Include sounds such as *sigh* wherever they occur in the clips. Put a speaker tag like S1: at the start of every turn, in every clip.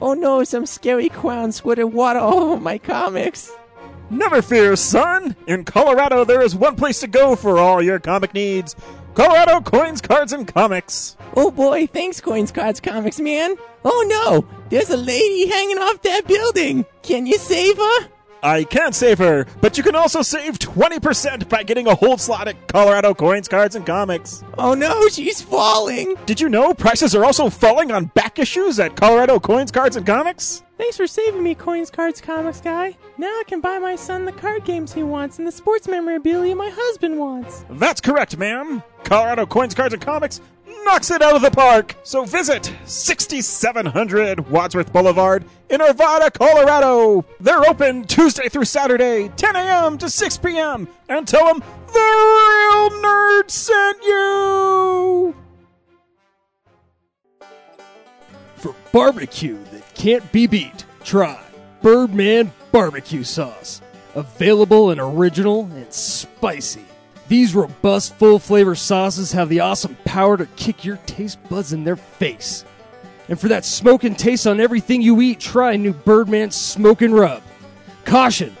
S1: Oh no, some scary clown squirted *laughs* water all over oh my comics.
S2: Never fear, son! In Colorado, there is one place to go for all your comic needs Colorado Coins, Cards, and Comics!
S1: Oh boy, thanks, Coins Cards Comics, man. Oh no, there's a lady hanging off that building. Can you save her?
S2: I can't save her, but you can also save 20% by getting a hold slot at Colorado Coins, Cards, and Comics.
S1: Oh no, she's falling.
S2: Did you know prices are also falling on back issues at Colorado Coins, Cards, and Comics?
S1: Thanks for saving me, Coins Cards Comics guy. Now I can buy my son the card games he wants and the sports memorabilia my husband wants.
S2: That's correct, ma'am. Colorado Coins, Cards, and Comics knocks it out of the park. So visit 6700 Wadsworth Boulevard in Arvada, Colorado. They're open Tuesday through Saturday, 10 a.m. to 6 p.m. And tell them the real nerd sent you.
S3: For barbecue that can't be beat, try Birdman Barbecue Sauce. Available and original and spicy. These robust, full flavor sauces have the awesome power to kick your taste buds in their face. And for that smoke and taste on everything you eat, try new Birdman Smoke and Rub. Caution!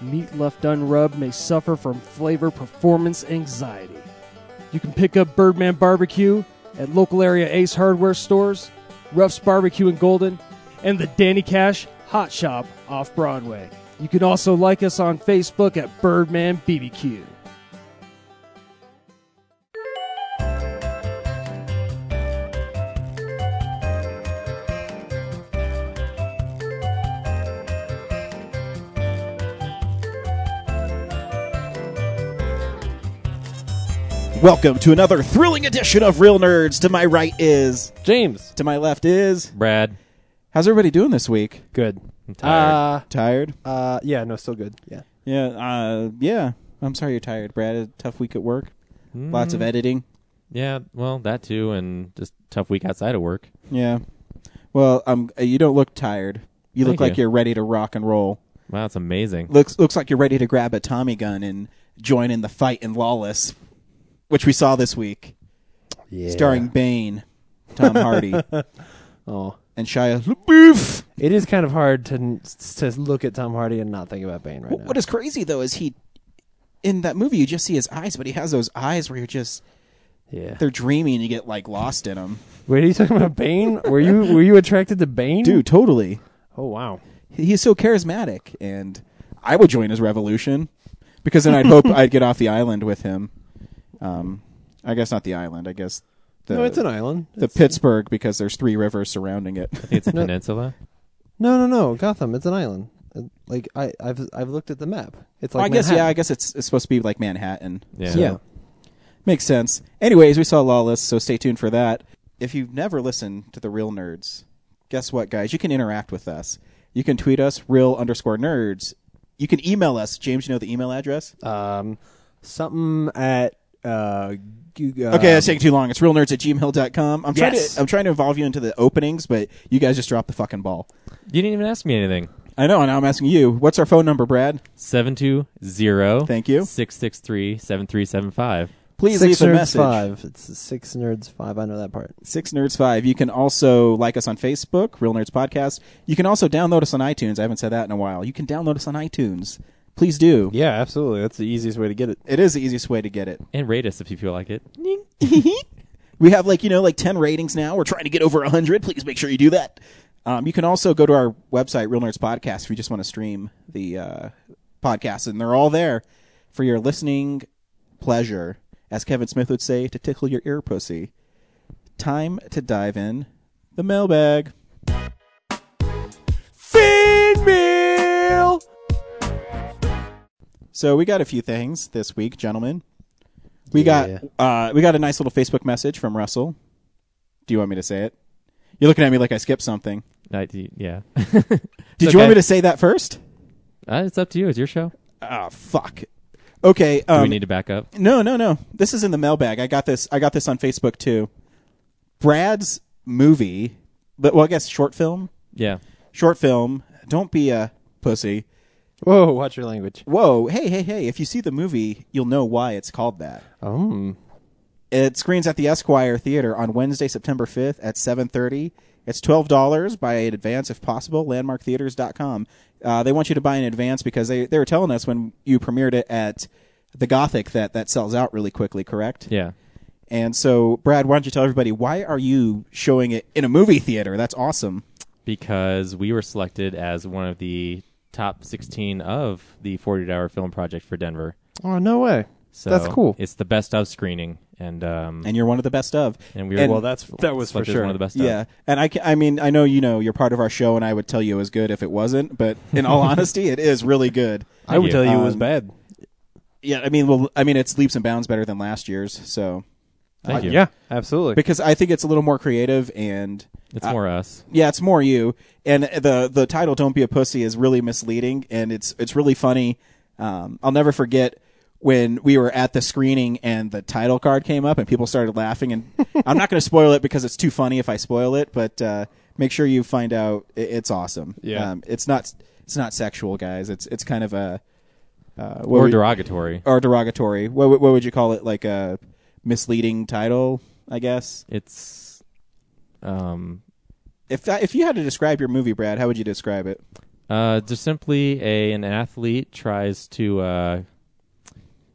S3: Meat left unrubbed may suffer from flavor performance anxiety. You can pick up Birdman Barbecue at local area Ace Hardware stores, Ruff's Barbecue in Golden, and the Danny Cash Hot Shop off Broadway. You can also like us on Facebook at Birdman BBQ.
S2: Welcome to another thrilling edition of Real Nerds. To my right is.
S4: James.
S2: To my left is.
S4: Brad.
S2: How's everybody doing this week?
S4: Good. I'm tired.
S5: Uh,
S2: Tired?
S5: uh, yeah, no, still good. Yeah.
S2: Yeah, uh, yeah. I'm sorry you're tired, Brad. A tough week at work. Lots
S4: Mm.
S2: of editing.
S4: yeah, well, that too, and just tough week outside of work.
S2: Yeah. Well, um, you don't look tired. You look
S4: Thank
S2: like
S4: you.
S2: you're ready to rock and roll.
S4: Wow, that's amazing.
S2: Looks looks like you're ready to grab a Tommy gun and join in the fight in Lawless, which we saw this week,
S5: Yeah.
S2: starring Bane, Tom Hardy,
S5: *laughs* Oh,
S2: and Shia LaBeouf.
S5: it is kind of hard to n- s- to look at Tom Hardy and not think about Bane right now.
S2: What is crazy though is he, in that movie, you just see his eyes, but he has those eyes where you're just
S5: yeah.
S2: they're dreamy and you get like lost in them.
S5: Wait, are you talking about Bane? were you were you attracted to Bane,
S2: Dude, totally.
S5: Oh wow.
S2: he's so charismatic and i would join his revolution because then i'd
S5: *laughs*
S2: hope i'd get off the island with him um, i guess not the island i guess the,
S5: no, it's an island.
S2: the pittsburgh because there's three rivers surrounding it
S4: I
S2: *laughs*
S4: think it's a peninsula.
S5: No, no, no, Gotham. It's an island. Uh, Like I, I've I've looked at the map. It's like
S2: i guess yeah i
S5: Manhattan.
S2: guess it's, it's supposed to be like manhattan
S4: Yeah.
S2: So,
S4: Yeah.
S2: makes sense anyways we saw lawless so stay tuned for that if you've never listened to the real nerds guess what guys you can interact with us you can tweet us real underscore nerds you can email us james you know the email address
S5: Um, something at uh. Gu-
S2: Okay, that's
S5: um,
S2: taking too long. It's realnerds at gmail.com. I'm trying
S5: Yes.
S2: to I'm trying to involve you into the openings, but you guys just dropped the fucking ball.
S4: You didn't even ask me anything.
S2: I know, and now I'm asking you, what's our phone number, Brad?
S4: 720
S2: Thank you.
S4: 663 7375.
S2: Please
S5: six
S2: leave a
S5: nerds
S2: message.
S5: five. It's six nerds five. I know that part.
S2: Six Nerds Five. You can also like us on Facebook, Real Nerds Podcast. You can also download us on iTunes. I haven't said that in a while. You can download us on iTunes. Please do.
S5: Yeah, absolutely. That's the easiest way to get it.
S2: It is the easiest way to get it.
S4: And rate us if you feel like it.
S2: *laughs* We have like you know like ten ratings now. We're trying to get over hundred. Please make sure you do that. Um, you can also go to our website, Real Nerds Podcast, if you just want to stream the uh, podcasts, and they're all there for your listening pleasure, as Kevin Smith would say, to tickle your ear pussy. Time to dive in the mailbag. Feed mail. So we got a few things this week, gentlemen. We
S5: Yeah.
S2: got uh, we got a nice little Facebook message from Russell. Do you want me to say it? You're looking at me like I skipped something.
S4: I, yeah. *laughs*
S2: Did you want me to say that first?
S4: Uh, it's up to you. It's your show.
S2: Ah, fuck. Okay.
S4: Do
S2: Um,
S4: we need to back up?
S2: no, no, no. This is in the mailbag. I got this. I got this on Facebook too. Brad's movie, but well, I guess short film.
S4: Yeah.
S2: Short film. Don't be a pussy.
S5: Whoa, watch your language.
S2: Whoa, hey, hey, hey! If you see the movie, you'll know why it's called that.
S5: Um,
S2: It screens at the Esquire Theater on Wednesday, September 5th at 7:30 It's twelve dollars. Buy in advance if possible. LandmarkTheaters.com. Uh, they want you to buy in advance because they they were telling us when you premiered it at the Gothic that that sells out really quickly. Correct.
S4: Yeah.
S2: And so, Brad, why don't you tell everybody why are you showing it in a movie theater? That's awesome.
S4: Because we were selected as one of the top 16 of the 48 hour film project for Denver.
S5: Oh no way.
S4: So
S5: That's cool.
S4: It's the best of screening. And, um,
S2: And you're one of the best of.
S4: And we were-
S6: Well, that's that was for
S4: selected as
S6: sure.
S4: one of the best.
S2: Yeah, and I, ca- I mean, I know you know you're part of our show, and I would tell you it was good if it wasn't. But in
S4: *laughs*
S2: all honesty, it is really good.
S6: I would
S4: you.
S6: tell you it was
S2: Um,
S6: bad.
S2: Yeah, I mean, well, I mean, it's leaps and bounds better than last year's. So
S4: Thank you.
S6: Yeah, absolutely.
S2: because I think it's a little more creative, and
S4: It's
S2: I-
S4: more us.
S2: yeah, it's more you. And the the title "Don't Be a Pussy" is really misleading, and it's it's really funny. Um, I'll never forget when we were at the screening and the title card came up, and people started laughing.
S4: *laughs*
S2: And I'm not going to spoil it because it's too funny if I spoil it, but uh, make sure you find out. I- It's awesome.
S6: Yeah.
S2: um, it's not it's not sexual, guys. It's it's kind of a uh, what
S4: Or
S2: would-
S4: derogatory.
S2: or derogatory. What would- what would you call it? Like a misleading title, I guess.
S4: It's, um,
S2: If that, if you had to describe your movie, Brad, how would you describe it?
S4: Uh, just simply a an athlete tries to uh,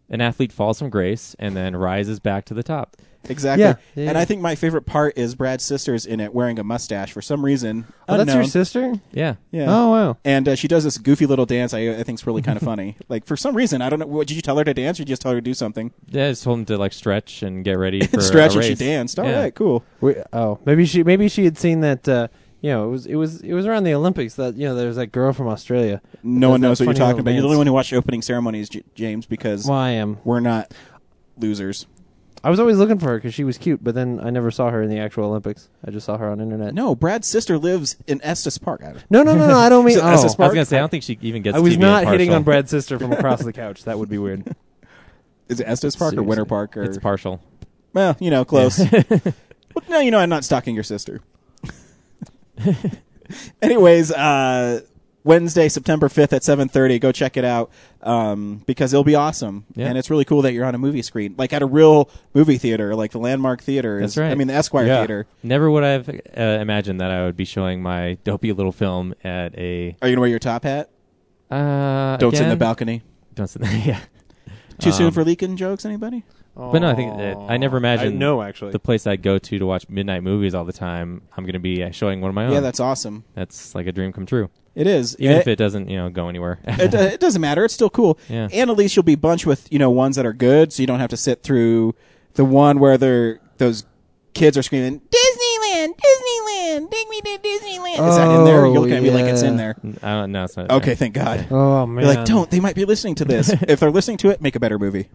S4: an athlete falls from grace and then rises back to the top.
S2: Exactly.
S5: Yeah, yeah,
S2: and
S5: yeah.
S2: I think my favorite part is Brad's sister's in it wearing a mustache for some reason.
S5: Oh, that's your
S2: unknown.
S5: sister.
S4: Yeah,
S2: Yeah.
S5: Oh wow.
S2: And uh, she does this goofy little dance. I, I think is
S5: *laughs*
S2: really kind of funny. Like for some reason, I don't know. What, did you tell her to dance, or did you just tell her to do something?
S4: yeah. I just told him to like stretch and
S2: *laughs*
S4: get ready for
S2: Stretch,
S4: a
S2: and she
S4: race.
S2: danced. All right,
S4: Yeah.
S2: cool.
S5: We, oh, maybe she maybe she had seen that. Uh, you know, it was it was it was around the Olympics that you know there was that girl from Australia.
S2: No
S5: Does
S2: one
S5: that
S2: knows what you're
S5: funny
S2: talking
S5: little
S2: about. You're the
S5: dance.
S2: only one who watched opening ceremonies, J- James, because
S5: Well, I am.
S2: we're not losers.
S5: I was always looking for her because she was cute, but then I never saw her in the actual Olympics. I just saw her on internet.
S2: No, Brad's sister lives in Estes Park. I don't-
S5: no, no, no. no I
S2: *laughs*
S5: don't mean.
S2: So,
S5: oh.
S2: SS
S4: I was gonna say I don't think she even gets.
S5: I was
S4: to be
S5: not
S4: impartial.
S5: hitting on Brad's sister from across the couch. That would be weird.
S2: *laughs* Is it Estes Park or
S5: Seriously.
S2: Winter Park? Or
S4: It's partial.
S2: well, you know,
S5: *laughs*
S2: close. well, no, you know, I'm not stalking your sister. *laughs* Anyways, uh, Wednesday, September 5th at 7:30. Go check it out um, because it'll be awesome,
S4: Yeah.
S2: and it's really cool that you're on a movie screen, like at a real movie theater, like the Landmark Theater. is-
S4: That's right.
S2: I mean, the Esquire
S6: Yeah.
S2: Theater.
S4: Never would I have uh, imagined that I would be showing my dopey little film at a.
S2: Are you gonna wear your top hat?
S4: Uh,
S2: Don't sit in the
S4: again?
S2: balcony.
S4: Don't sit. *laughs* yeah,
S2: Too soon
S4: Um,
S2: for leaking jokes. Anybody?
S4: But no, I think that I never imagined
S6: no, actually.
S4: the place I go to to watch midnight movies all the time. I'm gonna be uh, showing one of my own.
S2: Yeah, that's awesome.
S4: that's like a dream come true.
S2: It is.
S4: even
S2: Eh,
S4: if it doesn't you know go anywhere.
S2: it, uh, it doesn't matter. It's still cool.
S4: Yeah.
S2: And at least you'll be bunched with you know ones that are good, so you don't have to sit through the one where they're those kids are screaming Disneyland, Disneyland, take me to Disneyland. Is that in there?
S5: Oh,
S2: You're looking at me like it's in
S5: yeah.
S2: there.
S4: I don't know. It's not
S2: Okay, thank God.
S5: Oh man.
S2: You're like, don't. They might be listening to
S5: *laughs*
S2: this. if they're listening to it, make a better movie.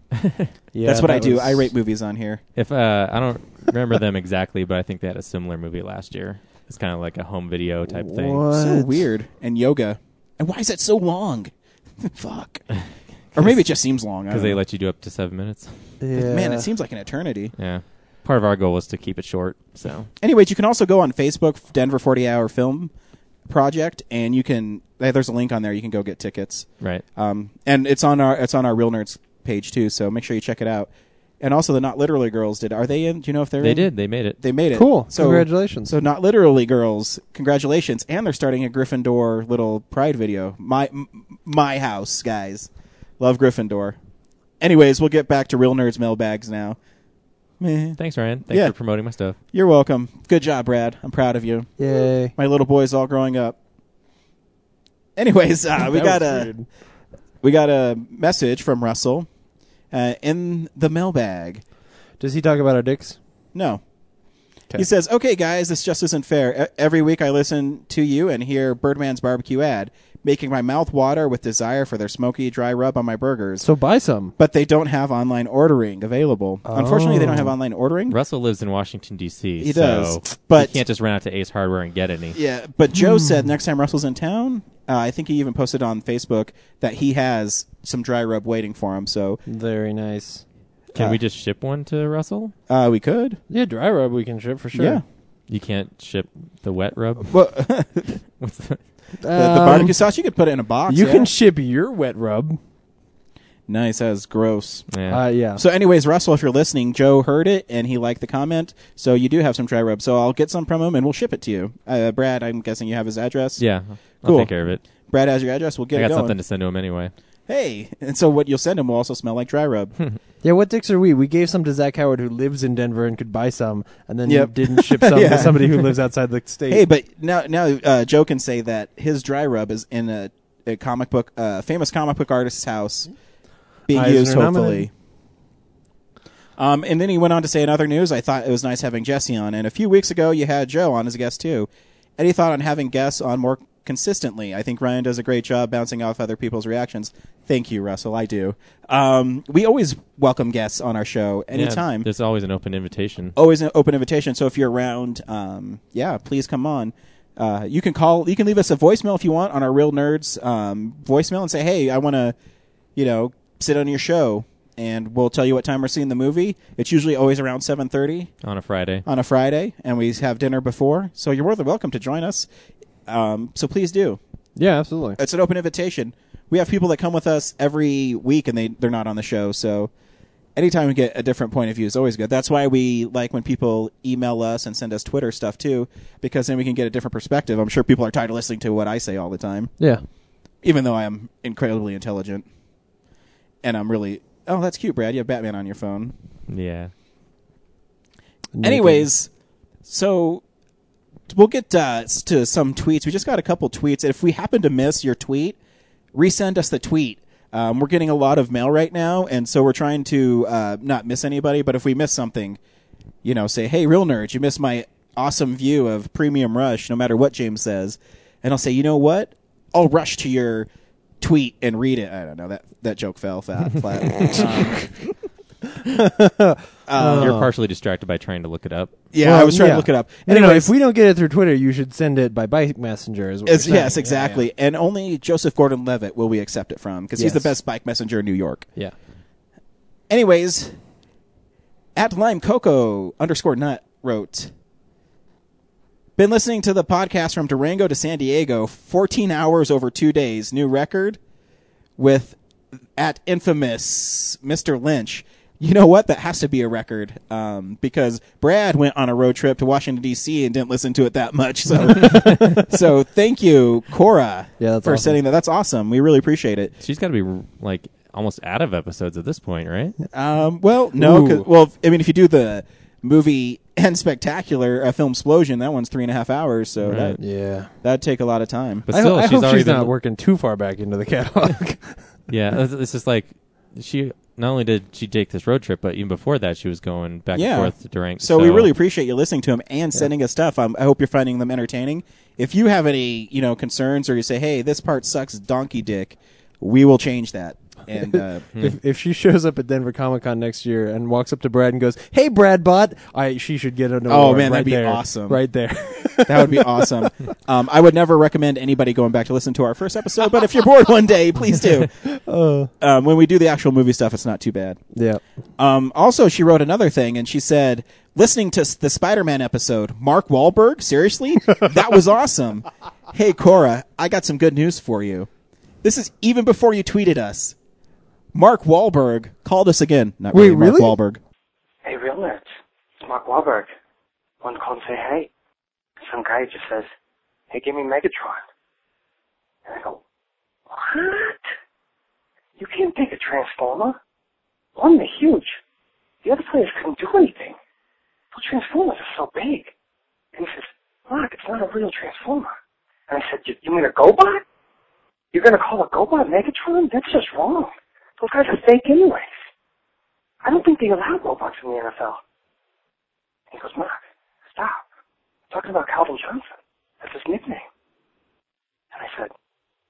S5: Yeah,
S2: That's what
S5: that
S2: I do.
S5: was-
S2: I rate movies on here.
S4: *laughs* If uh, I don't remember them exactly, but I think they had a similar movie last year. It's kind of like a home video type thing.
S5: What?
S2: So weird. And yoga. And why is that so long? *laughs* Fuck. Or
S5: *laughs*
S2: maybe it just seems long. I
S4: Because
S2: don't
S4: they
S2: know.
S4: let you do up to seven minutes.
S5: Yeah.
S2: Man, it seems like an eternity.
S4: Yeah. Part of our goal was to keep it short. So
S2: anyways, you can also go on Facebook, Denver 40 Hour Film Project, and you can eh, there's a link on there. You can go get tickets,
S4: right.
S2: um, and it's on our it's on our Real Nerds page too. So make sure you check it out. And also, the Not Literally Girls did. Are they in? Do you know if they're
S4: They
S2: in?
S4: did. They made it.
S2: They made it.
S5: Cool.
S2: So
S5: Congratulations.
S2: So Not Literally Girls, congratulations, and they're starting a Gryffindor little pride video. My m- my house, guys, love Gryffindor. Anyways, we'll get back to Real Nerds mailbags now. Meh.
S4: Thanks, Ryan. Thanks
S2: Yeah.
S4: for promoting my stuff.
S2: You're welcome. Good job, Brad. I'm proud of you.
S5: Yay.
S2: My little boy's all growing up. Anyways,
S4: *laughs*
S2: uh, we got a we got a message from Russell uh, in the mailbag.
S5: Does he talk about our dicks?
S2: No. He says, "Okay, guys, this just isn't fair. E- Every week I listen to you and hear Birdman's barbecue ad, making my mouth water with desire for their smoky dry rub on my burgers.
S5: So buy some. Oh.
S2: but they don't have online ordering available. Unfortunately, they don't have online ordering.
S4: Russell lives in Washington D.C.
S2: He
S4: so
S2: does, but-
S4: he can't just run out to Ace Hardware and get any.
S2: Yeah, but
S4: Hmm.
S2: Joe said next time Russell's in town, uh, I think he even posted on Facebook that he has some dry rub waiting for him. So
S5: Very nice.
S4: Can
S2: Uh,
S4: we just ship one to Russell?
S2: uh, we could.
S5: Yeah, dry rub we can ship for sure.
S2: Yeah.
S4: You can't ship the wet rub.
S2: *laughs* Well, the,
S4: *laughs* What's the,
S5: Um,
S2: the barbecue sauce Um, you could put it in a box.
S5: You
S2: yeah.
S5: *laughs* can ship your wet rub.
S2: Nice. That was gross.
S4: Yeah.
S5: Uh, yeah.
S2: So, anyways, Russell, if you're listening, Joe heard it and he liked the comment. So, you do have some dry rub. So, I'll get some from him and we'll ship it to you. Uh, Brad, I'm guessing you have his address.
S4: yeah. I'll
S2: Cool.
S4: take care of it.
S2: Brad has your address. We'll get
S4: I
S2: it
S4: got
S2: going.
S4: something to send to him anyway.
S2: hey, *laughs* and so what you'll send him will also smell like dry rub.
S4: *laughs*
S5: Yeah, what dicks are we? We gave some to Zach Howard who lives in Denver and could buy some, and then
S2: Yep.
S5: didn't
S2: *laughs*
S5: ship some
S2: Yeah.
S5: to somebody who lives outside the state.
S2: hey, but now now uh, Joe can say that his dry rub is in a, a comic book, uh, famous comic book artist's house, being
S5: Eisner
S2: used hopefully.
S5: nominated.
S2: Um, and then he went on to say in other news, I thought it was nice having Jesse on, and a few weeks ago you had Joe on as a guest too. Any thought on having guests on more consistently? I think Ryan does a great job bouncing off other people's reactions. Thank you, Russell. I do. Um, we always welcome guests on our show
S4: Yeah,
S2: anytime
S4: There's always an open invitation.
S2: always an open invitation. So if you're around, um, yeah, please come on. Uh, you can call, you can leave us a voicemail if you want on our Real Nerds um, voicemail and say, hey, I want to, you know, sit on your show, and we'll tell you what time we're seeing the movie. It's usually always around seven thirty
S4: on a Friday.
S2: on a Friday, and we have dinner before. So you're more than welcome to join us. Um, so please do.
S5: yeah, absolutely.
S2: It's an open invitation. We have people that come with us every week, and they they're not on the show. So anytime we get a different point of view is always good. That's why we like when people email us and send us Twitter stuff too, because then we can get a different perspective. I'm sure people are tired of listening to what I say all the time,
S5: Yeah.
S2: even though I am incredibly intelligent, and I'm really. Oh, that's cute, Brad. You have Batman on your phone.
S4: Yeah.
S2: Anyways, so we'll get uh, s- to some tweets. We just got a couple tweets. If we happen to miss your tweet, resend us the tweet. Um, we're getting a lot of mail right now, and so we're trying to uh, not miss anybody. But if we miss something, you know, say, "Hey, real nerds, you missed my awesome view of Premium Rush." No matter what James says, and I'll say, "You know what? I'll rush to your tweet and read it." I don't know that that joke fell flat. flat. Um,
S4: You're partially distracted by trying to look it up.
S2: yeah, I was trying to look it up.
S5: Anyway,
S2: Anyways-
S5: if we don't get it through Twitter, you should send it by bike messenger. Is what
S2: As-
S5: we're saying.
S2: yes, exactly. And only Joseph Gordon-Levitt will we accept it from because he's the
S5: Yes.
S2: best bike messenger in New York.
S5: Yeah.
S2: Anyways, at Lime Coco underscore Nut wrote, "Been listening to the podcast from Durango to San Diego, 14 hours over two days, new record with at infamous Mr. Lynch." You know what? That has to be a record um, because Brad went on a road trip to Washington D.C. and didn't listen to it that much.
S5: *laughs*
S2: So, so thank you, Cora,
S5: Yeah, that's
S2: for
S5: awesome.
S2: sending that. That's awesome. We really appreciate it.
S4: She's got to be like almost out of episodes at this point, right?
S2: Um, well, no. 'cause-
S5: Ooh.
S2: well, if- I mean, if you do the movie and spectacular, a film explosion, that one's three and a half hours, so
S4: Right.
S2: that
S5: Yeah.
S2: that'd take a lot of time.
S4: But
S5: I,
S4: still,
S5: ho- I
S4: she's
S5: hope
S4: already
S5: she's
S4: been
S5: not working too far back into the *laughs* catalog.
S4: Yeah, it's- it's just like she. Not only did she take this road trip, but even before that, she was going back
S2: Yeah.
S4: and forth to Durant.
S2: so, we really appreciate you listening to them and sending us stuff. Um, I hope you're finding them entertaining. If you have any, you know, concerns or you say, "Hey, this part sucks, donkey dick," we will change that. *laughs* And
S4: *laughs*
S2: uh,
S4: Hmm.
S5: if, if she shows up at Denver Comic Con next year and walks up to Brad and goes, "Hey, Brad Bot," I she should get an award.
S2: Oh, man, that'd
S5: right
S2: be
S5: there,
S2: awesome.
S5: Right
S2: *laughs*
S5: there.
S2: that would be awesome. Um, I would never recommend anybody going back to listen to our first episode, but if you're bored one day, please do. Um, when we do the actual movie stuff, it's not too bad.
S5: Uh. yeah.
S2: Um, also, she wrote another thing, and she said, "Listening to s- the Spider-Man episode, Mark Wahlberg, seriously, that was awesome." Hey, Cora, I got some good news for you. This is even before you tweeted us. Mark Wahlberg called us again. Not
S5: Wait,
S2: really,
S5: really?
S2: Mark Wahlberg.
S6: Hey, real nerds. It's Mark Wahlberg. One call and say, hey. Some guy just says, hey, give me Megatron. And I go, what? You can't take a Transformer. One, they're huge. The other players couldn't do anything. Those Transformers are so big. And he says, Mark, it's not a real Transformer. And I said, you, you mean a GoBot? You're going to call a GoBot Megatron? That's just wrong. Those guys are fake anyways. I don't think they allow robots in the NFL. He goes, Mark, stop. I'm talking about Calvin Johnson. That's his nickname. And I said,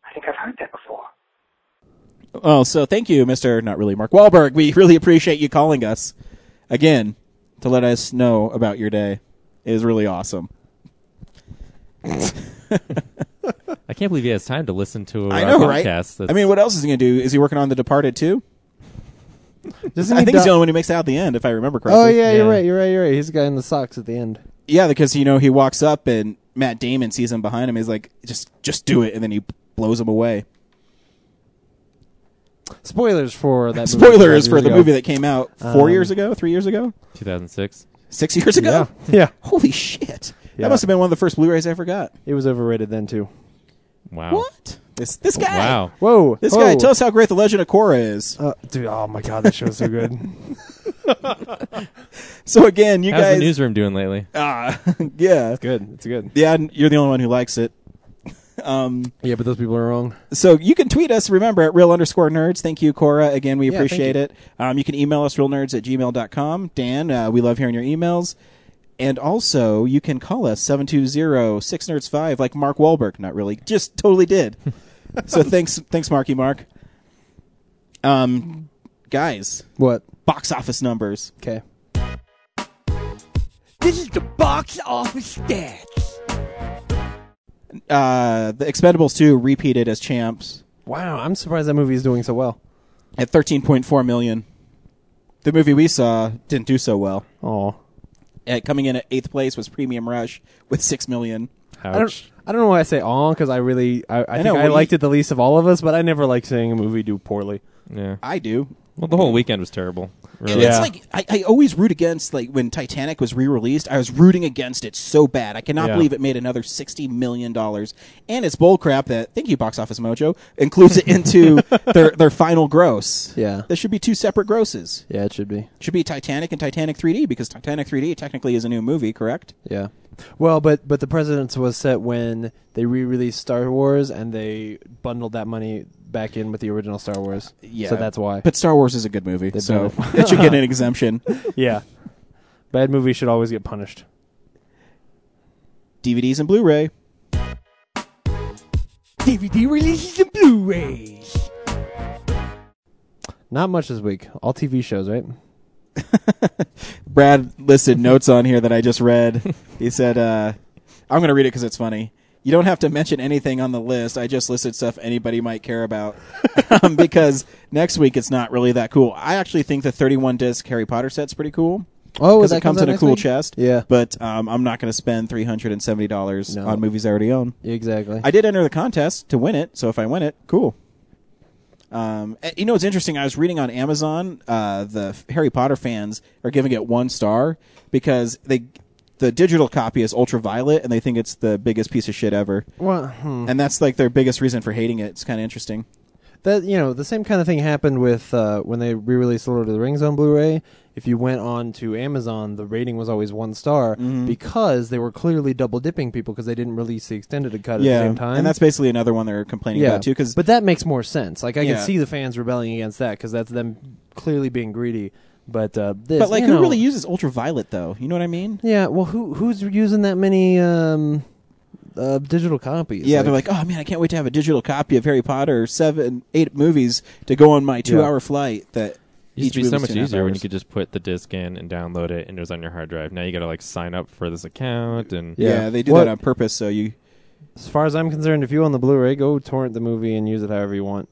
S6: I think I've heard that before.
S2: Oh, so thank you, Mister. Not really, Mark Wahlberg. We *laughs* really appreciate you calling us again to let us know about your day. It is really awesome.
S4: I can't believe he has time to listen to a
S2: I know,
S4: podcast.
S2: right?
S4: That's,
S2: I mean, what else is he going to do? Is he working on The Departed too?
S5: Doesn't
S2: I
S5: he
S2: think he's
S5: do-
S2: the only one who makes it out at the end, if I remember correctly.
S5: Oh yeah, you're
S4: Yeah.
S5: right. You're right. You're right. He's the guy in the socks at the end.
S2: Yeah, because you know he walks up and Matt Damon sees him behind him. He's like, "Just, just do it," and then he blows him away.
S5: Spoilers for that. movie
S2: Spoilers
S5: five
S2: for
S5: years
S2: the
S5: ago.
S2: movie that came out four
S5: Um,
S2: years ago, three years ago,
S4: 2006.
S2: six years ago. *laughs*
S5: Yeah, yeah.
S2: Holy shit!
S5: Yeah.
S2: That must have been one of the first Blu-rays I forgot.
S5: It was overrated then too.
S4: Wow.
S2: What? This this guy.
S4: Wow.
S5: Whoa,
S2: This
S5: whoa.
S2: guy. Tell us how great the Legend of Korra is.
S5: Uh, dude, oh my god, that show's so good.
S2: *laughs* So again, you
S4: How's
S2: guys.
S4: the newsroom doing lately?
S2: Ah, yeah,
S5: good, it's good.
S2: yeah. You're the only one who likes it. Um,
S5: Yeah, but those people are wrong.
S2: so you can tweet us remember at real underscore nerds thank you cora again we
S5: Yeah, thank
S2: appreciate
S5: you.
S2: it um, you can email us real nerds at gmail.com dan uh, we love hearing your emails and also you can call us 720-6nerds5 like mark Wahlberg. not really just totally did
S5: *laughs*
S2: so thanks thanks marky mark um guys
S5: What?
S2: box office numbers
S5: Okay.
S3: This is the box office stats.
S2: uh the expendables 2 repeated as champs
S5: Wow, I'm surprised that movie is doing so well.
S2: at 13.4 million the movie we saw didn't do so well
S5: Oh,
S2: uh, coming in at eighth place was Premium Rush with six million.
S5: I don't. I don't know why I say "oh" because I really, I, I, think
S2: know,
S5: I
S2: well,
S5: liked
S2: you-
S5: it the least of all of us, but I never like seeing a movie do poorly.
S4: Yeah.
S2: I do.
S4: Well, the whole weekend was terrible.
S2: And
S4: Really.
S5: Yeah.
S2: It's like I, I always root against like when Titanic was re-released. I was rooting against it so bad. I cannot
S5: Yeah.
S2: believe it made another sixty million dollars. And it's bull crap that thank you, Box Office Mojo, includes it
S5: *laughs*
S2: into their their final gross.
S5: Yeah.
S2: there should be two separate grosses.
S5: Yeah, it should be.
S2: It should be Titanic and Titanic 3D because Titanic 3D technically is a new movie, correct?
S5: Yeah. Well, but but the precedence was set when they re-released Star Wars and they bundled that money back in with the original Star Wars.
S2: Yeah.
S5: So that's why.
S2: But Star Wars is a good movie, *laughs*
S5: They've
S2: so
S5: done
S2: that
S5: *laughs*
S2: should get an *laughs* exemption.
S5: yeah. Bad movies should always get punished.
S2: DVDs and Blu-ray.
S3: DVD releases and Blu-rays.
S5: Not much this week. All TV shows, right?
S2: Brad listed notes on here that I just read. He said, uh, I'm going to read it because it's funny. You don't have to mention anything on the list. I just listed stuff anybody might care about *laughs* um, because next week it's not really that cool. I actually think the 31 disc Harry Potter set's pretty cool
S5: Oh,
S2: because it comes in a cool chest.
S5: Yeah.
S2: But um, I'm not going to spend $370
S5: No.
S2: on movies I already own.
S5: Exactly.
S2: I did enter the contest to win it, so if I win it, cool. Um, eh, you know, it's interesting. I was reading on Amazon, uh, the f- Harry Potter fans are giving it one star because they the digital copy is ultraviolet and they think it's the biggest piece of shit ever,
S5: well, hmm.
S2: Mm-hmm. and that's like their biggest reason for hating it. It's kind of interesting.
S5: that you know the same kind of thing happened with uh, when they re-released Lord of the Rings on Blu-ray. If you went on to Amazon, the rating was always one star
S2: Mm-hmm.
S5: because they were clearly double dipping people because they didn't release the extended cut at
S2: yeah,
S5: the same time.
S2: and that's basically another one they're complaining
S5: yeah,
S2: about too. Because
S5: but that makes more sense. Like I
S2: Yeah.
S5: can see the fans rebelling against that because that's them clearly being greedy. But uh, this,
S2: but like,
S5: you
S2: who
S5: know-
S2: really uses ultraviolet though? You know what I mean?
S5: Yeah, well, who who's using that many um, uh, digital copies?
S2: yeah, they're like, oh man, I can't wait to have a digital copy of Harry Potter seven, eight movies to go on my two-hour flight. That
S4: It used to
S2: each
S4: be so
S2: movie's
S4: much
S2: two and a half
S4: easier when
S2: hours.
S4: you could just put the disc in and download it, and it was on your hard drive. Now you got to like sign up for this account, and
S2: Yeah,
S5: Yeah.
S2: they do
S5: What-
S2: that on "Oh, purpose. So you,
S5: as far as I'm concerned, if you own the Blu-ray, go torrent the movie and use it however you want.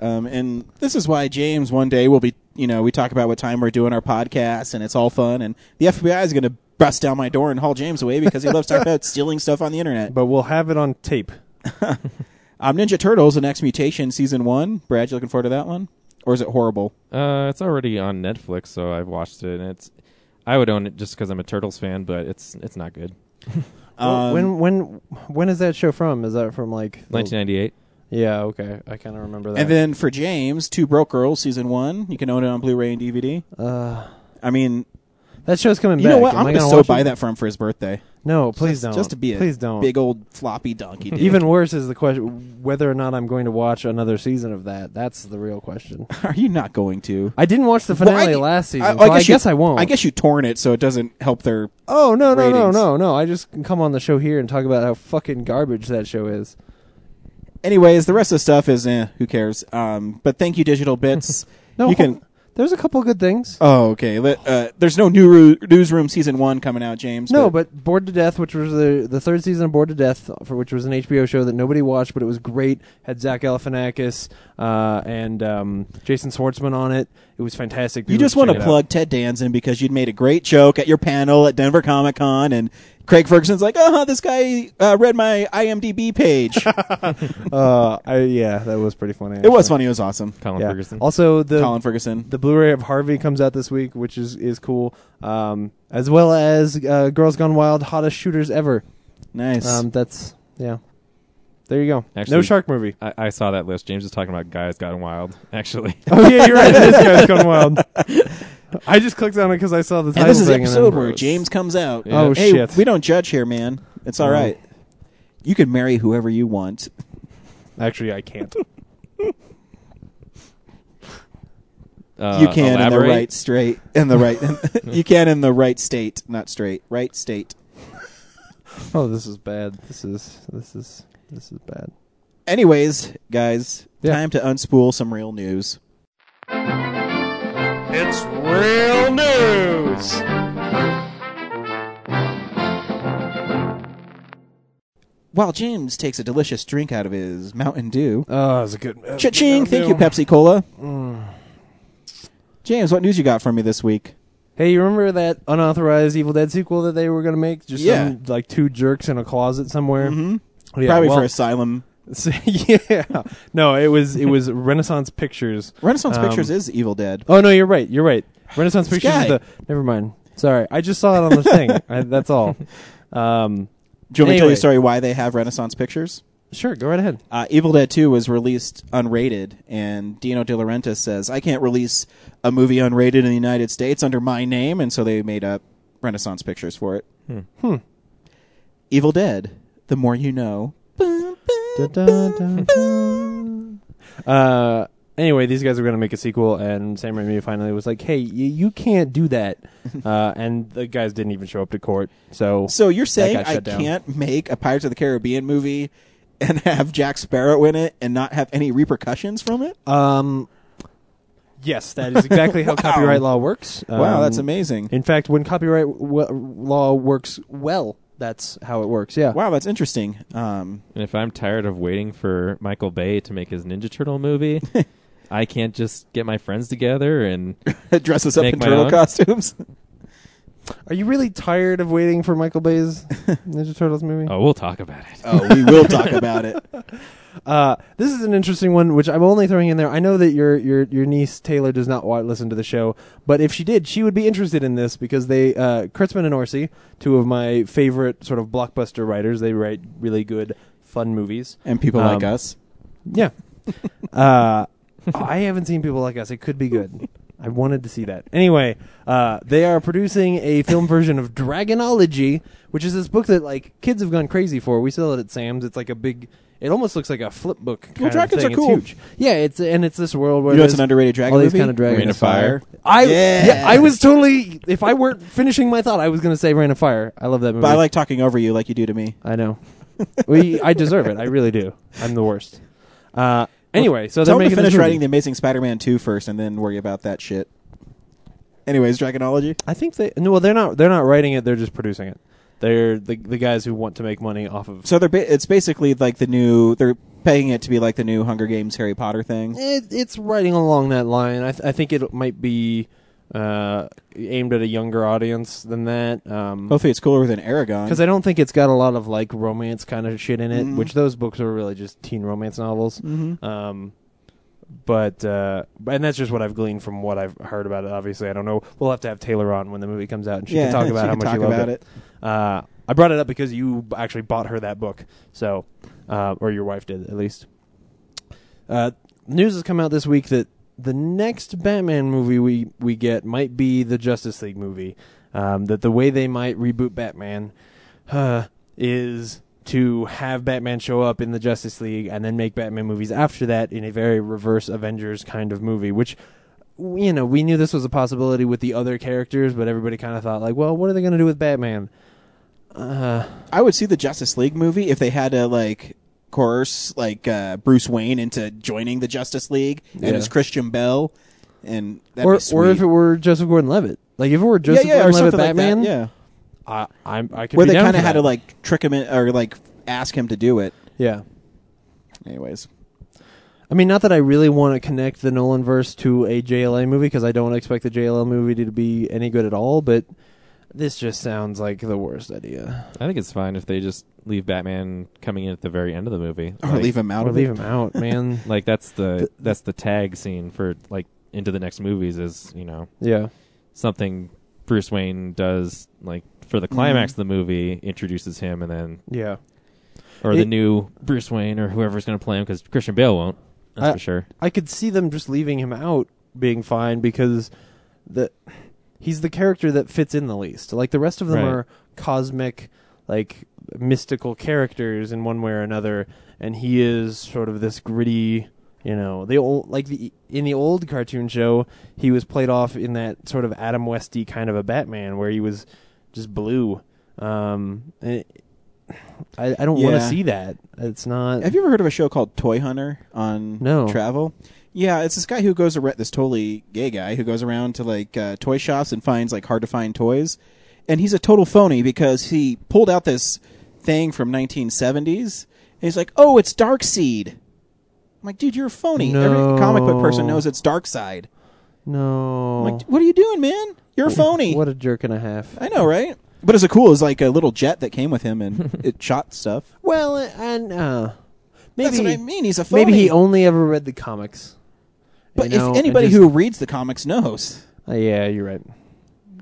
S2: um, and this is why James one day will be. You know, we talk about what time we're doing our podcast, and it's all fun. And the FBI is going to bust down my door and haul James away because he loves talking about stealing stuff on the internet.
S5: But we'll have it on tape.
S2: *laughs* Um, Ninja Turtles: The Next Mutation, season one. Brad, you looking forward to that one, or is it horrible?
S4: Uh, it's already on Netflix, so I've watched it, and it's. I would own it just because I'm a Turtles fan, but it's it's
S5: *laughs*
S4: not good.
S2: Um,
S5: when when when is that show from? Is that from like the-
S4: 1998.
S5: Yeah, okay. I kind of remember that.
S2: and *laughs* then for James, Two Broke Girls, season one. You can own it on Blu-ray and DVD.
S5: uh,
S2: I mean,
S5: that show's coming
S2: you
S5: back.
S2: know what?
S5: Am
S2: I'm
S5: I
S2: going to
S5: gonna
S2: so
S5: watch
S2: buy
S5: it?
S2: that for him for his birthday,
S5: No,
S2: Just-
S5: please don't.
S2: just to be a
S5: please don't.
S2: big old floppy donkey. Dude.
S5: Even worse is the question whether or not I'm going to watch another season of that. That's the real question.
S2: *laughs* are you not going to?
S5: I didn't watch the
S2: Well, I
S5: finale
S2: gu-
S5: last season,
S2: I,
S5: so I, guess,
S2: you-
S5: I won't.
S2: I guess you torn it, so it doesn't help their.
S5: Oh no no no
S2: ratings.
S5: no no! I just can come on the show here and talk about how fucking garbage that show is.
S2: Anyways, the rest of the stuff is eh, who cares. Um, but thank you, Digital Bits.
S5: *laughs* No,
S2: you
S5: hold-
S2: can.
S5: There's a couple good things.
S2: Oh, okay. Let- uh, there's no new Ru- newsroom season one coming out, James.
S5: No, but Bored to Death, which was the the third season of Bored to Death, for which was an HBO show that nobody watched, but it was great. Had Zach Galifianakis uh, and um, Jason Schwartzman on it. It was fantastic.
S2: you
S5: People
S2: just
S5: should
S2: want to
S5: check it out.
S2: plug Ted Danson because you'd made a great joke at your panel at Denver Comic Con, and Craig Ferguson's like, uh huh, this guy uh, read my IMDb page. it
S5: *laughs* Uh, I, yeah, that was pretty funny.
S2: was
S5: actually.
S2: funny. It was awesome.
S4: Colin
S5: Yeah.
S4: Ferguson.
S5: Also, the
S2: Colin Ferguson.
S5: the Blu-ray of Harvey comes out this week, which is is cool. Um, as well as uh, Girls Gone Wild, hottest shooters ever.
S2: nice.
S5: Um, that's yeah. There you go.
S4: Actually-
S5: no shark movie.
S4: I, I saw that list. James is talking about guys gotten wild. *laughs* Actually,
S5: *laughs* Oh yeah, you're right.
S4: *laughs*
S5: This guy's gone wild. *laughs* I just clicked on it because I saw the
S2: and
S5: title
S2: this is the
S5: thing and
S2: episode
S5: then-
S2: where James comes out.
S4: Yeah. Oh,
S2: hey,
S5: shit.
S2: We don't judge here, man. It's all
S5: No.
S2: right. You can marry whoever you want.
S5: Actually, I *laughs* can't.
S4: uh,
S2: you can in the
S4: elaborate?
S2: right straight in the *laughs* right. you can in the right state, not straight. Right state.
S5: *laughs* oh, this is bad. This is this is this is bad.
S2: Anyways, guys,
S5: Yeah.
S2: time to unspool some real news.
S3: It's real news.
S2: While James takes a delicious drink out of his Mountain Dew,
S5: Oh, it's a good.
S2: cha-ching! Thank you, Pepsi Cola.
S5: Mm.
S2: James, what news you got for me this week?
S5: Hey, you remember that unauthorized Evil Dead sequel that they were gonna make? Just
S2: Yeah.
S5: some, like two jerks in a closet somewhere. Oh,
S2: Mhm.
S5: Yeah,
S2: Probably
S5: well-
S2: for Asylum.
S5: *laughs* yeah. No, it was it was *laughs* Renaissance Pictures.
S2: Renaissance
S5: Um,
S2: Pictures is Evil Dead.
S5: Oh no, you're right.
S2: *laughs*
S5: You're right. Renaissance
S2: This
S5: Pictures. Is
S2: guy.
S5: the, never mind. Sorry, I just saw it
S2: *laughs*
S5: on the thing. I, that's all. Um,
S2: Do you want me to tell you
S5: anyway.
S2: a story why they have Renaissance Pictures?
S5: sure, go right ahead.
S2: Uh, Evil Dead 2 was released unrated, and Dino De Laurentiis says, I can't release a movie unrated in the United States under my name, and so they made up Renaissance Pictures for it. Hmm. Evil Dead, The More You Know.
S5: Da, da,
S2: *laughs*
S5: da, da. Uh, anyway, these guys were going to make a sequel, and Sam Raimi finally was like, "Hey, y- you can't do
S2: *laughs*
S5: that." Uh, and the guys didn't even show up to court. So,
S2: So you're saying
S5: got
S2: I
S5: shut down.
S2: can't make a Pirates of the Caribbean movie and *laughs* have Jack Sparrow in it and not have any repercussions from it?
S5: um, yes, that is
S2: *laughs*
S5: exactly how copyright law works.
S2: wow, that's
S5: Um,
S2: amazing.
S5: In fact, when copyright w- law works well, that's how it works. Yeah.
S2: wow, that's interesting. Um,
S4: And if I'm tired of waiting for Michael Bay to make his Ninja Turtle movie,
S2: *laughs*
S4: I can't just get my friends together and
S2: dress us up
S4: Make
S2: in
S4: my
S2: turtle
S4: own? *laughs*
S2: costumes.
S5: Are you really tired of waiting for
S2: *laughs*
S5: Michael Bay's Ninja Turtles movie?
S4: oh, we'll talk about it.
S2: oh, we will
S4: *laughs*
S2: talk about it.
S5: Uh, this is an interesting one, which I'm only throwing in there. I know that your your your niece Taylor does not wa listen to the show, but if she did, she would be interested in this because they uh, Kurtzman and Orsi, two of my favorite sort of blockbuster writers, they write really good, fun movies.
S2: And people like
S5: Um,
S2: us.
S5: Yeah. *laughs* uh, I haven't seen people like us. It could be good. I wanted to see that. Anyway, uh, they are producing a film version of Dragonology, which is this book that like kids have gone crazy for. We sell it at Sam's. It's like a big. It almost looks like a flip book. Kind of
S2: dragons
S5: thing.
S2: are cool.
S5: It's huge. Yeah, it's and it's this world where
S2: You know it's
S5: there's
S2: an underrated dragon
S5: all these
S2: movie?
S5: kind of dragons.
S4: Rain of Fire.
S5: I
S2: Yeah.
S5: yeah. I was totally. If I weren't finishing my thought, I was going to say Rain of Fire. I love that movie.
S2: But I like talking over you like you do to me.
S5: I know. we, I deserve it. I really do. I'm the worst. Uh, anyway, so they're
S2: Tell me to
S5: making
S2: finish
S5: this movie.
S2: writing The Amazing Spider-Man 2 first and then worry about that shit. Anyways, Dragonology.
S5: I think they. No, well, they're not. They're not writing it. They're just producing it. They're the the guys who want to make money off of.
S2: So they're ba- it's basically like the new they're paying it to be like the new Hunger Games Harry Potter thing.
S5: It, it's writing along that line. I, th- I think it might be uh, aimed at a younger audience than that. Um,
S2: Hopefully it's cooler than Aragon. Mm-hmm.
S5: because I don't think it's got a lot of like romance kind of shit in it, which those books are really just teen romance novels. Um, but uh, and that's just what I've gleaned from what I've heard about it. Obviously, I don't know. We'll have to have Taylor on when the movie comes out, and she
S2: Yeah,
S5: can
S2: *laughs*
S5: talk
S2: she
S5: about how
S2: can
S5: much
S2: talk
S5: she loved
S2: about
S5: it. Uh, I brought it up because you b- actually bought her that book, so uh, or your wife did at least. Uh, news has come out this week that the next Batman movie we, we get might be the Justice League movie. Um, that the way they might reboot Batman uh, is to have Batman show up in the Justice League and then make Batman movies after that in a very reverse Avengers kind of movie, which you know we knew this was a possibility with the other characters, but everybody kind of thought like, well, what are they going to do with Batman? Uh,
S2: I would see the Justice League movie if they had to like coerce like uh, Bruce Wayne into joining the Justice League and
S5: Yeah.
S2: it's Christian Bell and that'd
S5: Or
S2: be sweet.
S5: or if it were Joseph Gordon-Levitt, like if it were
S2: yeah,
S5: Joseph
S2: yeah, or
S5: Gordon-Levitt
S2: something
S5: Batman,
S2: like that. Yeah.
S5: I I'm, I could
S2: Where
S5: be
S2: they
S5: down
S2: kind of
S5: for
S2: had
S5: that.
S2: to like trick him in, or like ask him to do it.
S5: yeah.
S2: Anyways,
S5: I mean, not that I really want to connect the Nolan verse to a JLA movie because I don't expect the JLA movie to be any good at all. But This just sounds like the worst idea.
S4: I think it's fine if they just leave Batman coming in at the very end of the movie.
S2: Or
S4: Like-
S2: leave him out
S5: Or
S2: of
S5: leave
S2: it.
S5: him
S2: *laughs*
S5: out, man.
S4: Like that's the that's the tag scene for like into the next movies is you know
S5: yeah.
S4: something Bruce Wayne does like for the
S2: Mm-hmm.
S4: climax of the movie introduces him and then
S5: Yeah.
S4: or the
S5: It-
S4: new Bruce Wayne or whoever's going to play him because Christian Bale won't. That's
S5: I-
S4: for sure.
S5: I could see them just leaving him out being fine because the he's the character that fits in the least. Like the rest of them
S4: Right.
S5: are cosmic, like mystical characters in one way or another, and he is sort of this gritty. You know, the old like the in the old cartoon show, he was played off in that sort of Adam Westy kind of a Batman where he was just blue. Um, and it- I I don't want
S2: Yeah.
S5: to see that. It's not.
S2: Have you ever heard of a show called Toy Hunter on
S5: No.
S2: Travel? Yeah, it's this guy who goes around, this totally gay guy who goes around to like uh, toy shops and finds like hard to find toys. And he's a total phony because he pulled out this thing from 1970s. And he's like, oh, it's Dark Seed. I'm like, dude, you're a phony. Every comic book person
S5: No.
S2: knows it's Dark Side.
S5: no.
S2: I'm
S5: Oh.
S2: like, what are you doing, man? You're a phony.
S5: What a jerk and a half.
S2: I know, right? But it's a cool, it's like a little jet that came with him
S5: *laughs*
S2: and it shot stuff.
S5: Well, and uh, maybe
S2: That's what I mean. He's a phony.
S5: maybe he only ever read the comics.
S2: But
S5: you know,
S2: if
S5: and
S2: anybody
S5: just-
S2: who reads the comics knows,
S5: Uh, yeah, you're right.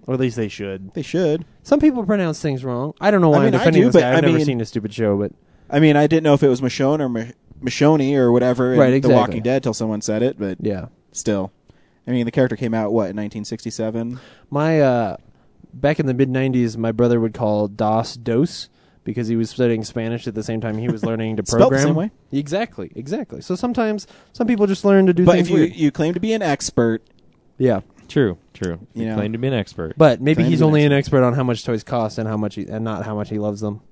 S5: Or at least they should.
S2: they should.
S5: Some people pronounce things wrong. I don't know why
S2: I
S5: I
S2: mean,
S5: am
S2: I
S5: defending
S2: do,
S5: this
S2: but
S5: guy. I've
S2: I
S5: never
S2: mean-
S5: seen a stupid show, but
S2: I mean, I didn't know if it was Michonne or Mach- Michonne or whatever in
S5: Right,
S2: The
S5: exactly.
S2: Walking Dead till someone said it, but
S5: yeah.
S2: still. I mean, the character came out, what, in 1967?
S5: My uh, back in the mid '90s, my brother would call DOS DOS because he was studying Spanish at the same time he *laughs* was learning to
S2: Spelled the
S5: program.
S2: same way?
S5: Exactly, exactly. So sometimes some people just learn to do
S2: But
S5: things
S2: if you,
S5: weird.
S2: you claim to be an expert,
S5: yeah.
S4: True, true.
S2: You
S4: You
S2: know.
S4: claim to be an expert.
S5: But maybe
S2: Claim
S5: he's
S2: to be
S5: only
S2: an
S5: an expert on how much toys cost and how much he, and not how much he loves them.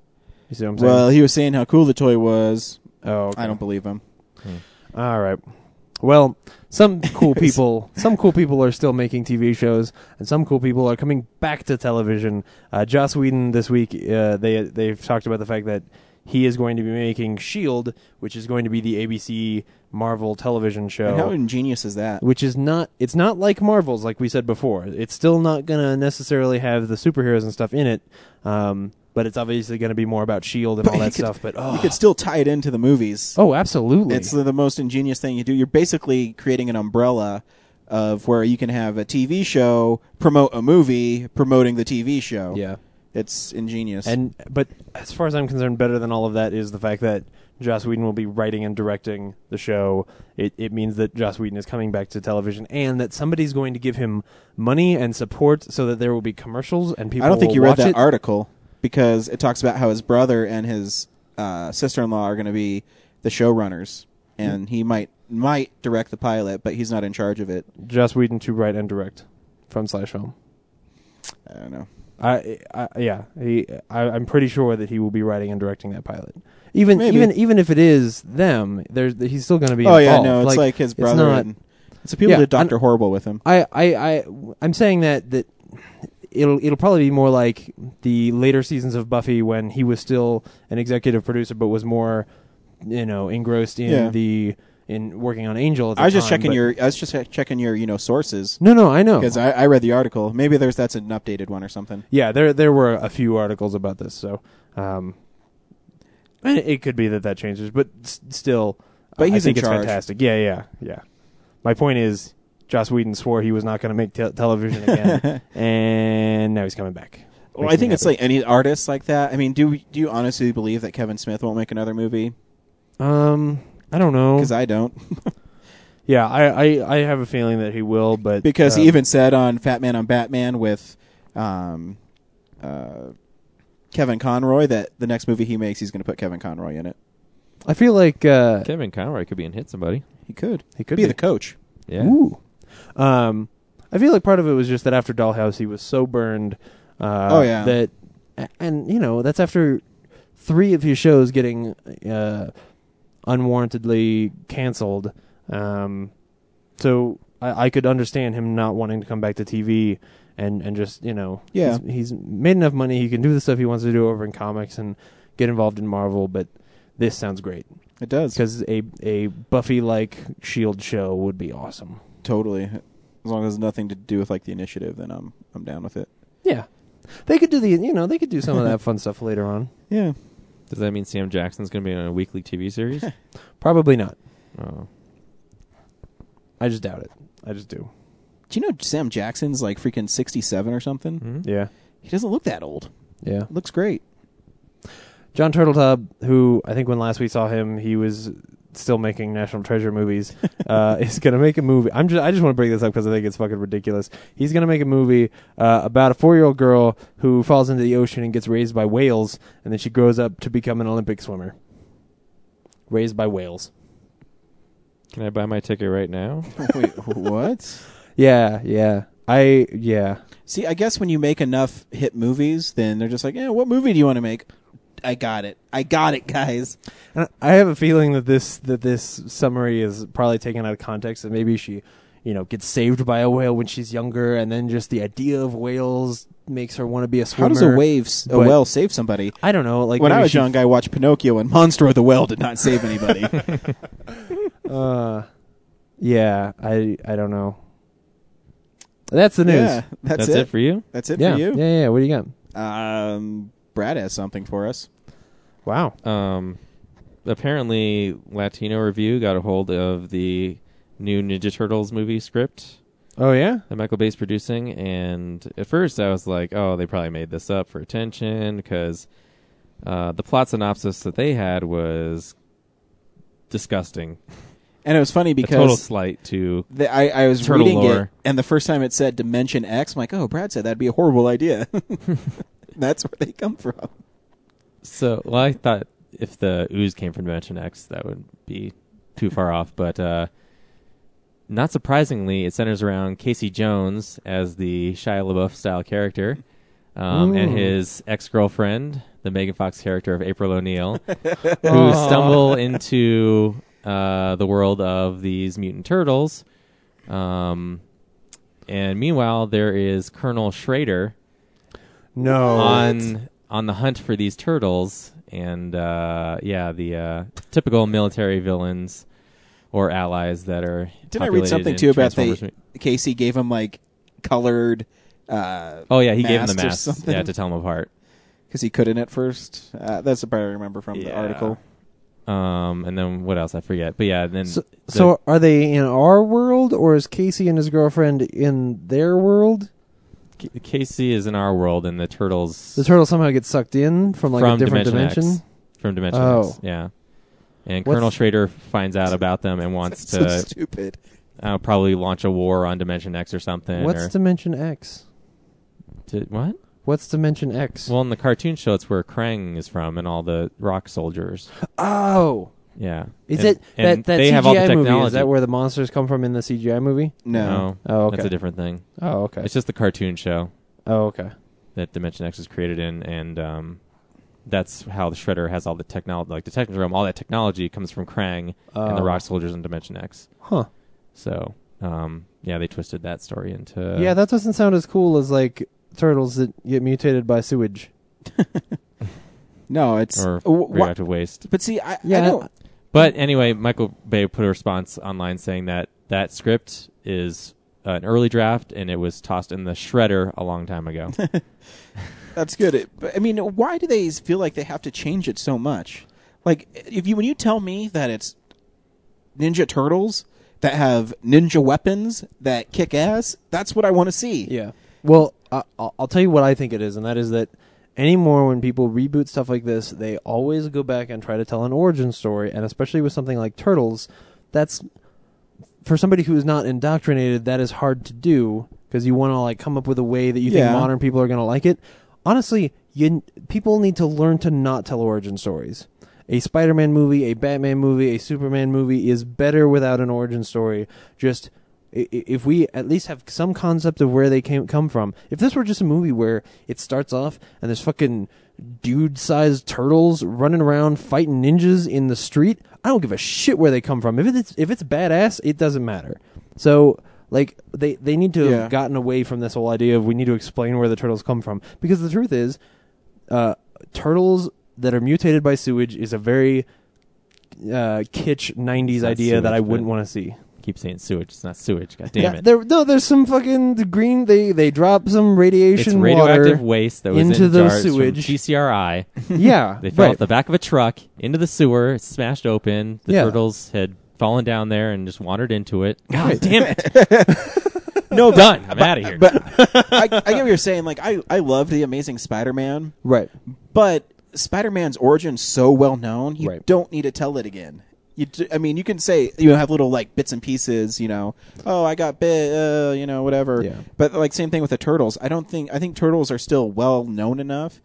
S5: You see what I'm saying?
S2: well, he was saying how cool the toy was.
S5: oh, okay.
S2: I don't believe him.
S5: Hmm.
S4: Hmm.
S5: All right. Well,
S2: *laughs*
S5: some cool people, some cool people are still making TV shows, and some cool people are coming back to television. Uh, Joss Whedon this week, uh, they they've talked about the fact that he is going to be making Shield, E which is going to be the ABC Marvel television show
S2: And how ingenious is that?
S5: which is not it's not like marvel's like we said before it's still not gonna necessarily have the superheroes and stuff in it um, but it's obviously gonna be more about shield E and all
S2: you
S5: that
S2: could-
S5: stuff but oh,
S2: You could still tie it into the movies.
S5: oh absolutely
S2: It's the, the most ingenious thing you do. You're basically creating an umbrella of where you can have a TV show promote a movie promoting the TV show.
S5: yeah
S2: It's ingenious.
S5: and but as far as i'm concerned better than all of that is the fact that joss whedon will be writing and directing the show it, it means that joss whedon is coming back to television and that somebody's going to give him money and support so that there will be commercials and people
S2: I don't think
S5: will
S2: you read
S5: watch
S2: that
S5: it.
S2: article because it talks about how his brother and his uh, sister-in-law are going to be the showrunners, and he might might direct the pilot, but he's not in charge of it.
S5: joss whedon to write and direct from slash film
S2: I don't know.
S5: I, I yeah, he, I, I'm pretty sure that he will be writing and directing that pilot. Even
S2: Maybe.
S5: even even if it is them, there's he's still going to be.
S2: oh yeah,
S5: involved.
S2: no, it's like, his brother.
S5: It's not,
S2: and, so people
S5: Yeah,
S2: did
S5: and-
S2: Doctor Horrible with him.
S5: I I I I'm saying that that it'll it'll probably be more like the later seasons of Buffy when he was still an executive producer, but was more you know engrossed in
S2: Yeah.
S5: the in working on Angel. At the
S2: I was just
S5: time,
S2: checking
S5: but-
S2: your. I was just checking your, you know, sources
S5: No, no, I know.
S2: because I, I read the article. Maybe there's that's an updated one or something.
S5: yeah, there there were a few articles about this, so um, and it it could be that that changes, but s- still,
S2: But
S5: I
S2: he's
S5: think
S2: in
S5: it's
S2: charge.
S5: fantastic. Yeah, yeah, yeah. My point is, Joss Whedon swore he was not going to make te- television
S2: *laughs*
S5: again, and now he's coming back.
S2: Well, I
S5: Makes me
S2: think it's
S5: happy.
S2: like any artist like that. I mean, do do you honestly believe that Kevin Smith won't make another movie?
S5: um, I don't know.
S2: Because I don't.
S5: *laughs* yeah, I, I I have a feeling that he will, but
S2: because
S5: um,
S2: he even said on Fat Man on Batman with um, uh, Kevin Conroy that the next movie he makes, he's going to put Kevin Conroy in it.
S5: I feel like uh,
S4: Kevin Conroy could be in hit somebody.
S2: He could.
S5: he could
S2: be,
S5: be,
S2: the coach.
S4: Yeah.
S5: Ooh. Um, I feel like part of it was just that after Dollhouse, he was so burned. Uh,
S2: Oh, yeah.
S5: That, and you know, that's after three of his shows getting uh, unwarrantedly canceled. Um, so I, I could understand him not wanting to come back to TV. And, and just you know
S2: Yeah.
S5: he's, he's made enough money he can do the stuff he wants to do over in comics and get involved in Marvel but this sounds great
S2: It does
S5: because a a Buffy like Shield E show would be awesome
S2: totally. As long as it's nothing to do with like the initiative, then I'm I'm down with it.
S5: Yeah. They could do the you know they could do some of
S4: *laughs*
S5: that fun stuff later on.
S2: *laughs* Yeah.
S4: Does that mean Sam Jackson's going to be on a weekly TV series?
S5: *laughs* Probably not.
S4: oh.
S5: I just doubt it. I just do.
S2: Do you know Sam Jackson's like freaking 67 or something?
S5: Yeah.
S2: He doesn't look that old.
S5: Yeah.
S2: Looks great.
S5: John Turtletub, who I think when last we saw him, he was still making National
S2: *laughs*
S5: Treasure movies, uh, is going to make a movie. I'm just, I just want to bring this up because I think it's fucking ridiculous. He's going to make a movie uh, about a four year old girl who falls into the ocean and gets raised by whales, and then she grows up to become an Olympic swimmer. Raised by whales.
S4: Can I buy my ticket right now?
S2: *laughs* Wait, what?
S5: Yeah, yeah. I, yeah.
S2: See, I guess when you make enough hit movies, then they're just like, yeah, what movie do you want to make? I got it. I got it, guys.
S5: And I have a feeling that this that this summary is probably taken out of context, and maybe she, you know, gets saved by a whale when she's younger, and then just the idea of whales makes her want to be a swimmer.
S2: How does a wave, s- a
S5: but-
S2: whale save somebody?
S5: I don't know. Like
S2: when I
S5: maybe
S2: was
S5: she-
S2: young, I watched Pinocchio, and Monstro the Whale did not save anybody.
S5: *laughs* uh, yeah, I I don't know. That's the news.
S2: yeah, that's,
S4: That's it. for you?
S2: That's it
S5: yeah.
S2: for you.
S5: yeah, yeah. What do you got?
S2: Um, Brad has something for us.
S5: Wow.
S4: Um, apparently, Latino Review got a hold of the new Ninja Turtles movie script
S5: Oh yeah.
S4: that Michael Bay's producing, and at first I was like, "Oh, they probably made this up for attention," because uh, the plot synopsis that they had was disgusting,
S2: And it was funny
S4: a total
S2: because
S4: slight to
S2: the, I, I was
S4: Turtle
S2: reading it,
S4: lore.
S2: and the first time it said Dimension X, I'm like, oh, Brad said that'd be a horrible idea. *laughs* that's where they come from.
S4: So, well, I thought if the ooze came from Dimension X, that would be too far off. But uh, not surprisingly, it centers around Casey Jones as the Shia LaBeouf style character, um, and his ex girlfriend, the Megan Fox character of April O'Neil, who stumble into uh, the world of these mutant turtles. Um, and meanwhile, there is Colonel Schrader,
S5: No.
S4: on on the hunt for these turtles and uh, yeah the uh, typical military villains or allies that are
S2: Didn't I read
S4: populated
S2: something
S4: in
S2: too about they
S4: Transformers
S2: Casey gave him like colored because
S4: oh yeah he gave them the
S2: masks or
S4: masks
S2: something?
S4: yeah to tell them
S2: *laughs*
S4: apart
S2: he couldn't at first. Uh, that's the part I remember from the
S4: Yeah.
S2: article.
S4: um and then what else I forget but yeah then
S5: So,
S4: the-
S5: so are they in our world, or is Casey and his girlfriend in their world?
S4: K- Casey is in our world and the turtles
S5: The turtle somehow gets sucked in from like
S4: from
S5: a different
S4: dimension,
S5: dimension.
S4: X from dimension
S5: Oh.
S4: X yeah and
S5: What's-
S4: Colonel Schrader finds out about them and
S2: *laughs*
S4: wants
S2: so
S4: to
S2: stupid.
S4: uh, probably launch a war on Dimension X or something
S5: What's
S4: or
S5: dimension X?
S4: to, what
S5: What's Dimension X?
S4: Well, in the cartoon show, it's where Krang is from and all the rock soldiers.
S5: oh,
S4: Yeah.
S5: is
S4: And-
S5: it that
S4: and
S5: that
S4: they
S5: CGI
S4: have all the
S5: movie? Is
S4: technology.
S5: that where the monsters come from in the CGI movie?
S2: No.
S4: No.
S5: Oh, okay.
S4: That's a different thing.
S5: Oh, okay.
S4: It's just the cartoon show
S5: oh, okay.
S4: that Dimension X is created in, and um, that's how the Shredder has all the technology, like the Technodrome. All that technology comes from Krang and the
S5: Oh.
S4: rock soldiers in Dimension X.
S5: Huh.
S4: So, um, yeah, they twisted that story into
S5: yeah, that doesn't sound as cool as like turtles that get mutated by sewage.
S2: *laughs* No, Oh, it's
S4: or
S2: wh- wh-
S4: radioactive waste.
S2: But see, I, I
S5: Yeah.
S2: don't.
S4: But anyway, Michael Bay put a response online saying that that script is an early draft and it was tossed in the shredder a long
S5: *laughs*
S4: time ago.
S2: That's good. It, but, I mean, why do they feel like they have to change it so much? Like, if you when you tell me that it's Ninja Turtles that have ninja weapons that kick ass, that's what I want to see.
S5: Yeah. Well, I, I'll I'll tell you what I think it is, and that is that anymore when people reboot stuff like this, they always go back and try to tell an origin story, and especially with something like Turtles, that's for somebody who is not indoctrinated, that is hard to do because you want to like come up with a way that you
S2: Yeah.
S5: think modern people are going to like it. Honestly, you people need to learn to not tell origin stories. A Spider-Man movie, a Batman movie, a Superman movie is better without an origin story. Just i- i- if we at least have some concept of where they came come from. If this were just a movie where it starts off and there's fucking dude-sized turtles running around fighting ninjas in the street, I don't give a shit where they come from. If it's if it's badass, it doesn't matter. So like they they need to
S2: Yeah.
S5: have gotten away from this whole idea of we need to explain where the turtles come from because the truth is uh, turtles that are mutated by sewage is a very uh, kitsch 90s
S4: not
S5: idea that
S4: sewage,
S5: I wouldn't
S4: but-
S5: want to see.
S4: keep saying sewage. It's not sewage. God damn
S5: yeah,
S4: it.
S5: There, no, there's some fucking green. They they drop some radiation
S4: It's radioactive
S5: water.
S4: waste that was
S5: into
S4: in
S5: the
S4: jars from
S5: sewage.
S4: GCRI.
S5: *laughs* yeah,
S4: *laughs* They fell
S5: right.
S4: off the back of a truck into the sewer, smashed open. The
S5: Yeah.
S4: turtles had fallen down there and just wandered into it. God
S5: Right.
S4: damn
S5: *laughs*
S4: it! *laughs* no, done. I'm out of here. *laughs*
S2: But I, I get what you're saying. Like I, I love the Amazing Spider-Man,
S5: right.
S2: but Spider-Man's origin's so well known, you
S5: Right.
S2: don't need to tell it again. You, d- I mean, you can say you know, have little like bits and pieces. You know, oh, I got bit. Uh, you know, whatever.
S5: Yeah.
S2: But like same thing with the turtles. I don't think I think turtles are still well known enough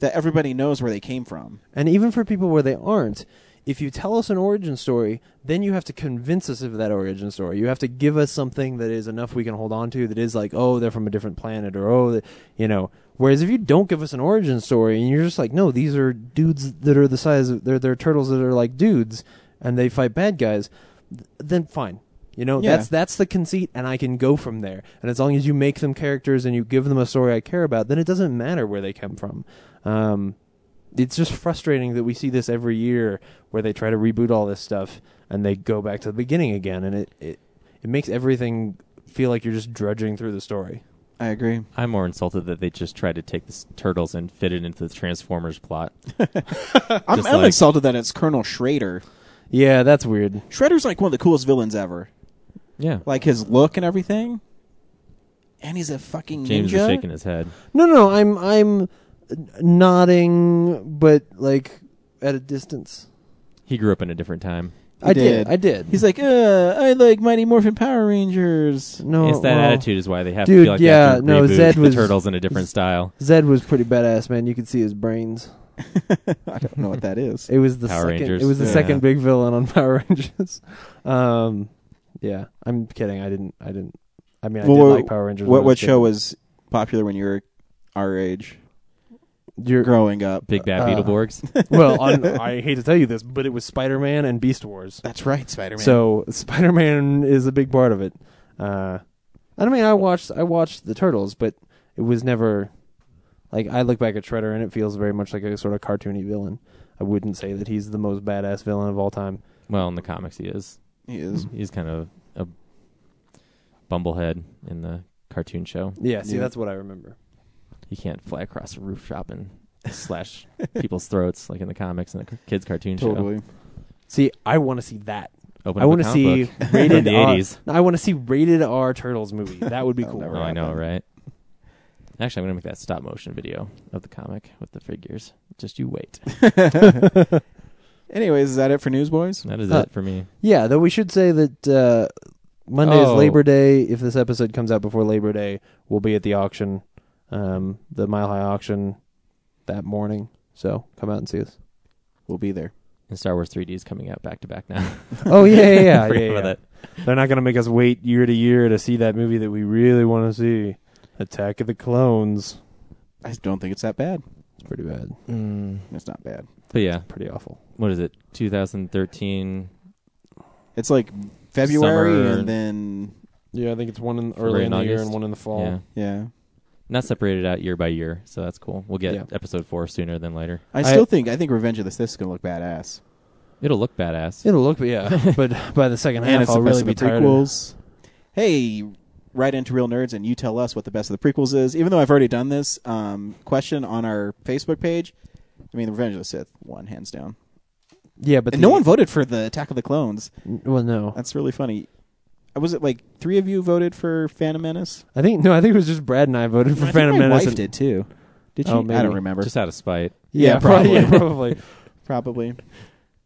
S2: that everybody knows where they came from.
S5: And even for people where they aren't, if you tell us an origin story, then you have to convince us of that origin story. You have to give us something that is enough we can hold on to that is like, oh, they're from a different planet or oh, they, you know. Whereas if you don't give us an origin story and you're just like, no, these are dudes that are the size of they're they're turtles that are like dudes and they fight bad guys, th- then fine. You know,
S2: Yeah.
S5: that's that's the conceit and I can go from there. And as long as you make them characters and you give them a story I care about, then it doesn't matter where they come from. Um it's just frustrating that we see this every year where they try to reboot all this stuff and they go back to the beginning again and it it, it makes everything feel like you're just drudging through the story.
S2: I agree.
S4: I'm more insulted that they just tried to take the s- turtles and fit it into the
S5: *laughs*
S4: Transformers plot.
S2: I'm,
S4: Just
S2: I'm
S4: like-
S2: insulted that it's Colonel Schrader.
S5: Yeah, that's weird.
S2: Shredder's like one of the coolest villains ever.
S4: Yeah,
S2: Like his look and everything. And he's a fucking
S4: James
S2: ninja.
S4: is shaking his head.
S5: No, no, no, I'm I'm nodding but like at a distance.
S4: He grew up in a different time.
S2: He
S5: I did.
S2: did.
S5: I did.
S2: He's like, uh, I like Mighty Morphin Power Rangers.
S5: no,
S4: it's that
S5: well,
S4: attitude is why they have to
S5: Dude,
S4: feel like
S5: yeah,
S4: they have to
S5: Uh, no,
S4: reboot
S5: Zed
S4: the
S5: was-
S4: *laughs* turtles in a different style.
S5: Zed was pretty badass, man. You could see his brains.
S2: *laughs* I don't know what that is.
S5: It was the
S4: Power
S5: second.
S4: Rangers.
S5: It was the
S4: Yeah.
S5: second big villain on *laughs* Power Rangers. Um, yeah, I'm kidding. I didn't. I didn't. I mean, I
S2: Well,
S5: did like Power Rangers. when I
S2: what
S5: was a
S2: what
S5: kid.
S2: show was popular when you were our age
S5: You're-
S2: growing up?
S4: Big bad
S2: *laughs*
S5: Uh, *laughs*
S4: Beetleborgs.
S5: well, on, I hate to tell you this, but it was Spider Man and Beast Wars.
S2: That's right, Spider
S5: So Spider Man is a big part of it. Uh, I don't mean, I watched I watched the Turtles, but it was never like I look back at Shredder and it feels very much like a sort of cartoony villain. I wouldn't say that he's the most badass villain of all time.
S4: well, in the comics, he is.
S2: he is.
S4: He's kind of a bumblehead in the cartoon show.
S5: Yeah, see,
S2: Yeah.
S5: that's what I remember.
S4: You can't fly across a
S5: *laughs*
S4: rooftop and slash people's throats like in the comics and the c- kids' cartoon show.
S2: Totally.
S5: See, I want to see that.
S4: Open
S5: I
S4: want
S5: wanna
S4: to
S5: see
S4: book *laughs* from
S5: rated
S4: the
S5: R.
S4: '80s.
S5: No, I want to see rated R Turtles movie. That would be cool.
S4: Oh, I know, right? Actually, I'm gonna make that stop motion video of the comic with the figures. Just you
S5: *laughs*
S4: wait.
S2: Anyways, is that it for Newsboys?
S4: That is
S5: Uh,
S4: it for me.
S5: Yeah, though we should say that uh, Monday
S4: Oh.
S5: is Labor Day. If this episode comes out before Labor Day, we'll be at the auction, um, the Mile High auction that morning. So come out and see us.
S2: We'll be there.
S4: And Star Wars 3D is coming out back to back now.
S5: *laughs* Oh yeah, yeah,
S4: *laughs*
S5: yeah.
S4: Forgot
S5: yeah,
S4: about
S5: yeah.
S4: that.
S5: They're not gonna make us wait year to year to see that movie that we really want to see, Attack of the Clones.
S2: I don't think it's that bad.
S5: It's pretty bad.
S4: Mm.
S2: It's not bad.
S4: But yeah,
S5: Pretty awful.
S4: what is it? 2013
S2: It's like February
S4: Summer-
S2: and then
S5: Yeah, I think it's one in
S4: February early in and the year August? and
S5: one in the fall.
S4: Yeah.
S2: yeah.
S4: Not separated out year by year, so that's cool. We'll get
S5: Yeah.
S4: episode four sooner than later.
S2: I
S5: I-
S2: still think I think Revenge of the Sith is gonna look badass.
S4: It'll look badass.
S5: It'll look,
S2: *laughs*
S5: yeah, *laughs* but by the second
S2: and
S5: half,
S2: it's
S5: I'll
S2: the best
S5: really
S2: of
S5: be
S2: the
S5: tired. of it.
S2: prequels. Hey, write into Real Nerds and you tell us what the best of the prequels is. Even though I've already done this um, question on our Facebook page, I mean, Revenge of the Sith won hands down.
S5: Yeah, but
S2: and no
S5: the-
S2: one voted for the Attack of the Clones.
S5: Well, no,
S2: That's really funny. Uh, Was it like three of you voted for Phantom Menace?
S5: I think no, I think it was just Brad and I voted for
S2: I think
S5: Phantom
S2: my
S5: Menace.
S2: wife
S5: and-
S2: did too. Did you?
S5: Oh,
S2: I
S5: maybe.
S2: don't remember.
S4: Just out of spite.
S5: Yeah,
S2: Yeah,
S5: probably.
S2: *laughs*
S5: yeah, probably.
S2: probably.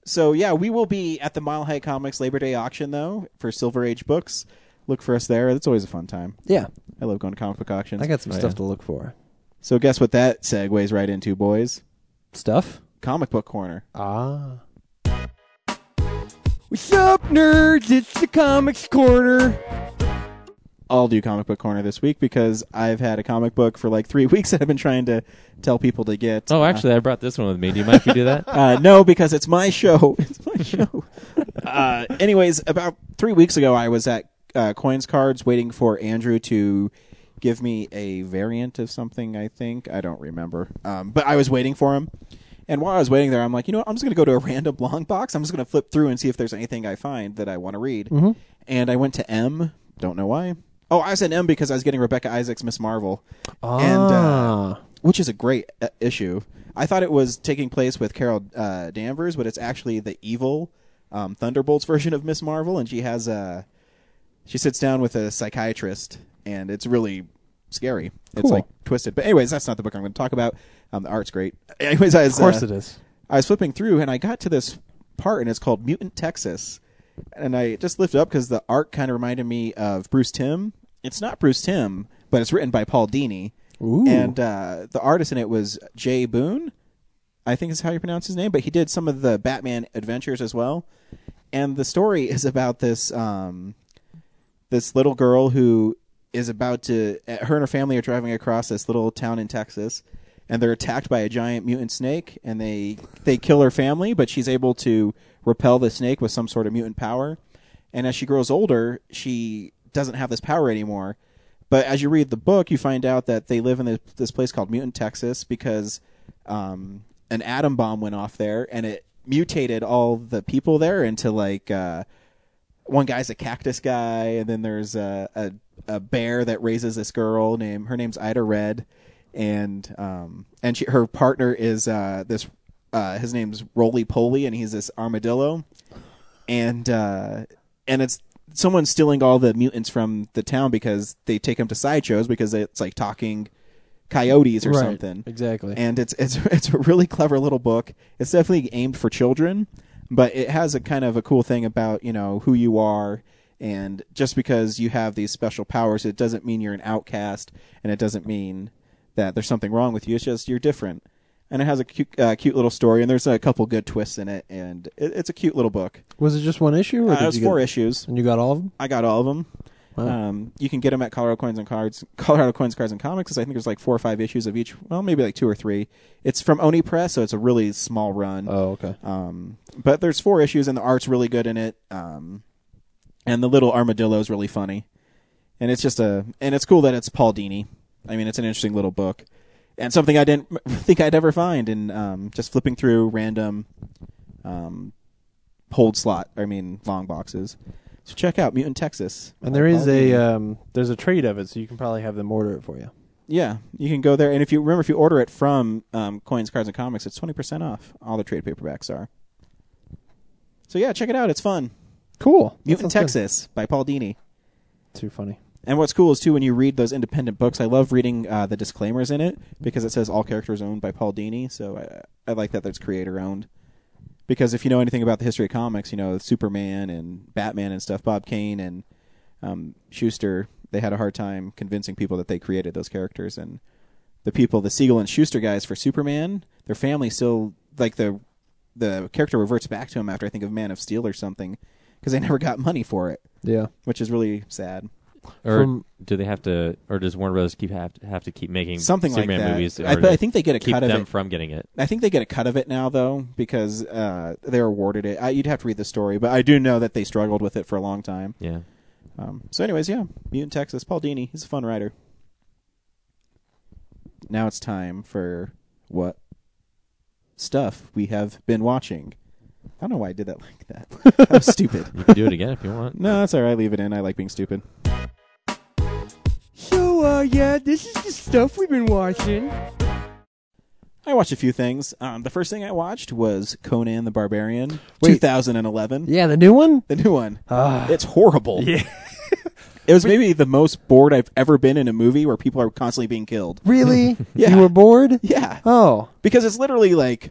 S2: So yeah, we will be at the Mile High Comics Labor Day auction though for Silver Age books. Look for us there. That's always a fun time.
S5: yeah,
S2: I love going to comic book auctions.
S5: I got some
S4: Oh,
S5: stuff
S4: yeah.
S5: to look for.
S2: So guess what that segues right into, boys?
S5: Stuff?
S2: Comic book corner.
S5: Ah. What's up, nerds? It's the Comics Corner.
S2: I'll do comic book corner this week because I've had a comic book for like three *laughs* weeks that I've been trying to tell people to get.
S4: Oh, actually, I brought this one with me. Do you mind if we
S5: *laughs*
S4: do that?
S2: *laughs* Uh, no, because it's my show. *laughs* It's my show. uh, anyways, about three weeks ago, I was at uh, Coins Cards waiting for Andrew to give me a variant of something. I think I don't remember, um, but I was waiting for him, And while I was waiting there, I'm like, you know what? I'm just going to go to a random long box. I'm just going to flip through and see if there's anything I find that I want to read.
S5: Mm-hmm.
S2: And I went to M. Don't know why. Oh, I said M because I was getting Rebecca Isaac's Miss Marvel. And,
S5: Ah.
S2: uh, which is a great uh, issue. I thought it was taking place with Carol uh, Danvers, but it's actually the evil um, Thunderbolts *laughs* version of Miss Marvel. And she has a. She sits down with a psychiatrist, and it's really scary. It's
S5: Cool.
S2: like twisted. But anyways, that's not the book I'm going to talk about. Um, the art's great. *laughs* Anyways, I was,
S5: Of course
S2: uh,
S5: it is.
S2: I was flipping through, and I got to this part, and it's called Mutant Texas, and I just lifted up because the art kind of reminded me of Bruce Tim. It's not Bruce Tim, but it's written by Paul Dini,
S5: Ooh.
S2: and uh, the artist in it was Jay Boone. I think is how you pronounce his name, but he did some of the Batman adventures as well. And the story is about this um, this little girl who is about to her and her family are driving across this little town in Texas and they're attacked by a giant mutant snake and they they kill her family but she's able to repel the snake with some sort of mutant power and as she grows older she doesn't have this power anymore but as you read the book you find out that they live in this, this place called mutant Texas because um, an atom bomb went off there and it mutated all the people there into like uh, one guy's a cactus guy, and then there's a a, a bear that raises this girl named her name's Ida Red, and um and she her partner is uh this uh his name's Roly Poly, and he's this armadillo, and uh and it's someone's stealing all the mutants from the town because they take them to sideshows because it's like talking coyotes or
S5: Right,
S2: something
S5: Exactly.
S2: and it's it's *laughs* it's a really clever little book. It's definitely aimed for children, but it has a kind of a cool thing about you know who you are, and just because you have these special powers, it doesn't mean you're an outcast, and it doesn't mean that there's something wrong with you. It's just you're different, and it has a cute uh, cute little story, and there's a couple good twists in it, and it, it's a cute little book.
S5: was it just one issue? Or
S2: Uh,
S5: did
S2: it was
S5: you get-
S2: four issues.
S5: And you got all of them?
S2: I got all of them. Um, you can get them at Colorado Coins and Cards, Colorado Coins, Cards and Comics. 'cause I think there's like four or five issues of each. Well, maybe like two or three. It's from Oni Press, so it's a really small run.
S5: Oh, okay.
S2: Um, but there's four issues, and the art's really good in it. Um, and the little armadillo is really funny, and it's just a and it's cool that it's Paul Dini. I mean, it's an interesting little book, and something I didn't *laughs* think I'd ever find. in um, just flipping through random um, hold slot. I mean, long boxes. So check out Mutant Texas.
S5: And there is
S2: Paul Dini.
S5: a um, there's a trade of it, so you can probably have them order it for you.
S2: Yeah, you can go there, and if you remember, if you order it from um, Coins, Cards, and Comics, it's twenty percent off. All the trade paperbacks are. So yeah, check it out. It's fun.
S5: Cool.
S2: Mutant Texas by Paul Dini.
S5: Too funny.
S2: And what's cool is too when you read those independent books, I love reading uh, the disclaimers in it because it says all characters owned by Paul Dini. So I, I like that that's creator owned. Because if you know anything about the history of comics, you know Superman and Batman and stuff, Bob Kane and um, Schuster, they had a hard time convincing people that they created those characters. And the people, the Siegel and Schuster guys for Superman, their family still like the the character reverts back to him after I think of Man of Steel or something because they *laughs* never got money for it,
S5: Yeah.
S2: which is really sad.
S4: Or
S5: From-
S4: do they have to? Or does Warner Brothers keep have to, have to keep making
S2: something
S4: Superman
S2: like that.
S4: movies?
S2: I,
S4: or
S2: but I
S4: to
S2: think they get a
S4: keep
S2: cut of
S4: them
S2: it.
S4: from getting it.
S2: I think they get a cut of it now, though, because uh, they're awarded it. I, you'd have to read the story, but I do know that they struggled with it for a long time.
S4: Yeah.
S2: Um, so, anyways, yeah, Mutant Texas, Paul Dini, he's a fun writer. Now it's time for what stuff we have been watching. I don't know why I did that *laughs* like that. that was stupid.
S4: You can do it again if you want.
S2: *laughs* No, that's all right. Leave it in. I like being stupid.
S3: So, uh, yeah, this is the stuff we've been watching.
S2: I watched a few things. Um, the first thing I watched was Conan the Barbarian,
S5: Wait.
S2: 2011.
S5: Yeah, the new one.
S2: The new one.
S5: Ah.
S2: It's horrible.
S5: Yeah.
S2: *laughs* It was maybe the most bored I've ever been in a movie where people are constantly being killed.
S5: Really?
S2: *laughs* Yeah.
S5: You were bored?
S2: Yeah.
S5: Oh.
S2: Because it's literally like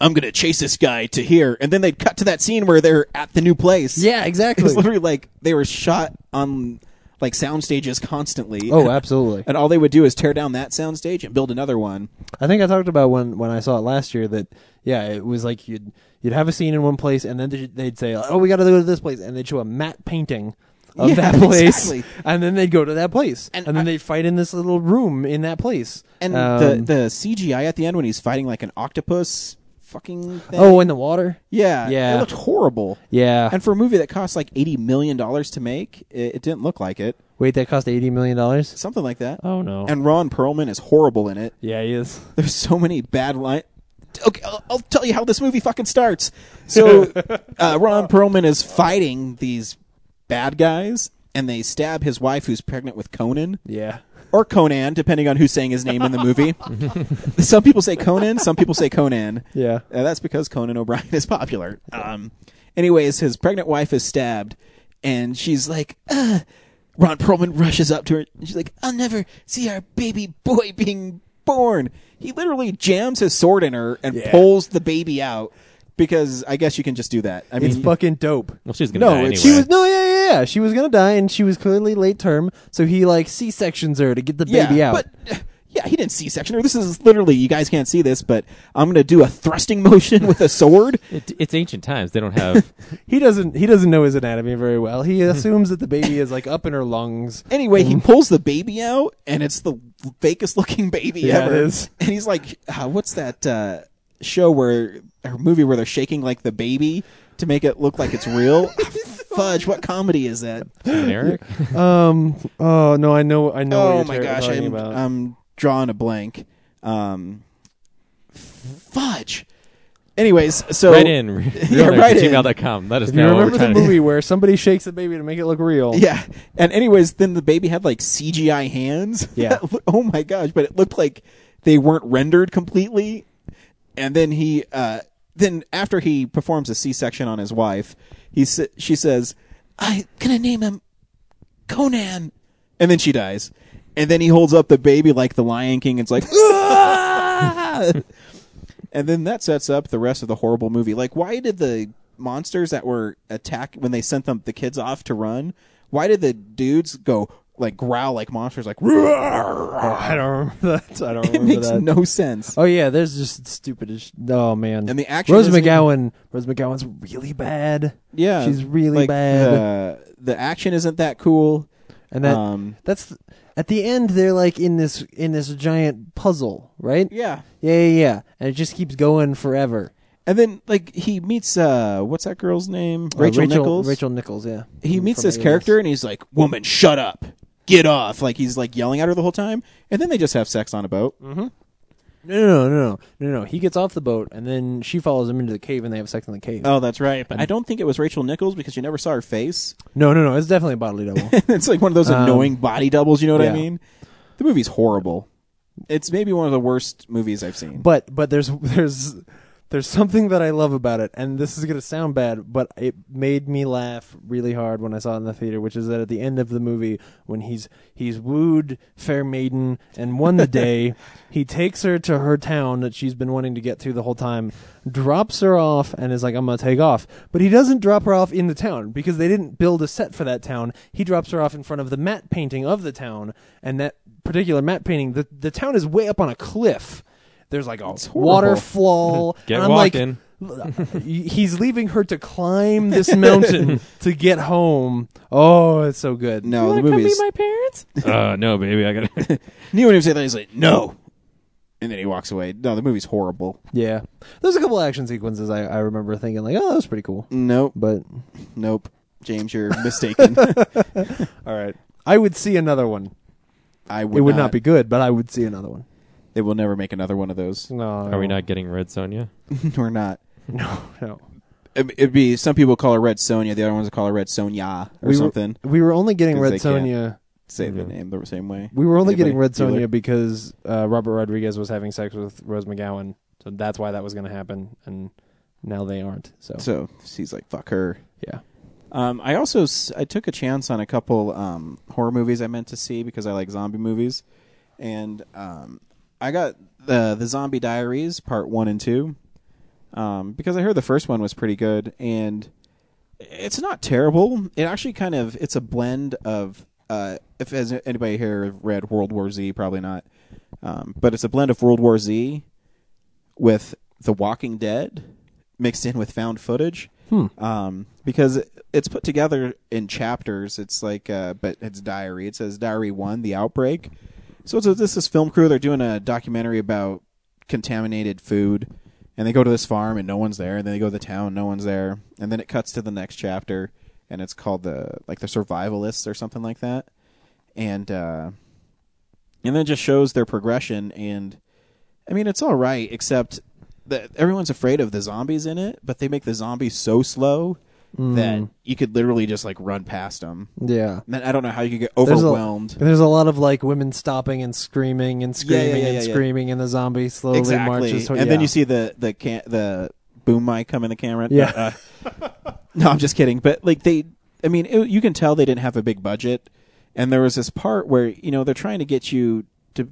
S2: I'm going to chase this guy to here and then they'd cut to that scene where they're at the new place.
S5: Yeah,
S2: It
S5: exactly.
S2: was literally like they were shot on like sound stages constantly. *laughs*
S5: oh, absolutely.
S2: And all they would do is tear down that sound stage and build another one.
S5: I think I talked about when when I saw it last year that yeah, it was like you'd you'd have a scene in one place and then they'd they'd say oh we got to go to this place and they'd show a matte painting of
S2: Yeah,
S5: that place
S2: exactly.
S5: and then they'd go to that place
S2: And
S5: and, then
S2: I-
S5: they'd fight in this little room in that place
S2: And
S5: Um,
S2: the the CGI at the end when he's fighting like an octopus fucking thing.
S5: oh in the water
S2: yeah.
S5: yeah.
S2: It looked horrible.
S5: yeah
S2: And for a movie that cost like eighty million dollars to make, it, it didn't look like it.
S5: wait that cost eighty million dollars
S2: Something like that.
S5: oh no
S2: And Ron Perlman is horrible in it.
S5: yeah he is
S2: There's so many bad line. okay, I'll, I'll tell you how this movie fucking
S5: *laughs*
S2: starts. So uh, Ron Perlman is fighting these bad guys, and they stab his wife, who's pregnant with Conan
S5: Yeah.
S2: or Conan, depending on who's saying his name in the
S5: *laughs*
S2: movie.
S5: Um,
S2: *laughs* some people say Conan, some people say Conan.
S5: Yeah.
S2: Uh, that's because Conan O'Brien *laughs* is popular. Um, anyways, his pregnant wife is stabbed, and she's like, uh, Ron Perlman rushes up to her, and she's like, I'll never see our baby boy *laughs* being born. He literally jams his sword in her and pulls the baby out because I guess you can just do that. I mean,
S5: It's fucking dope.
S4: Well, she's gonna
S2: No,
S4: die anyway.
S2: it's-
S5: She was no, yeah, yeah, yeah. She was gonna die, and she was clearly late term. So he like C sections her to get the
S2: yeah,
S5: baby out.
S2: But uh, yeah, he didn't C-section her. This is literally you guys can't see this, but I'm gonna do a thrusting *laughs* motion with a sword.
S4: It- it's ancient times. They don't
S5: *laughs*
S4: have. *laughs*
S5: he doesn't. He doesn't know his anatomy very
S2: *laughs*
S5: well. He assumes that the baby is like up in her lungs.
S2: Anyway, he pulls the baby out, and it's the fakest looking baby
S5: Yeah, it
S2: ever.
S5: is.
S2: And he's like, uh, "What's that uh, show where or movie where they're shaking like the baby to make it look like it's
S5: *laughs*
S2: real?" Fudge! What comedy is that?
S4: Eric.
S5: *laughs* Um. Oh no, I know. I know. what
S2: Oh
S5: you're
S2: my
S5: tar-
S2: gosh,
S5: talking
S2: I'm
S5: about.
S2: I'm drawing a blank. Um, fudge. Anyways, so
S5: *laughs*
S4: Right in.
S2: *laughs*
S4: yeah,
S2: right in.
S4: gmail.com. Let us
S5: Do you
S4: know. what
S5: remember
S4: we're
S5: the
S4: trying to-
S5: movie where somebody shakes the baby to make it look real?
S2: Yeah. And anyways, then the baby had like CGI hands. *laughs*
S5: Yeah.
S2: oh my gosh, but it looked like they weren't rendered completely. And then he uh then after he performs a C-section on his wife, he sa- she says, "I'm going to name him Conan." And then she dies. And then he holds up the baby like the Lion King and's like, "Ah!" And then that sets up the rest of the horrible movie. Like, why did the monsters that were attack when they sent them the kids off to run? Why did the dudes go like growl like monsters? Like, "Roar!"
S5: Oh, I don't remember that. I
S2: *laughs* *laughs*
S5: don't
S2: it
S5: remember
S2: makes
S5: that.
S2: no sense.
S5: Oh yeah, there's just stupid. As sh- oh man,
S2: And the action
S5: Rose
S2: isn't even-
S5: McGowan. Rose McGowan's really bad.
S2: Yeah,
S5: she's really
S2: like,
S5: bad.
S2: The, the action isn't that cool.
S5: and that
S2: um,
S5: that's at the end. They're like in this in this giant puzzle, right?
S2: Yeah,
S5: yeah, yeah, yeah. And it just keeps going forever.
S2: and then like he meets uh, what's that girl's name? Rachel,
S5: uh, Rachel
S2: Nichols.
S5: Rachel Nichols. Yeah.
S2: he
S5: From-
S2: meets
S5: from
S2: this
S5: A-List.
S2: character and he's like, "Woman, shut up, get off!" Like he's like yelling at her the whole time, and then they just have sex on a boat.
S5: No, no, no, no, no, no, no. He gets off the boat and then she follows him into the cave and they have sex in the cave.
S2: Oh, that's right. But I don't think it was Rachel Nichols because you never saw her face. *laughs*
S5: no, no, no. It's definitely a bodily double.
S2: it's like one of those
S5: Um,
S2: annoying body doubles. You know what I
S5: yeah.
S2: mean? The movie's horrible. It's maybe one of the worst movies I've seen.
S5: but but there's *laughs* there's there's something that I love about it, and this is gonna sound bad, but it made me laugh really hard when I saw it in the theater. Which is that at the end of the movie, when he's he's wooed fair maiden and won the day, he takes her to her town that she's been wanting to get to the whole time, drops her off, and is like, "I'm gonna take off," but he doesn't drop her off in the town because they didn't build a set for that town. He drops her off in front of the matte painting of the town, and that particular matte painting, the the town is way up on a cliff. There's like a
S1: *laughs*
S5: *laughs* waterfall.
S4: Get
S5: and I'm
S4: walking.
S5: Like, *laughs* he's leaving her to climb this *laughs* mountain to get home. Oh, it's so good.
S2: no, the
S1: Wanna come
S2: movie
S1: meet
S2: is.
S1: my
S2: *laughs*
S1: parents?
S4: *laughs* Uh, no, baby, I gotta.
S2: He wouldn't even say that. He's like, *laughs* no. And then he walks away. No, the movie's horrible.
S5: Yeah. There's a couple action sequences I, I remember thinking like, oh, that was pretty cool.
S2: Nope.
S5: But
S2: Nope. James, you're
S5: *laughs*
S2: mistaken.
S5: all right, I would see another one.
S2: I would
S5: it would not. be good, but I would see another one.
S2: They will never make another one of those.
S5: No,
S4: Are we not getting Red Sonja?
S5: *laughs*
S4: *laughs*
S2: We're not.
S5: No, no.
S2: It- It'd be some people call her Red Sonia. The other ones call her Red Sonia or
S5: we
S2: something.
S5: Were, we were only getting
S2: 'Cause
S5: Red
S2: they can't.
S5: Sonja.
S2: Say the name the same way.
S5: We were only
S2: Anybody?
S5: getting Red
S2: Bueller?
S5: Sonja because uh, Robert Rodriguez was having sex with Rose McGowan, so that's why that was going to happen, and now they aren't. So,
S2: So she's like, fuck her.
S5: yeah,
S2: Um, I also s- I took a chance on a couple um, horror movies I meant to see because I like zombie movies, and um, I got the the Zombie Diaries Part One and Two um, because I heard the first one was pretty good, and it's not terrible. It actually kind of it's a blend of uh, if has anybody here have read World War Z, probably not, um, but it's a blend of World War Z with The Walking Dead mixed in with found footage um, because it- it's put together in chapters. It's like, uh, but it's diary. It says Diary One: The Outbreak. So it's a, this is film crew. They're doing a documentary about contaminated food, and they go to this farm and no one's there, and then they go to the town, no one's there, and then it cuts to the next chapter, and it's called the like the Survivalists or something like that, and uh, and then it just shows their progression and. I mean, it's all right, except the, everyone's afraid of the zombies in it, but they make the zombies so slow that you could literally just like run past them.
S5: Mm. Yeah.
S2: And then I don't know how you could get
S5: There's a-
S2: overwhelmed.
S5: There's a lot of like women stopping and screaming and
S2: yeah,
S5: screaming
S2: yeah,
S5: and
S2: yeah, yeah.
S5: screaming, and the zombie slowly
S2: exactly.
S5: marches. toward-
S2: and then
S5: yeah.
S2: you see the the can- the boom mic come in the camera.
S5: Yeah.
S2: Uh, no, I'm just kidding. But like they, I mean, it, you can tell they didn't have a big budget, and there was this part where you know they're trying to get you to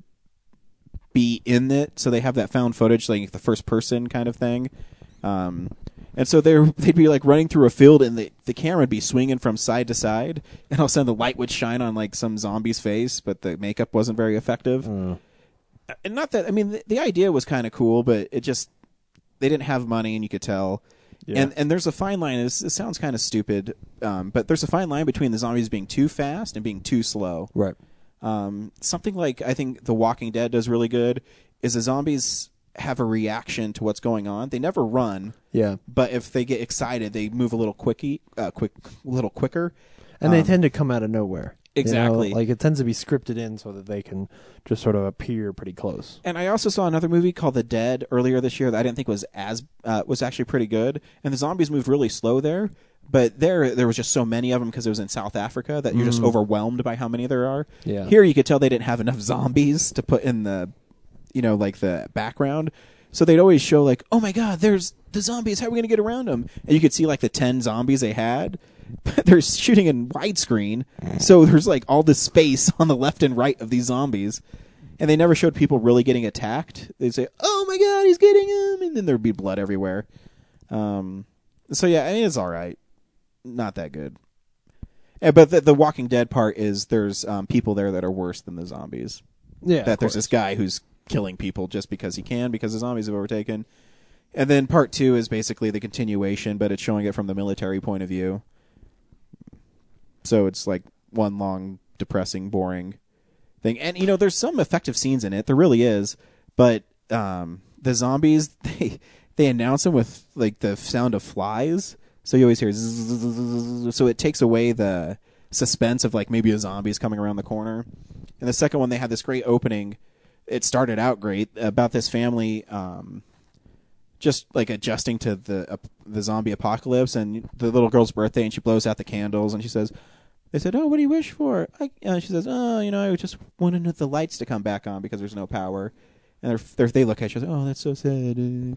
S2: be in it, so they have that found footage, like the first person kind of thing. Um, and so they *laughs* they'd be like running through a field, and the the camera would be swinging from side to side, and all of a sudden the light would shine on like some zombie's face, but the makeup wasn't very effective and not that I mean the, the idea was kind of cool, but it just they didn't have money, and you could tell. And and there's a fine line. This, this sounds kind of stupid, um, but there's a fine line between the zombies being too fast and being too slow.
S5: right.
S2: Um, something like I think The Walking Dead does really good is the zombies have a reaction to what's going on. They never run,
S5: Yeah.
S2: but if they get excited, they move a little quickie, uh, quick, a little quicker.
S5: And they tend to come out of nowhere. you know?
S2: Um, Exactly.
S5: Like it tends to be scripted in so that they can just sort of appear pretty close.
S2: And I also saw another movie called The Dead earlier this year that I didn't think was as uh, was actually pretty good. And the zombies moved really slow there, but there there was just so many of them because it was in South Africa that you're just overwhelmed by how many there are.
S5: Yeah.
S2: Here you could tell they didn't have enough zombies to put in the, you know, like the background. So they'd always show like, oh my god, there's the zombies. How are we gonna get around them? And you could see like the ten zombies they had. *laughs* But they're shooting in widescreen, so there's like all this space *laughs* on the left and right of these zombies and they never showed people really getting attacked. They'd say, "Oh my god, he's getting him," and then there'd be blood everywhere. Um, so yeah, I mean, it's all right, not that good. Yeah, but the, the Walking Dead part is there's um, people there that are worse than the zombies.
S5: Yeah.
S2: that there's this guy who's killing people just because he can because the zombies have overtaken. And then part two is basically the continuation, but it's showing it from the military point of view. So it's like one long, depressing, boring thing. And you know, there's some effective scenes in it. There really is, but um, the zombies *laughs* they they announce them with like the sound of flies, so you always hear. zzzz. So it takes away the suspense of like maybe a zombie's coming around the corner. And the second one, they had this great opening. It started out great about this family. Um, just like adjusting to the ap the zombie apocalypse and the little girl's birthday and she blows out the candles and she says they said oh what do you wish for I, uh, she says oh you know i just wanted the lights to come back on because there's no power and they're, they're, they look at you oh that's so sad uh." and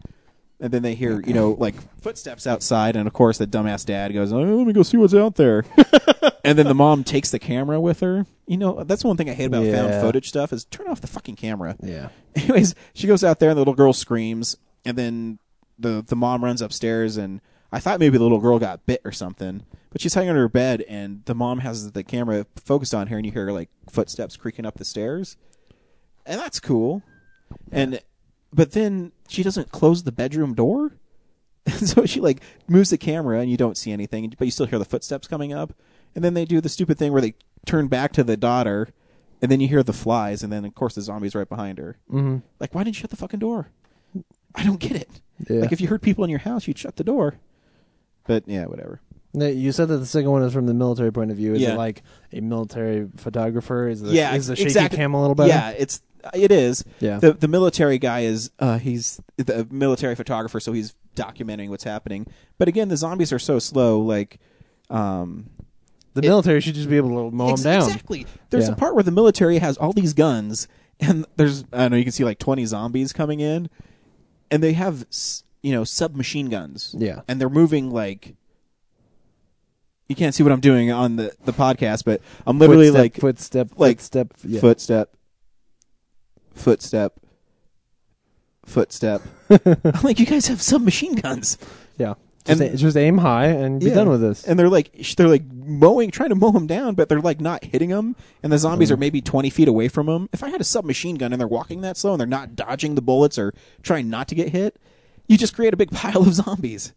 S2: then they hear you know like footsteps outside and of course the dumbass dad goes oh, let me go see what's out there *laughs* and then the mom takes the camera with her you know that's one thing i hate about found
S5: Yeah.
S2: footage stuff is turn off the fucking camera
S5: Yeah.
S2: *laughs* anyways, she goes out there and the little girl screams, and then the the mom runs upstairs and I thought maybe the little girl got bit or something, but she's hanging on her bed and the mom has the camera focused on her and you hear like footsteps creaking up the stairs, and that's cool, and but then she doesn't close the bedroom door. *laughs* so she like moves the camera and you don't see anything, but you still hear the footsteps coming up. And then they do the stupid thing where they turn back to the daughter, and then you hear the flies, and then of course the zombies right behind her. Mm-hmm. Like, why didn't you shut the fucking door? I don't get it.
S5: Yeah.
S2: Like, if you heard people in your house, you'd shut the door. But yeah, whatever.
S5: Now, You said that the second one is from the military point of view. Is
S2: Yeah.
S5: it like a military photographer? Is the,
S2: yeah,
S5: is the
S2: ex-
S5: shaky
S2: exactly.
S5: cam a little better?
S2: Yeah, it's it is.
S5: Yeah.
S2: The the military guy is uh he's the military photographer, so he's documenting what's happening. But again, the zombies are so slow. Like, um,
S5: The military should just be able to mow
S2: Ex-
S5: them down.
S2: Exactly. There's a
S5: Yeah.
S2: part where the military has all these guns, and there's I don't know you can see like 20 zombies coming in, and they have s- you know submachine guns.
S5: Yeah.
S2: and they're moving like. You can't see what I'm doing on the, the podcast, but I'm literally
S5: Footstep,
S2: like
S5: footstep,
S2: like,
S5: footstep. Yeah.
S2: footstep, footstep,
S5: *laughs*
S2: footstep. *laughs* I'm like, you guys have submachine guns.
S5: yeah. Just,
S2: And-
S5: a- just aim high and be
S2: Yeah.
S5: done with this.
S2: And they're like sh- they're like mowing, trying to mow them down, but they're like not hitting them. And the zombies
S5: Mm-hmm.
S2: are maybe twenty feet away from them. If I had a submachine gun and they're walking that slow and they're not dodging the bullets or trying not to get hit, you just create a big *laughs* pile of zombies.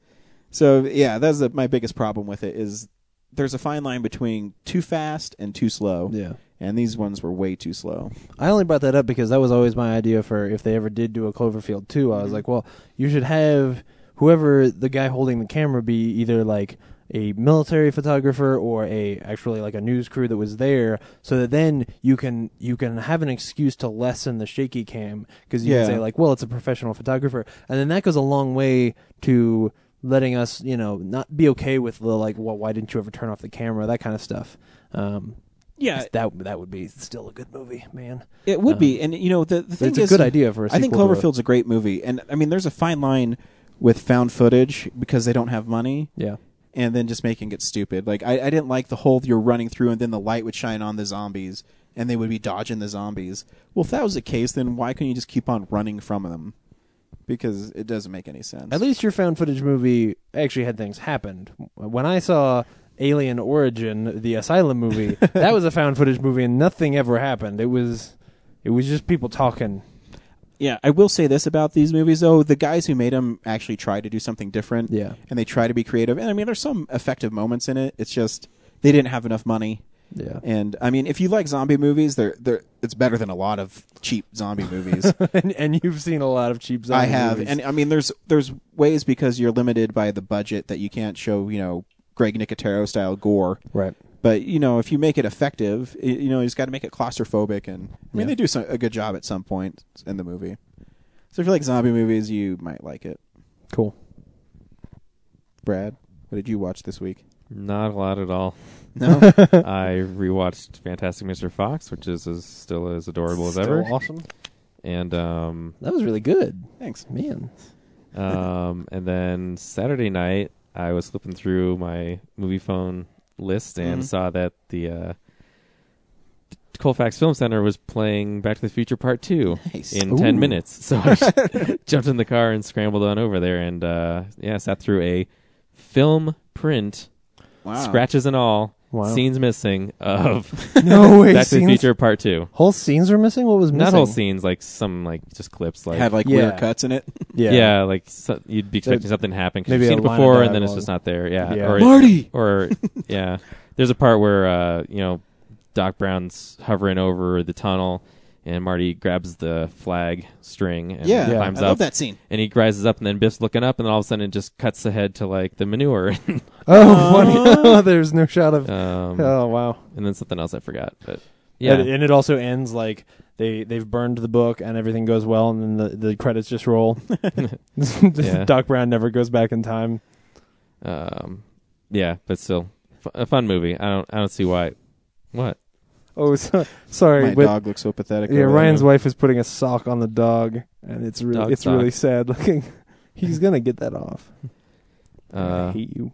S2: So yeah, that's the, my biggest problem with it is there's a fine line between too fast and too slow.
S5: Yeah.
S2: and these ones were way too slow.
S5: I only brought that up because that was always my idea for if they ever did do a Cloverfield 2. I was like, well, you should have whoever the guy holding the camera be either like a military photographer or a actually like a news crew that was there so that then you can you can have an excuse to lessen the shaky cam because you
S2: Yeah.
S5: can say like well it's a professional photographer and then that goes a long way to letting us you know not be okay with the like well why didn't you ever turn off the camera that kind of stuff um
S2: Yeah,
S5: that that would be still a good movie man Um,
S2: It would be, and you know the, the thing
S5: Uh-huh. it's a
S2: is,
S5: good idea for a
S2: I think
S5: sequel to it.
S2: Cloverfield's a great movie, and I mean, there's a fine line with found footage because they don't have money,
S5: yeah
S2: and then just making it stupid. Like I, I didn't like the whole you're running through, and then the light would shine on the zombies, and they would be dodging the zombies. Well, if that was the case, then why couldn't you just keep on running from them? Because it doesn't make any sense.
S5: At least your found footage movie actually had things happen. When I saw Alien Origin, the Asylum movie,
S2: *laughs*
S5: that was a found footage movie, and nothing ever happened. It was, it was just
S2: *laughs*
S5: people talking. *laughs*
S2: Yeah, I will say this about these movies though: the guys who made them actually try to do something different.
S5: Yeah.
S2: and they try to be creative. And I mean, there's some effective moments in it. It's just they didn't have enough money.
S5: Yeah.
S2: and I mean, if you like zombie movies, they're they're it's better than a lot of cheap zombie movies.
S5: and, and you've seen a lot of cheap. Zombie
S2: I have,
S5: movies.
S2: and I mean, there's there's ways because you're limited by the budget that you can't show, you know, Greg Nicotero style gore.
S5: right.
S2: But you know, if you make it effective, y- you know, you just got to make it claustrophobic, and I mean, they do some, a good job at some point in the movie. So if you like zombie movies, you might like it.
S5: Cool.
S2: Brad, what did you watch this week?
S4: Not a lot at all.
S2: No,
S4: *laughs*
S5: *laughs*
S4: I rewatched Fantastic Mr. Fox, which is as, still as adorable as ever,
S5: Still awesome.
S4: and um,
S5: That was really good,
S2: thanks.
S5: man.
S4: um, and then Saturday night I was flipping through my movie phone list
S5: Mm-hmm.
S4: and
S2: Mhm.
S4: saw that the uh, Colfax Film Center was playing Back to the Future Part Two
S2: Nice.
S4: in
S5: Ooh.
S4: ten minutes. So
S5: *laughs*
S4: I just jumped in the car and scrambled on over there, and uh, yeah, sat through a film print
S2: Wow.
S4: scratches and all
S5: Wow.
S4: scenes missing of
S5: *laughs* No way.
S4: Back to the
S5: scenes-
S4: Future Part Two.
S5: Whole scenes were missing. What was missing?
S4: Not whole scenes, like some like just clips, like
S2: had like
S5: Yeah.
S2: weird cuts in it.
S5: *laughs* Yeah.
S4: yeah, like so, you'd be expecting
S5: So,
S4: something to happen 'cause
S5: maybe
S4: you've
S5: a
S4: seen it
S5: line of
S4: before and then
S5: dialogue.
S4: it's just not there. Yeah,
S5: Yeah.
S4: Or,
S3: Marty!
S5: *laughs*
S4: or yeah, there's a part where uh, you know Doc Brown's hovering over the tunnel. And Marty grabs the flag string and
S2: Yeah, I
S4: climbs up.
S2: love that scene.
S4: And he rises up, and then Biff's looking up, and then all of a sudden it just cuts ahead to like the manure. *laughs*
S5: Oh, funny. *laughs* There's no shot of.
S4: um,
S5: oh wow.
S4: And then something else I forgot. But yeah,
S5: Yeah. And, and it also ends like they they've burned the book and everything goes well and then the, the credits just roll.
S4: *laughs*
S5: *laughs*
S4: Yeah.
S5: Doc Brown never goes back in time.
S4: um, yeah, but still f- a fun movie. I don't, I don't see why. What?
S5: Oh, so, sorry.
S2: My
S5: But,
S2: dog looks so pathetic.
S5: yeah,
S2: over
S5: Ryan's
S2: there.
S5: wife is putting a sock on the dog, and it's really
S4: Dog
S5: it's
S4: sock.
S5: really sad looking. *laughs* He's gonna get that off. I
S4: Uh,
S5: hate you.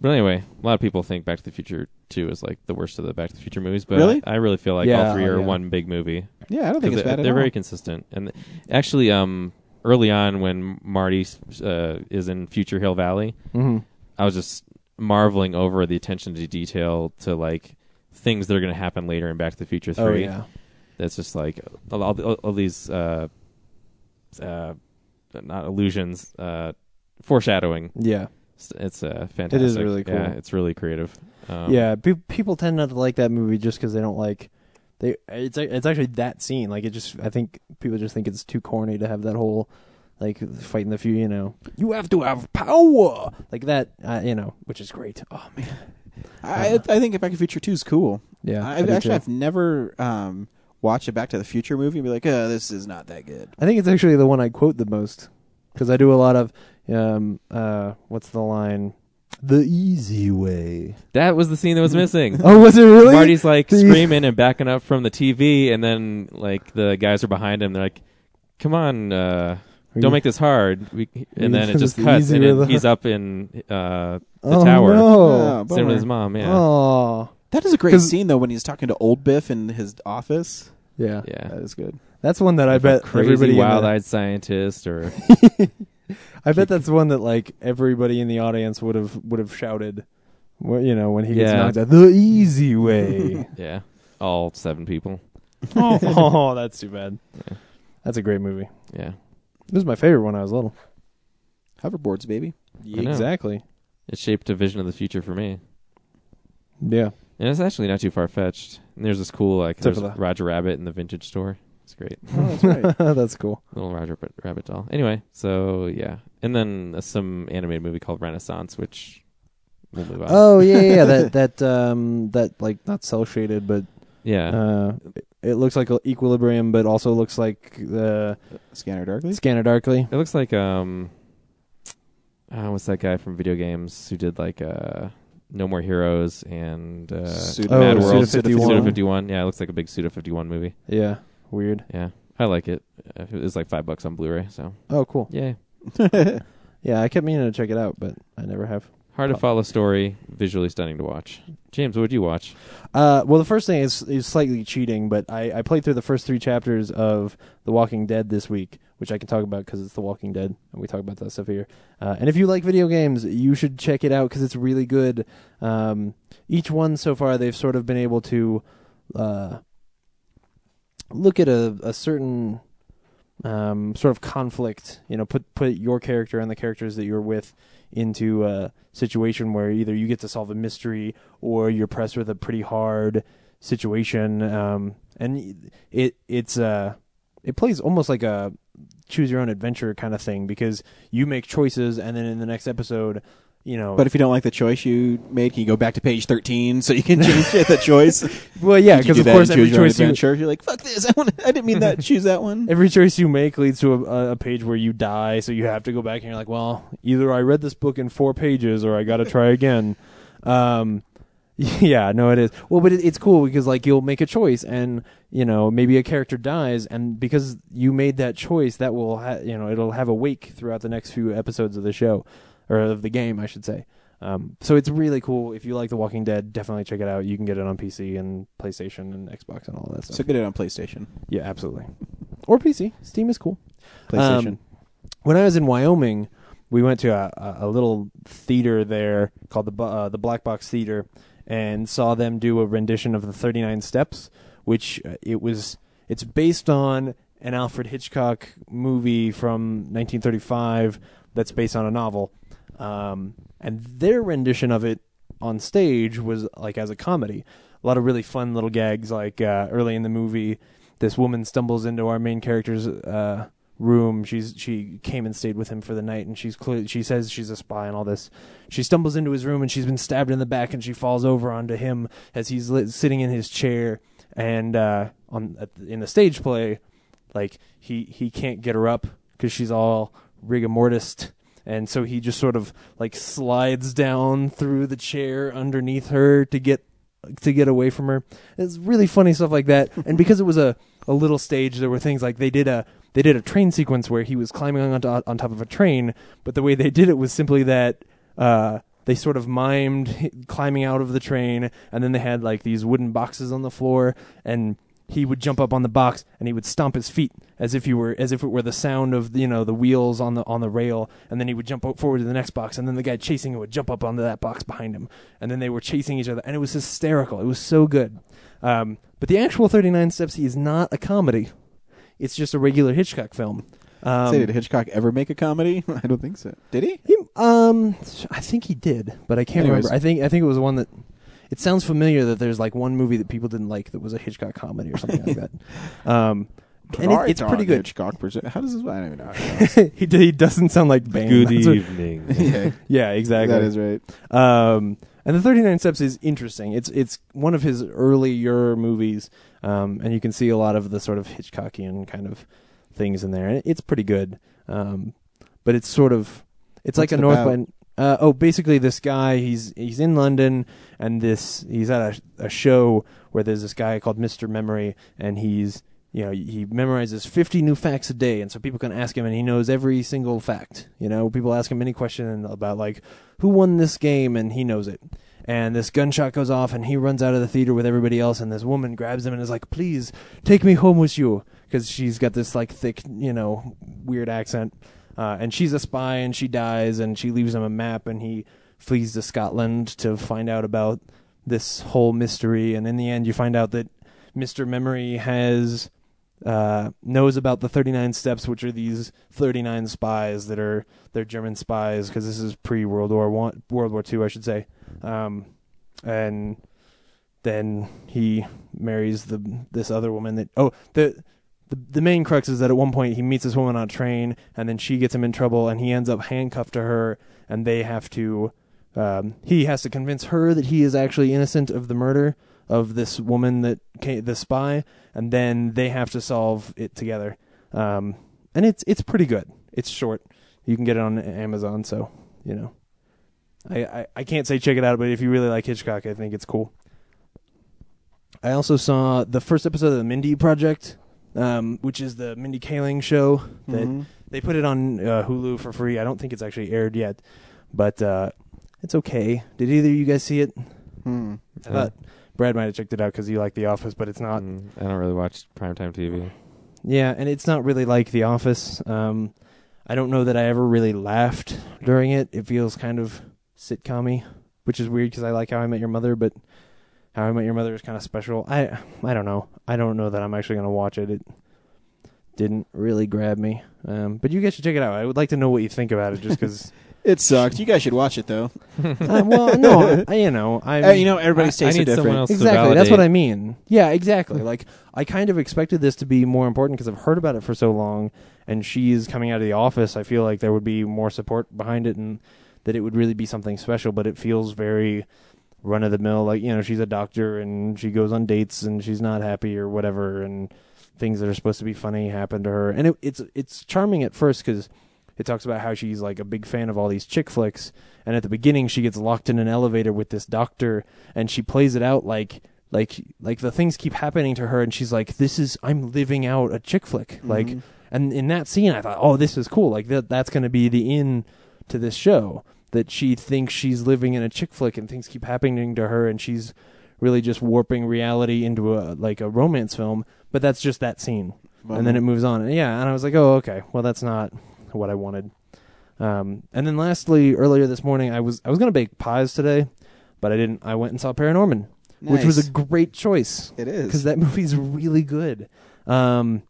S4: but anyway, a lot of people think Back to the Future Two is like the worst of the Back to the Future movies, but
S2: Really?
S4: I, I really feel like
S5: Yeah,
S4: all three
S5: oh,
S4: are
S5: yeah.
S4: one big movie.
S2: Yeah, I don't think
S4: 'Cause
S2: it's bad
S4: they-
S2: at
S4: They're
S2: all.
S4: very consistent, and th- actually, um, early on when Marty uh, is in Future Hill Valley,
S2: Mm-hmm.
S4: I was just marveling over the attention to detail to like things that are going to happen later in Back to the Future Three.
S5: Oh yeah.
S4: that's just like all, all, all these uh, uh, not illusions, uh, foreshadowing.
S5: Yeah.
S4: It's, it's uh, fantastic.
S5: really cool.
S4: Yeah, it's really creative. Um,
S5: yeah. Pe- people tend not to like that movie just because they don't like. They it's a- it's actually that scene like it just I think people just think it's too corny to have that whole like fighting the few you know you have to have power like that uh, you know which is great oh man
S2: I, I think Back to the Future Two is cool.
S5: Yeah,
S2: I,
S5: I
S2: have
S5: do
S2: actually
S5: too.
S2: I've never um, watched a Back to the Future movie and be like, oh, this is not that good.
S5: I think it's actually the one I quote the most because I do a lot of um uh what's the line the easy way
S4: that was the scene
S5: *laughs*
S4: that was missing.
S5: oh was it really
S4: Marty's like
S5: The-
S4: screaming and backing up from the TV, and then like the guys are behind him. They're like, "Come on, uh,
S5: you-
S4: don't make this hard." We, and
S5: *laughs*
S4: then it
S5: It's
S4: just
S5: the
S4: cuts,
S5: easy
S4: and
S5: way
S4: it-
S5: the- *laughs*
S4: he's up in uh, the
S5: oh,
S4: tower.
S5: no.
S2: Oh,
S4: Same
S2: bummer.
S4: with his mom. Yeah,
S5: oh
S2: That is a great
S5: 'Cause-
S2: scene though when he's talking to old Biff in his office.
S5: yeah
S4: yeah.
S2: That is good.
S5: that's one that I
S4: Like
S5: bet
S4: a crazy
S5: everybody in the-
S4: wild-eyed scientist or
S5: *laughs* I bet that's one that like everybody in the audience would have would have shouted, wh- you know, when he gets
S4: Yeah.
S5: knocked out the easy
S3: *laughs*
S5: way.
S4: yeah, all seven people.
S5: oh, oh, that's too bad. That's a great movie.
S4: Yeah,
S5: This is my favorite when I was little.
S2: Hoverboards, baby.
S4: I know.
S5: exactly.
S4: it shaped a vision of the future for me,
S5: Yeah.
S4: and it's actually not too far fetched. And there's this cool like
S5: Except
S4: there's
S5: for the-
S4: Roger Rabbit in the vintage store. It's great,
S2: Oh, that's right.
S5: *laughs* that's cool.
S4: little Roger Rabbit- Rabbit doll. Anyway, so yeah, and then uh, some animated movie called Renaissance, which we'll move on.
S5: Oh yeah, yeah, yeah. *laughs*
S4: *laughs*
S5: that that um that like not cell shaded, but
S4: yeah.
S5: uh, it- it looks like Equilibrium, but also looks like uh,
S2: Scanner Darkly.
S5: Scanner Darkly.
S4: It looks like um, uh, what's that guy from video games who did like uh, No More Heroes and uh,
S2: Suda-
S4: Mad
S5: oh,
S4: World,
S5: Suda
S4: Suda
S5: 51.
S4: 51. Yeah, it looks like a big Suda 51 movie.
S5: Yeah, weird.
S4: Yeah, I like it. Uh, It was like five bucks on Blu-ray, so
S5: Oh, cool.
S4: yeah.
S5: *laughs* Yeah, I kept meaning to check it out, but I never have.
S4: Hard to follow story, visually stunning to watch. James, what would you watch?
S5: Uh, well, the first thing is is slightly cheating, but I, I played through the first three chapters of The Walking Dead this week, which I can talk about because it's The Walking Dead, and we talk about that stuff here. Uh, and if you like video games, you should check it out because it's really good. Um, each one so far, they've sort of been able to uh, look at a, a certain um, sort of conflict. You know, put put your character and the characters that you're with into a situation where either you get to solve a mystery or you're pressed with a pretty hard situation. Um, and it it's uh it plays almost like a choose your own adventure kind of thing because you make choices and then in the next episode, you know,
S2: But if you don't like the choice you made, can you go back to page thirteen so you can change it, the choice?
S5: *laughs* well, yeah,
S2: You
S5: because
S2: do
S5: of
S2: that
S5: course
S2: and choose
S5: every
S2: your own
S5: choice you
S2: adventure. You're like, fuck this. I, want I didn't mean
S5: *laughs*
S2: that. choose that one.
S5: every choice you make leads to a, a page where you die so you have to go back and you're like well either i read this book in four pages or i gotta try
S2: *laughs*
S5: again um *laughs* yeah no it is well but it, it's cool because like you'll make a choice and you know maybe a character dies and because you made that choice that will ha- you know it'll have a wake throughout the next few episodes of the show or of the game i should say um, so it's really cool if you like the walking dead definitely check it out you can get it on pc and playstation and xbox and all that stuff
S2: So get it on PlayStation.
S5: yeah, absolutely. Or PC. Steam is cool.
S2: PlayStation.
S5: Um, when I was in Wyoming, we went to a- a, a little theater there called the Bu- uh, the Black Box Theater, and saw them do a rendition of the Thirty Nine Steps, which uh, it was. It's based on an Alfred Hitchcock movie from 1935 that's based on a novel, um, and their rendition of it on stage was like as a comedy. A lot of really fun little gags, like uh, early in the movie, this woman stumbles into our main character's uh, room. She's she came and stayed with him for the night, and she's clear, she says she's a spy and all this. She stumbles into his room and she's been stabbed in the back, and she falls over onto him as he's li- sitting in his chair. And uh, on at the, in the stage play, like he he can't get her up because she's all rigor mortis and so he just sort of like slides down through the chair underneath her to get to get away from her it's really funny stuff like that and because it was a a little stage there were things like they did a they did a train sequence where he was climbing on to, on top of a train but the way they did it was simply that uh they sort of mimed climbing out of the train and then they had like these wooden boxes on the floor and he would jump up on the box and he would stomp his feet as if he were as if it were the sound of you know the wheels on the on the rail and then he would jump o- forward to the next box and then the guy chasing him would jump up onto that box behind him and then they were chasing each other and it was hysterical it was so good um, but the actual 39 steps is not a comedy it's just a regular hitchcock film um,
S2: Say, did Hitchcock ever make a comedy? *laughs* I don't think so. Did he?
S5: he- um, I think he did, but I can't
S2: Anyways.
S5: remember. I think I think it was one that. It sounds familiar that there's like one movie that people didn't like that was a Hitchcock comedy or something like
S2: *laughs*
S5: that. Um, and it, it's pretty good.
S2: Hitchcock present. How does this? I don't even
S5: *laughs*
S2: know.
S5: he, d- he doesn't sound like Bane. That's what-
S4: evening.
S2: *laughs* yeah,
S5: *laughs* yeah, exactly.
S2: that is right.
S5: Um, and the 39 Steps is interesting. It's it's one of his earlier movies, um, and you can see a lot of the sort of Hitchcockian kind of things in there. And it's pretty good, um, but it's sort of it's like
S2: What's
S5: a
S2: it
S5: North
S2: about?
S5: by uh, oh, basically this guy he's he's in London and this he's at a, a show where there's this guy called Mister Memory and he's you know he memorizes 50 new facts a day and so people can ask him and he knows every single fact you know people ask him any question about like who won this game and he knows it and this gunshot goes off and he runs out of the theater with everybody else and this woman grabs him and is like please take me home with you because she's got this like thick you know weird accent uh, and she's a spy and she dies and she leaves him a map and he flees to Scotland to find out about this whole mystery and in the end you find out that Mr. Memory has uh, knows about the 39 steps which are these 39 spies that are they're German spies because this is pre World War 1 World War 2 I should say um, and then he marries the this other woman that oh the the, the main crux is that at one point he meets this woman on a train and then she gets him in trouble and he ends up handcuffed to her and they have to Um, he has to convince her that he is actually innocent of the murder of this woman that came, the spy, and then they have to solve it together. Um, and it's it's pretty good. It's short. You can get it on Amazon, so you know. I, I, I can't say check it out, but if you really like Hitchcock, I think it's cool. I also saw the first episode of the Mindy Project, um, which is the Mindy Kaling show that they put it on uh, Hulu for free. I don't think it's actually aired yet, but uh, it's okay. Did either of you guys see it?
S2: Hmm.
S5: I thought Brad might have checked it out because you like The Office, but it's not.
S4: Mm, I don't really watch primetime TV.
S5: Yeah, and it's not really like The Office. Um, I don't know that I ever really laughed during it. It feels kind of sitcom-y, which is weird because I like How I Met Your Mother, but How I Met Your Mother is kind of special. I I don't know. I don't know that I'm actually gonna watch it. It didn't really grab me. Um, but you guys should check it out. I would like to know what you think about it, just
S4: *laughs*
S5: because.
S2: It sucked. You guys should watch it though.
S5: well, no, I,
S2: *laughs*
S5: you know, I
S2: Hey, you know, everybody's
S4: I
S2: tastes are
S4: need
S2: different.
S4: someone else to
S5: exactly.
S4: validate.
S5: That's what I mean. Yeah, exactly. Like I kind of expected this to be more important because I've heard about it for so long, and she's coming out of the office. I feel like there would be more support behind it, and that it would really be something special. But it feels very run of the mill. Like you know, she's a doctor and she goes on dates and she's not happy or whatever, and things that are supposed to be funny happen to her. And it, it's it's charming at first because it talks about how she's like a big fan of all these chick flicks and at the beginning she gets locked in an elevator with this doctor and she plays it out like like like the things keep happening to her and she's like this is i'm living out a chick flick like and in that scene i thought oh this is cool like that that's going to be the in to this show that she thinks she's living in a chick flick and things keep happening to her and she's really just warping reality into a like a romance film but that's just that scene and then it moves on And yeah and i was like oh okay well that's not what i wanted um, and then lastly earlier this morning i was i was going to bake pies today but i didn't i went and saw paranorman which was
S2: Nice.
S5: a great choice
S2: It is.
S5: because that *laughs* movie's really good um,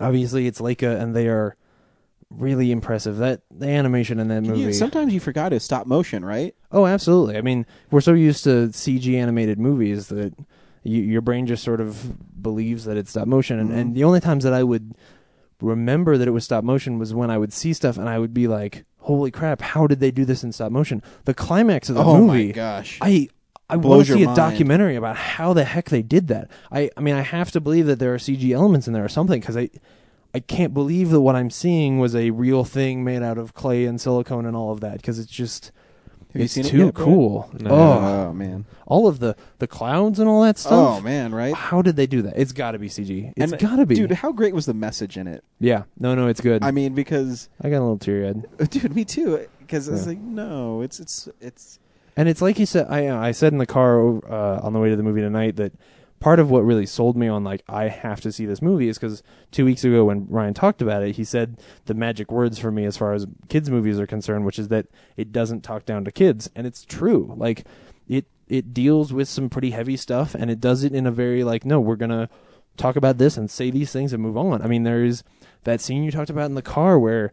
S5: obviously it's leica and they are really impressive that the animation in that movie
S2: Yeah, sometimes you forgot it's stop motion, right?
S5: Oh, absolutely. I mean, we're so used to CG animated movies that you, your brain just sort of believes that it's stop motion. And,
S2: Mm-hmm.
S5: and the only times that I would remember that it was stop motion was when I would see stuff and I would be like, "Holy crap! How did they do this in stop motion?" The climax of the
S2: Oh
S5: movie.
S2: my gosh.
S5: I I want
S2: Blows
S5: to
S2: your
S5: see a
S2: mind.
S5: documentary about how the heck they did that. I I mean, I have to believe that there are CG elements in there or something because I. I can't believe that what I'm seeing was a real thing made out of clay and silicone and all of that because it's just
S2: Have you
S5: it's
S2: seen it
S5: too
S2: yet, Brad?
S5: cool.
S4: No.
S5: Oh,
S2: Oh, man.
S5: all of the the clouds and all that stuff.
S2: Oh man, right?
S5: How did they do that? It's got to be CG. It's
S2: And,
S5: got to be.
S2: Dude, how great was the message in it?
S5: yeah. No, no, it's good.
S2: I
S5: i
S2: mean, because
S5: got a little teary
S2: *laughs*
S5: eyed.
S2: dude, me too. Because it's
S5: Yeah.
S2: like, no, it's it's it's
S5: And it's like you said. I uh, I said in the car uh, on the way to the movie tonight that part of what really sold me on like I have to see this movie is because two weeks ago when Ryan talked about it, he said the magic words for me as far as kids movies are concerned, which is that it doesn't talk down to kids, and it's true. Like it it deals with some pretty heavy stuff, and it does it in a very like no, we're gonna talk about this and say these things and move on. I mean, there is that scene you talked about in the car where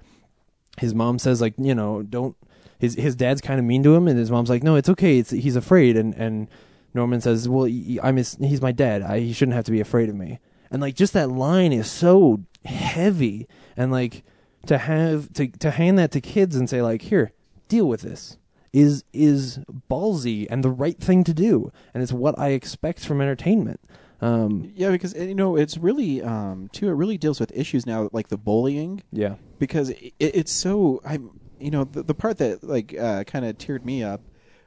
S5: his mom says like you know don't his his dad's kind of mean to him and his mom's like no it's okay it's he's afraid and and Norman says well he- I'm his, he's my dad I, he shouldn't have to be afraid of me and like just that line is so heavy and like to have to to hand that to kids and say like here deal with this is is ballsy and the right thing to do and it's what I expect from entertainment um
S2: yeah. Because you know, it's really um too. It really deals with issues now, like the bullying.
S5: yeah
S2: because it, it's so I'm you know the, the part that like uh, kind of teared me up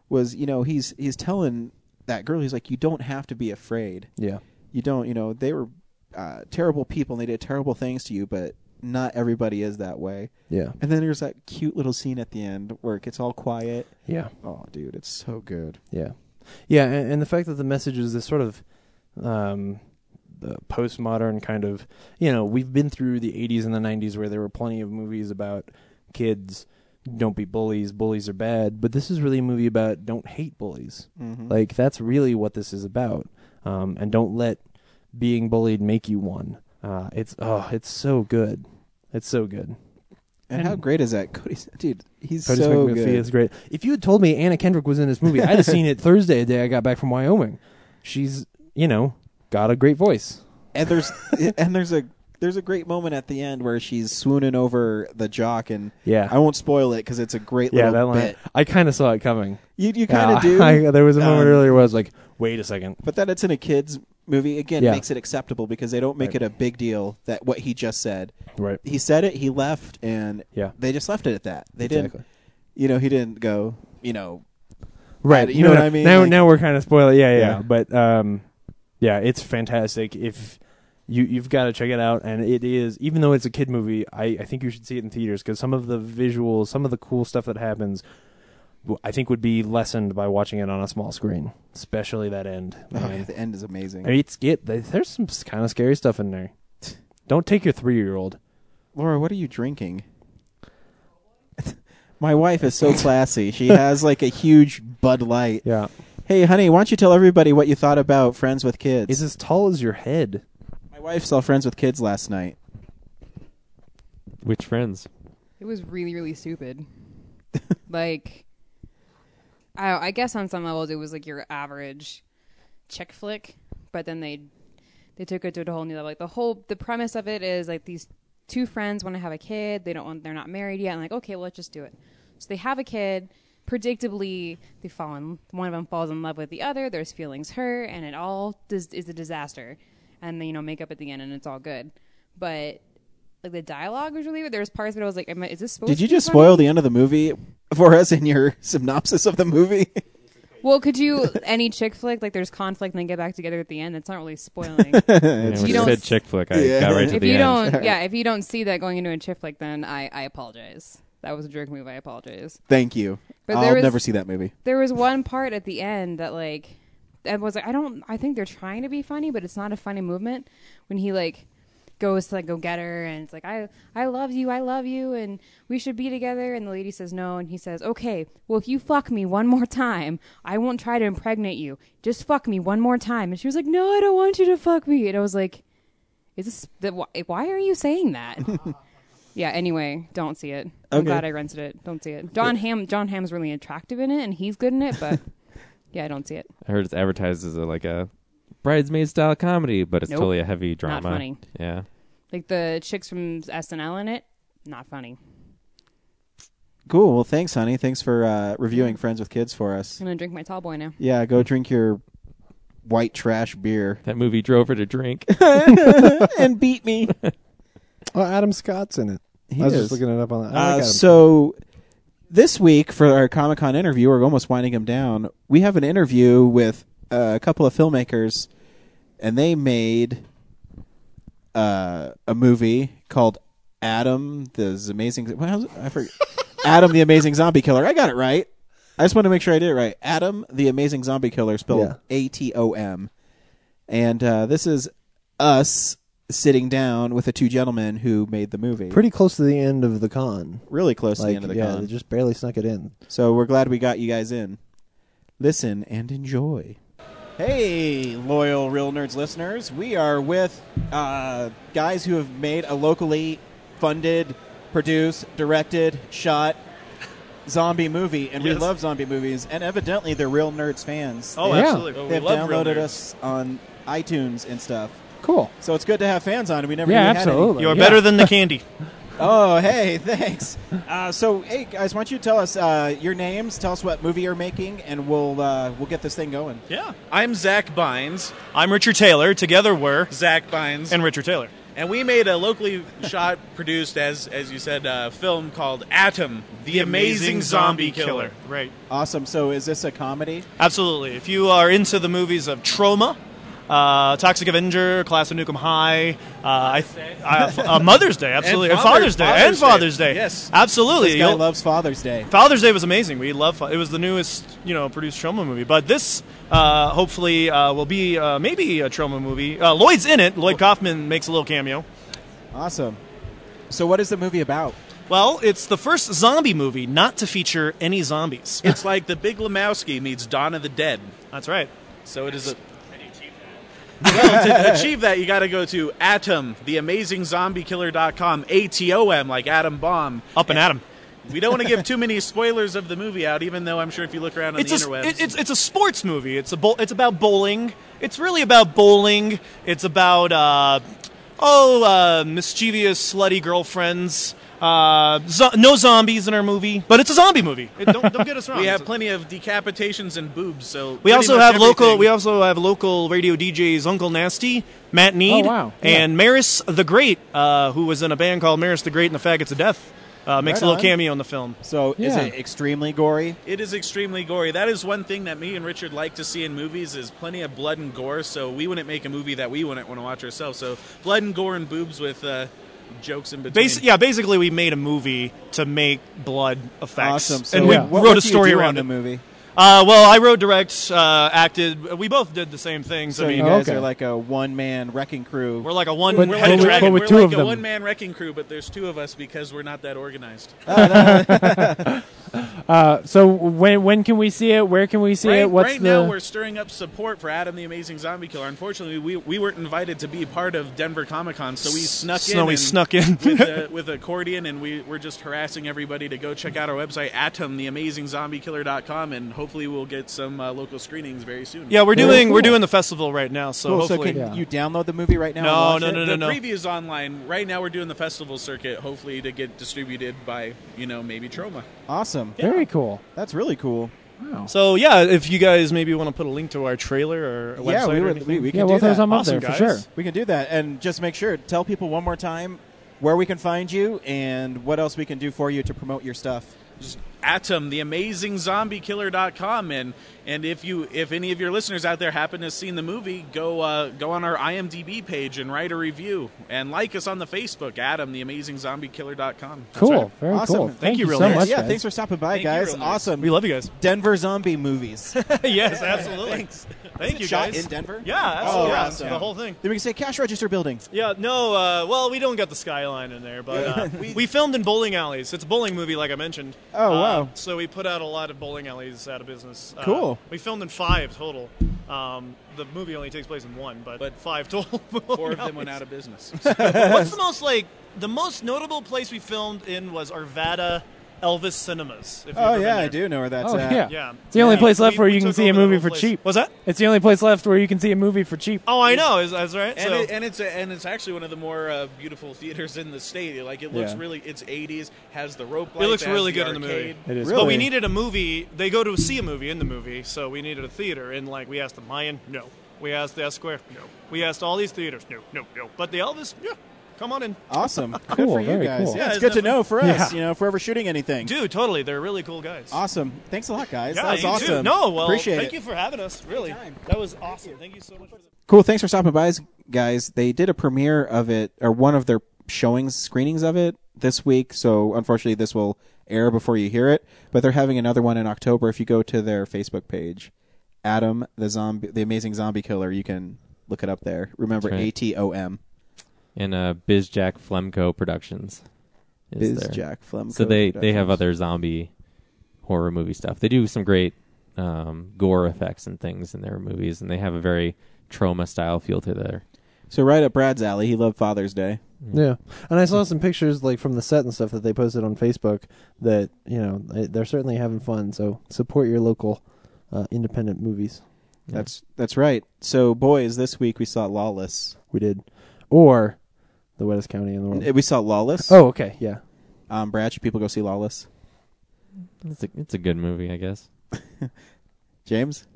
S2: was you know he's he's telling that girl he's like you don't have to be afraid
S5: yeah
S2: you don't you know they were uh, terrible people and they did terrible things to you but not everybody is that way
S5: yeah
S2: and then there's that cute little scene at the end where it gets all quiet
S5: yeah
S2: oh dude it's so good
S5: Yeah, yeah, and, and the fact that the message is this sort of um, the postmodern kind of you know we've been through the '80s and the '90s where there were plenty of movies about kids don't be bullies, bullies are bad, but this is really a movie about don't hate bullies.
S2: Mm-hmm.
S5: Like that's really what this is about, um, and don't let being bullied make you one. Uh, it's oh, it's so good. It's so good.
S2: and how great is that *laughs* Cody dude he's
S5: Curtis
S2: so
S5: McMurphy
S2: good
S5: is great. If you had told me Anna Kendrick was in this movie, I'd have seen it Thursday, the day I got back from Wyoming. She's, you know, got a great voice.
S2: *laughs* and there's and there's a there's a great moment at the end where she's swooning over the jock, and
S5: Yeah.
S2: I won't spoil it because it's a great
S5: Yeah, that
S2: little
S5: line.
S2: bit.
S5: I kind of saw it coming.
S2: You you kind of
S5: Yeah,
S2: do.
S5: *laughs* I- there was a moment
S2: Um,
S5: earlier where I was like, "Wait a second.
S2: But that it's in a kids movie again
S5: Yeah.
S2: makes it acceptable because they don't make it a big deal that what he just said.
S5: Right.
S2: He said it, he left, and
S5: Yeah.
S2: they just left it at that. They
S5: Exactly.
S2: didn't, you know, he didn't go, you know,
S5: Right.
S2: You
S5: No,
S2: know what
S5: no.
S2: I mean?
S5: Now,
S2: Like-
S5: now we're kind of spoiling. Yeah, yeah,
S2: Yeah.
S5: yeah. But um, yeah, it's fantastic. If you you've got to check it out, and it is even though it's a kid movie, I I think you should see it in theaters because some of the visuals, some of the cool stuff that happens. w- I think would be lessened by watching it on a small screen, especially that end.
S2: oh,
S5: man.
S2: the end is amazing.
S5: I mean, it's it. There's some kind of scary stuff in there. Don't take your three year old.
S2: Laura, what are you drinking? My wife is
S5: *laughs*
S2: so classy. She has like a huge Bud Light.
S5: Yeah,
S2: Hey, honey, why don't you tell everybody what you thought about Friends with Kids?
S5: it's as tall as your head.
S2: My wife saw Friends with Kids last night.
S4: Which friends?
S7: It was really, really
S2: *laughs*
S7: stupid. like, I, I guess on some levels it was like your average chick flick, but then they they took it to a whole new level. Like the whole the premise of it is like these two friends want to have a kid. They don't want. They're not married yet. And like, okay, well, let's just do it. So they have a kid. Predictably, they fall in. One of them falls in love with the other. There's feelings hurt, and it all dis- is a disaster. And they, you know, make up at the end, and it's all good. But like the dialogue was really weird. There was parts that I was like, Am I, "Is this supposed?"
S2: Did you
S7: to be
S2: just
S7: funny?
S2: spoil the end of the movie *laughs* for us in your *laughs* synopsis of the movie? *laughs*
S7: Well, could you any chick flick like there's conflict and they get back together at the end? That's not really *laughs* spoiling.
S4: Yeah, when
S7: you
S4: you
S7: don't
S4: said
S7: s-
S4: chick flick, I got right to
S7: if
S2: *laughs*
S4: the
S7: you
S4: end. *laughs*
S7: don't, yeah, if you don't see that going into a chick flick, then I I apologize. That was a jerk move. I apologize.
S2: Thank you.
S7: But
S2: I'll
S7: there was-
S2: never see that movie.
S7: There was one part at the end that like that was like I don't I think they're trying to be funny, but it's not a funny movement when he like goes to like go get her and it's like I I love you, I love you and we should be together and the lady says no and he says, "Okay, well if you fuck me one more time, I won't try to impregnate you. Just fuck me one more time." And she was like, "No, I don't want you to fuck me." And I was like, "Is this that why, why are you saying that?" Yeah. Anyway, don't see it. I'm
S2: Okay.
S7: glad I rented it. Don't see it. John Ham. John Ham's really attractive in it, and he's good in it. But yeah, I don't see it.
S4: I heard it's advertised as a, like a bridesmaid style comedy, but it's
S7: Nope.
S4: totally a heavy drama.
S7: funny.
S4: Yeah.
S7: Like the chicks from SNL in it, not funny.
S2: Cool. Well, thanks, honey. Thanks for uh, reviewing Friends with Kids for us.
S7: I'm gonna drink my tall boy now.
S2: Yeah, go drink your white trash beer
S4: That movie drove her
S2: *laughs*
S4: to drink.
S2: and beat me.
S5: Oh, Adam Scott's in it.
S2: He
S5: I was
S2: is.
S5: just looking it up on. I like
S2: Uh,
S5: Adam
S2: so this week for our Comic Con interview, we're almost winding him down. We have an interview with uh, a couple of filmmakers, and they made uh, a movie called Adam the Z- Amazing. What was it? I
S5: *laughs*
S2: forget. Adam the Amazing Zombie Killer. I got it right. I just want to make sure I did it right. Adam the Amazing Zombie Killer,
S5: Yeah.
S2: spelled A T O M. And uh, this is us sitting down with the two gentlemen who made the movie.
S5: pretty close to the end of the con.
S2: really close to
S5: Like,
S2: the end of the
S5: yeah,
S2: con.
S5: they just barely snuck it in.
S2: So we're glad we got you guys in. Listen and enjoy. Hey, loyal Real Nerds listeners. We are with uh, guys who have made a locally funded, produced, directed, shot zombie movie, and we
S8: Yes.
S2: love zombie movies, and evidently they're Real Nerds fans.
S8: Oh,
S5: Yeah.
S8: absolutely.
S2: They've
S8: we love Real
S2: downloaded
S8: Nerds.
S2: us on iTunes and stuff.
S5: Cool.
S2: So it's good to have fans on. We never
S5: Yeah,
S2: really had any.
S5: absolutely.
S8: You are
S5: Yeah.
S8: better than the candy.
S2: *laughs* Oh, hey, thanks. Uh, so, hey guys, why don't you tell us uh, your names? Tell us what movie you're making, and we'll uh, we'll get this thing going.
S8: yeah. I'm Zach Bynes. I'm Richard Taylor. Together we're Zach Bynes and Richard Taylor. And we made a locally *laughs* shot, produced as as you said, uh, film called Atom: The, Amazing, Zombie Killer. Right.
S2: Awesome. So, is this a comedy?
S8: Absolutely. If you are into the movies of Trauma, uh, Toxic Avenger, Class of Nukem High, uh, I th- uh, uh, Mother's Day, absolutely,
S2: Father-
S8: Father's Day,
S2: Father's
S8: and
S2: Day.
S8: Father's Day,
S2: Yes.
S8: absolutely.
S2: This guy
S8: You'll-
S2: loves Father's Day.
S8: Father's Day was amazing. We love it was the newest you know produced trauma movie, but this uh, hopefully uh, will be uh, maybe a trauma movie. Uh, Lloyd's in it. Lloyd Kaufman makes a little cameo.
S2: Awesome. So, what is the movie about?
S8: Well, it's the first zombie movie not to feature any zombies. It's like The Big Lebowski meets Dawn of the Dead. That's right. So it is a. *laughs* well, to achieve that, you got to go to Atom, theamazingzombiekiller.com, A-T-O-M, like Atom Bomb. Up and Atom. We don't want to give too *laughs* many spoilers of the movie out, even though I'm sure if you look around on
S9: it's
S8: the
S9: a,
S8: interwebs,
S9: it- it's, it's a sports movie. It's a bo- it's about bowling. It's really about bowling. It's about uh,
S8: oh, uh, mischievous, slutty girlfriends. Uh, zo- no zombies in our movie, but it's a zombie movie. It- don't, don't get *laughs* us wrong.
S9: We
S8: It's
S9: have
S8: a-
S9: plenty of decapitations and boobs, so
S8: we
S9: pretty
S8: also
S9: much
S8: have local.
S9: everything-
S8: We also have local radio DJs Uncle Nasty, Matt Need,
S5: Oh, wow. Yeah.
S8: and Maris the Great, uh, who was in a band called Maris the Great and the Faggots of Death, uh, makes
S2: Right
S8: a little
S2: on.
S8: cameo in the film.
S2: So is
S5: Yeah.
S2: it extremely gory?
S9: It is extremely gory. That is one thing that me and Richard like to see in movies is plenty of blood and gore. So we wouldn't make a movie that we wouldn't want to watch ourselves. So blood and gore and boobs with uh, jokes in between.
S8: Basi- yeah, basically, we made a movie to make blood effects,
S2: Awesome. So
S8: and we
S2: what- what
S8: wrote a
S2: do you
S8: story
S2: do on
S8: around
S2: the
S8: it.
S2: movie.
S8: Uh, well, I wrote, direct, uh, acted. We both did the same things.
S2: So
S8: I mean,
S2: you guys
S5: okay.
S2: are like a one-man wrecking crew.
S8: we're like a one
S5: But-
S9: We're
S8: headed
S9: like,
S5: but
S8: dragon.
S5: with
S9: we're
S5: two
S9: like
S5: of
S9: a
S5: them.
S9: one-man wrecking crew, but there's two of us because we're not that organized.
S5: Ah,
S9: *laughs*
S1: Uh, so when when can we see it? Where can we see
S9: right
S1: it? What's
S9: right
S1: the
S9: now, we're stirring up support for Adam the Amazing Zombie Killer. Unfortunately, we, we weren't invited to be part of Denver Comic Con, so we snuck in.
S8: Snowy
S9: and-
S8: snuck in. *laughs*
S9: with, a, with accordion, and we, we're just harassing everybody to go check out our website, atomtheamazingzombiekiller.com, and hopefully we'll get some uh, local screenings very soon.
S8: yeah, we're
S5: Very
S8: doing we're
S5: cool.
S8: doing the festival right now. So
S2: Cool, so
S8: hopefully,
S2: can
S5: Yeah.
S2: you download the movie right now?
S8: No,
S2: and watch
S8: no,
S2: it?
S8: no, no.
S9: the preview's online. Right now, we're doing the festival circuit, hopefully to get distributed by, you know, maybe Troma.
S2: Awesome.
S5: Very cool.
S2: That's really cool.
S8: so yeah, if you guys maybe want to put a link to our trailer or a
S2: yeah,
S8: website
S2: we
S8: or
S2: would.
S8: anything.
S2: We, we
S1: yeah?
S2: can
S1: We'll
S2: do
S1: throw
S2: that.
S1: some up
S8: Awesome,
S1: there
S8: guys. *laughs*
S1: for sure.
S2: We can do that, and just make sure tell people one more time where we can find you and what else we can do for you to promote your stuff.
S9: atomtheamazingzombiekiller.com and and if you if any of your listeners out there happen to have seen the movie go uh, go on our IMDb page and write a review and like us on the Facebook atomtheamazingzombiekiller.com
S1: Cool. Very
S2: Awesome.
S1: cool.
S2: Thank
S1: Thank
S8: you,
S1: you
S8: real
S1: so
S8: nice.
S1: much.
S2: yeah,
S1: guys.
S2: thanks for stopping by,
S9: Thank you,
S2: guys.
S9: real nice.
S2: awesome.
S8: We love you guys.
S2: Denver zombie movies.
S8: yes, absolutely. Thanks. Thank you
S2: Shot
S8: guys.
S2: in Denver.
S8: Yeah, absolutely.
S2: Oh,
S8: yeah,
S2: awesome.
S8: The whole thing.
S2: Then we can say cash register *laughs* building.
S8: Yeah, no. Uh, well, we don't got the skyline in there, but
S2: *laughs*
S8: uh, we, filmed in bowling alleys. It's a bowling movie, like I mentioned.
S2: Oh,
S8: Uh,
S2: wow.
S8: So we put out a lot of bowling alleys out of business. Uh,
S2: Cool.
S8: We filmed in five total. Um, the movie only takes place in one, but,
S9: But
S8: five total. *laughs*
S9: four of them went out of business
S8: What's the most like the most notable place we filmed in was Arvada Elvis Cinemas. If you've
S2: Oh
S8: ever
S2: yeah,
S8: been
S2: I
S8: there.
S2: do know where that's
S1: Oh,
S2: at.
S1: yeah.
S8: Yeah,
S1: It's the only place
S8: We-
S1: left where
S8: we
S1: you can
S8: took
S1: see a
S8: over the
S1: movie
S8: whole
S1: for
S8: place.
S1: cheap.
S8: Was that?
S1: It's the only place left where you can see a movie for cheap.
S8: Oh, I know. Is that's right.
S9: and,
S8: so,
S9: it, and it's a, and it's actually one of the more uh, beautiful theaters in the state like it looks
S2: Yeah.
S9: really it's 80s has the rope
S8: It looks
S9: lights, has
S8: really good in the
S9: arcade.
S8: movie.
S2: It is
S8: But
S2: really-
S8: we needed a movie. They go to see a movie in the movie, so we needed a theater. And like we asked the Mayan, no. We asked the S Square, no. We asked all these theaters, no, no, no. But the Elvis, yeah. Come on in,
S2: Awesome. Good
S5: Cool,
S2: for you
S5: very
S2: guys.
S5: cool.
S2: Yeah,
S8: Yeah,
S2: it's
S8: isn't
S2: good to
S8: that
S2: know for us. You know, if we're ever shooting anything.
S8: dude. Totally, they're really cool guys.
S2: Awesome. Thanks a lot, guys.
S8: Yeah,
S2: that was
S8: you
S2: awesome.
S8: Too. No, well,
S2: appreciate
S8: thank
S2: it.
S8: you for having us. Really, that was awesome. Thank you so much. For the-
S2: Cool. Thanks for stopping by, guys. They did a premiere of it, or one of their showings, screenings of it this week. So unfortunately, this will air before you hear it. But they're having another one in October. If you go to their Facebook page, Adam the zombie, the amazing zombie killer, you can look it up there. Remember,
S4: That's right.
S2: A T O M.
S4: and uh, BizJack Flemco Productions. Is
S2: Biz
S4: there.
S2: Jack Flemco.
S4: So they they have
S2: Productions.
S4: other zombie horror movie stuff. They do some great um, gore effects and things in their movies, and they have a very trauma style feel to their.
S2: So right up Brad's alley. He loved Father's Day.
S5: Yeah, and I saw some pictures like from the set and stuff that they posted on Facebook. That you know they- they're certainly having fun. So support your local uh, independent movies.
S2: That's that's right. So boys, this week we saw Lawless.
S5: We did, or the wettest county in the world.
S2: Eh, We saw Lawless.
S5: Mm-hmm. oh, okay, yeah.
S2: um, Brad, should people go see Lawless?
S4: It's a it's a good movie, I guess.
S2: James.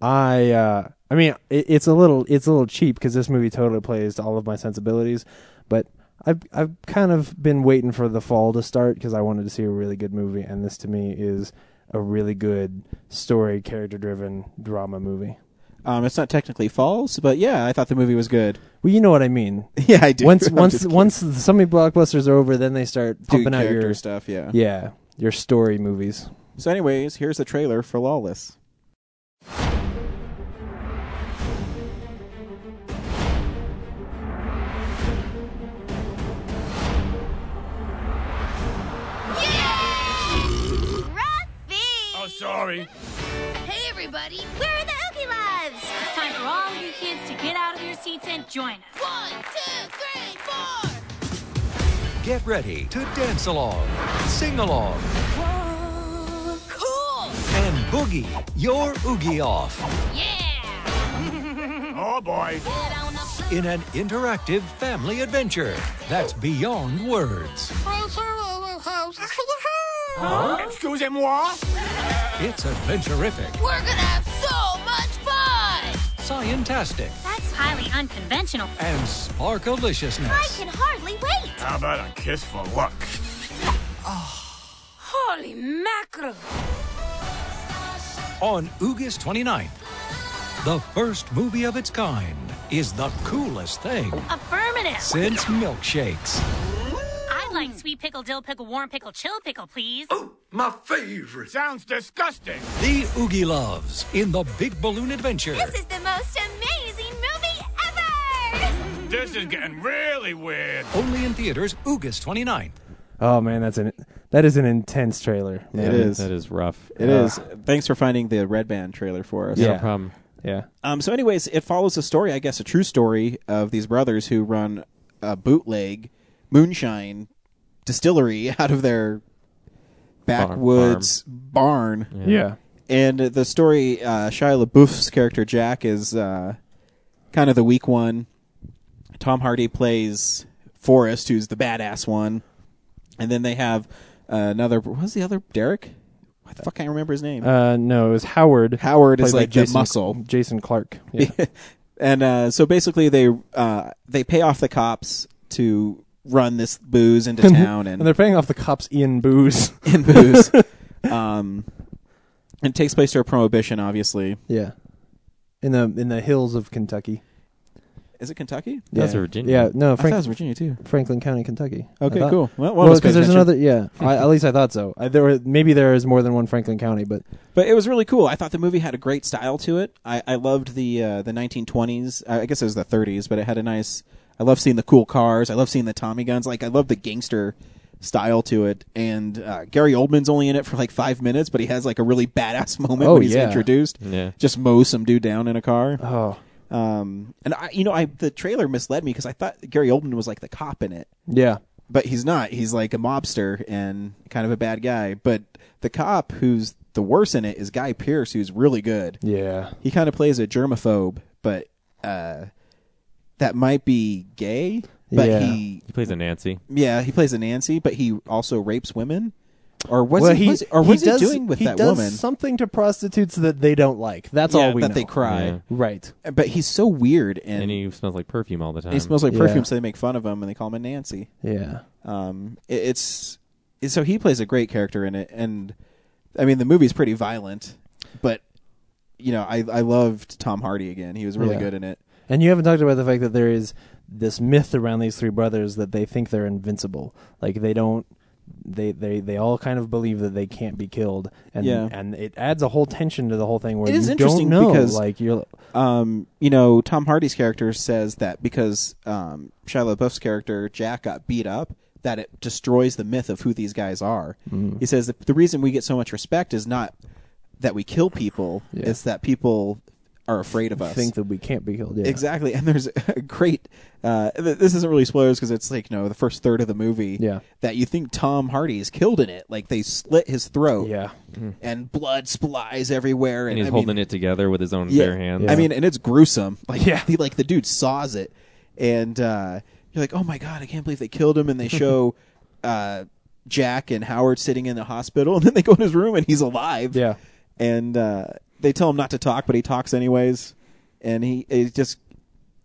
S5: I uh, I mean it, it's a little it's a little cheap because this movie totally plays to all of my sensibilities, but I've I've kind of been waiting for the fall to start because I wanted to see a really good movie, and this to me is a really good story character driven drama movie.
S2: Um, it's not technically false, but yeah, I thought the movie was good.
S5: Well, you know what I mean.
S2: *laughs* *laughs* Yeah, I do.
S5: once
S2: I'm
S5: once
S2: just kidding.
S5: once so many blockbusters are over, then they start
S2: Do
S5: pumping out
S2: character
S5: your
S2: stuff, yeah.
S5: yeah your story movies.
S2: So, anyways, here's the trailer for Lawless.
S10: Ruffy!
S8: Oh, sorry.
S10: Hey, everybody! Where are the Ookie Lives? It's time for all of you kids to get out of your seats and join us. One, two, three, four!
S11: Get ready to dance along, sing along,
S10: Whoa, cool!
S11: and boogie
S9: *laughs*
S11: your oogie off.
S10: *laughs* Yeah!
S8: Oh boy.
S10: Get on the floor
S11: in an interactive family adventure that's beyond words.
S10: Excusez-moi.
S11: It's adventurific,
S10: We're gonna have so much fun.
S11: scientastic,
S10: That's highly unconventional.
S11: and
S10: I
S11: sparkaliciousness.
S10: can hardly wait.
S9: How about a kiss for luck?
S10: Holy mackerel.
S11: On August 29th, the first movie of its kind is the coolest thing
S10: Oh, Affirmative.
S11: since milkshakes.
S10: I'd like sweet pickle, dill pickle, warm pickle, chill pickle, please.
S11: My favorite.
S9: Sounds disgusting.
S11: The Oogie Loves in the Big Balloon Adventure.
S10: This is the most amazing movie ever.
S9: This is getting really weird.
S11: Only in theaters August 29th.
S5: Oh man, that's an that is an intense trailer.
S2: It is.
S4: That is rough.
S2: It is. Thanks for finding the red band trailer for us.
S4: No problem.
S5: Yeah.
S2: Um, so, anyways, it follows a story, I guess, a true story of these brothers who run a bootleg moonshine distillery *laughs* out of their backwoods barn.
S5: Yeah.
S2: And the story, uh, Shia LaBeouf's character Jack is uh, kind of the weak one. Tom Hardy plays Forrest, who's the badass one. And then they have uh, another. What was the other? Derek? Why the fuck can't I remember his name?
S5: Uh, no, it was Howard.
S2: Howard is
S5: played by
S2: like the
S5: Jason-
S2: muscle. *laughs*
S5: Jason Clark. Yeah.
S2: and uh, so basically, they uh, they pay off the cops to run this booze into town
S5: *laughs* and they're paying off the cops
S2: *laughs*
S5: Ian Booze.
S2: and booze. um, and it takes place during Prohibition, obviously.
S5: *laughs* yeah. In the in the hills of Kentucky.
S2: Is it Kentucky?
S4: That's
S5: yeah.
S4: Virginia.
S5: Yeah, no,
S2: I thought it
S5: Frank,
S2: was Virginia too.
S5: Franklin County, Kentucky. I
S2: Okay,
S5: thought-
S2: cool. Well, one
S5: Well,
S2: was paying
S5: because there's
S2: attention.
S5: another. Yeah, I, at least I thought so. I, there were maybe there is more than one Franklin County, but
S2: But it was really cool. I thought the movie had a great style to it. I, I loved the uh, the 1920s. I I guess it was the 30s, but it had a nice. I love seeing the cool cars. I love seeing the Tommy guns. Like I love the gangster style to it. And uh, Gary Oldman's only in it for like five minutes, but he has like a really badass *laughs* moment
S5: Oh,
S2: when he's
S5: yeah.
S2: introduced.
S4: Yeah.
S2: just mows some dude down in a car.
S5: oh
S2: Um, and I, you know, I the trailer misled me because I thought Gary Oldman was like the cop in it
S5: yeah,
S2: but he's not. He's like a mobster and kind of a bad guy. But the cop who's the worst in it is Guy Pierce, who's really good.
S5: yeah.
S2: He kind of plays a germaphobe, but uh, that might be gay. But
S5: Yeah.
S2: he,
S4: He plays a Nancy.
S2: yeah, he plays a Nancy, but he also rapes women. Or what's
S5: well,
S2: he,
S5: he
S2: what's- or
S5: he
S2: what's he
S5: does-
S2: doing with
S5: he
S2: that
S5: does
S2: woman?
S5: Something to prostitutes that they don't like. That's
S2: Yeah,
S5: all we
S2: that
S5: know.
S2: they cry.
S5: Right.
S2: But he's so weird, and,
S4: And he smells like perfume all the time.
S2: he smells like
S5: Yeah.
S2: perfume, so they make fun of him and they call him a Nancy.
S5: Yeah.
S2: um it, it's it- so he plays a great character in it and i mean the movie's pretty violent but you know i i loved tom hardy again he was really
S5: Yeah.
S2: good in it
S5: And you haven't talked about the fact that there is this myth around these three brothers that they think they're invincible. Like they don't they they they all kind of believe that they can't be killed and
S2: Yeah.
S5: and it adds a whole tension to the whole thing where
S2: It
S5: you
S2: is interesting
S5: don't know
S2: because-
S5: like you're
S2: um you know tom hardy's character says that because um shia labeouf's character jack got beat up that it destroys the myth of who these guys are
S5: Mm.
S2: he says that the reason we get so much respect is not that we kill people it's that people are afraid of us
S5: think that we can't be killed. Yeah.
S2: Exactly, and there's a *laughs* great. Uh, th- this isn't really spoilers because it's like you know the first third of the movie.
S5: Yeah.
S2: that you think Tom Hardy is killed in it. Like they slit his throat.
S5: Yeah. Mm-hmm.
S2: and blood splies everywhere, and,
S4: and he's
S2: I
S4: holding
S2: mean,
S4: it together with his own
S2: yeah,
S4: bare hands.
S2: I mean, and it's gruesome. *laughs* Like
S5: Yeah.
S2: the, like the dude saws it, and uh, you're like, oh my god, I can't believe they killed him. And they
S5: *laughs*
S2: show uh, Jack and Howard sitting in the hospital, and then they go in his room, and he's alive
S5: Yeah.
S2: and uh, they tell him not to talk, but he talks anyways, and he it just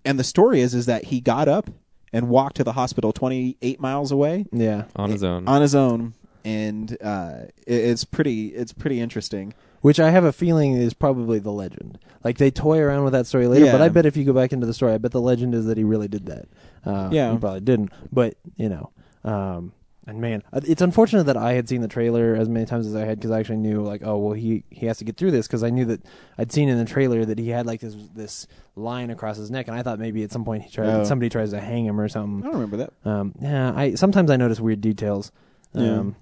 S2: and the story is is that he got up and walked to the hospital 28 miles away
S5: Yeah.
S4: on his own.
S2: on his own, and uh, it, it's pretty it's pretty interesting.
S5: Which I have a feeling is probably the legend. Like they toy around with that story later, but
S2: Yeah.
S5: I bet if you go back into the story, I bet the legend is that he really did that. Uh,
S2: Yeah.
S5: he probably didn't. But you know, um, and man, uh, it's unfortunate that I had seen the trailer as many times as I had because I actually knew like, oh well, he he has to get through this because I knew that I'd seen in the trailer that he had like this this line across his neck, and I thought maybe at some point he tried,
S2: Oh.
S5: somebody tries to hang him or something.
S2: I don't remember that.
S5: Um, yeah, I sometimes I notice weird details.
S2: Yeah.
S5: Um,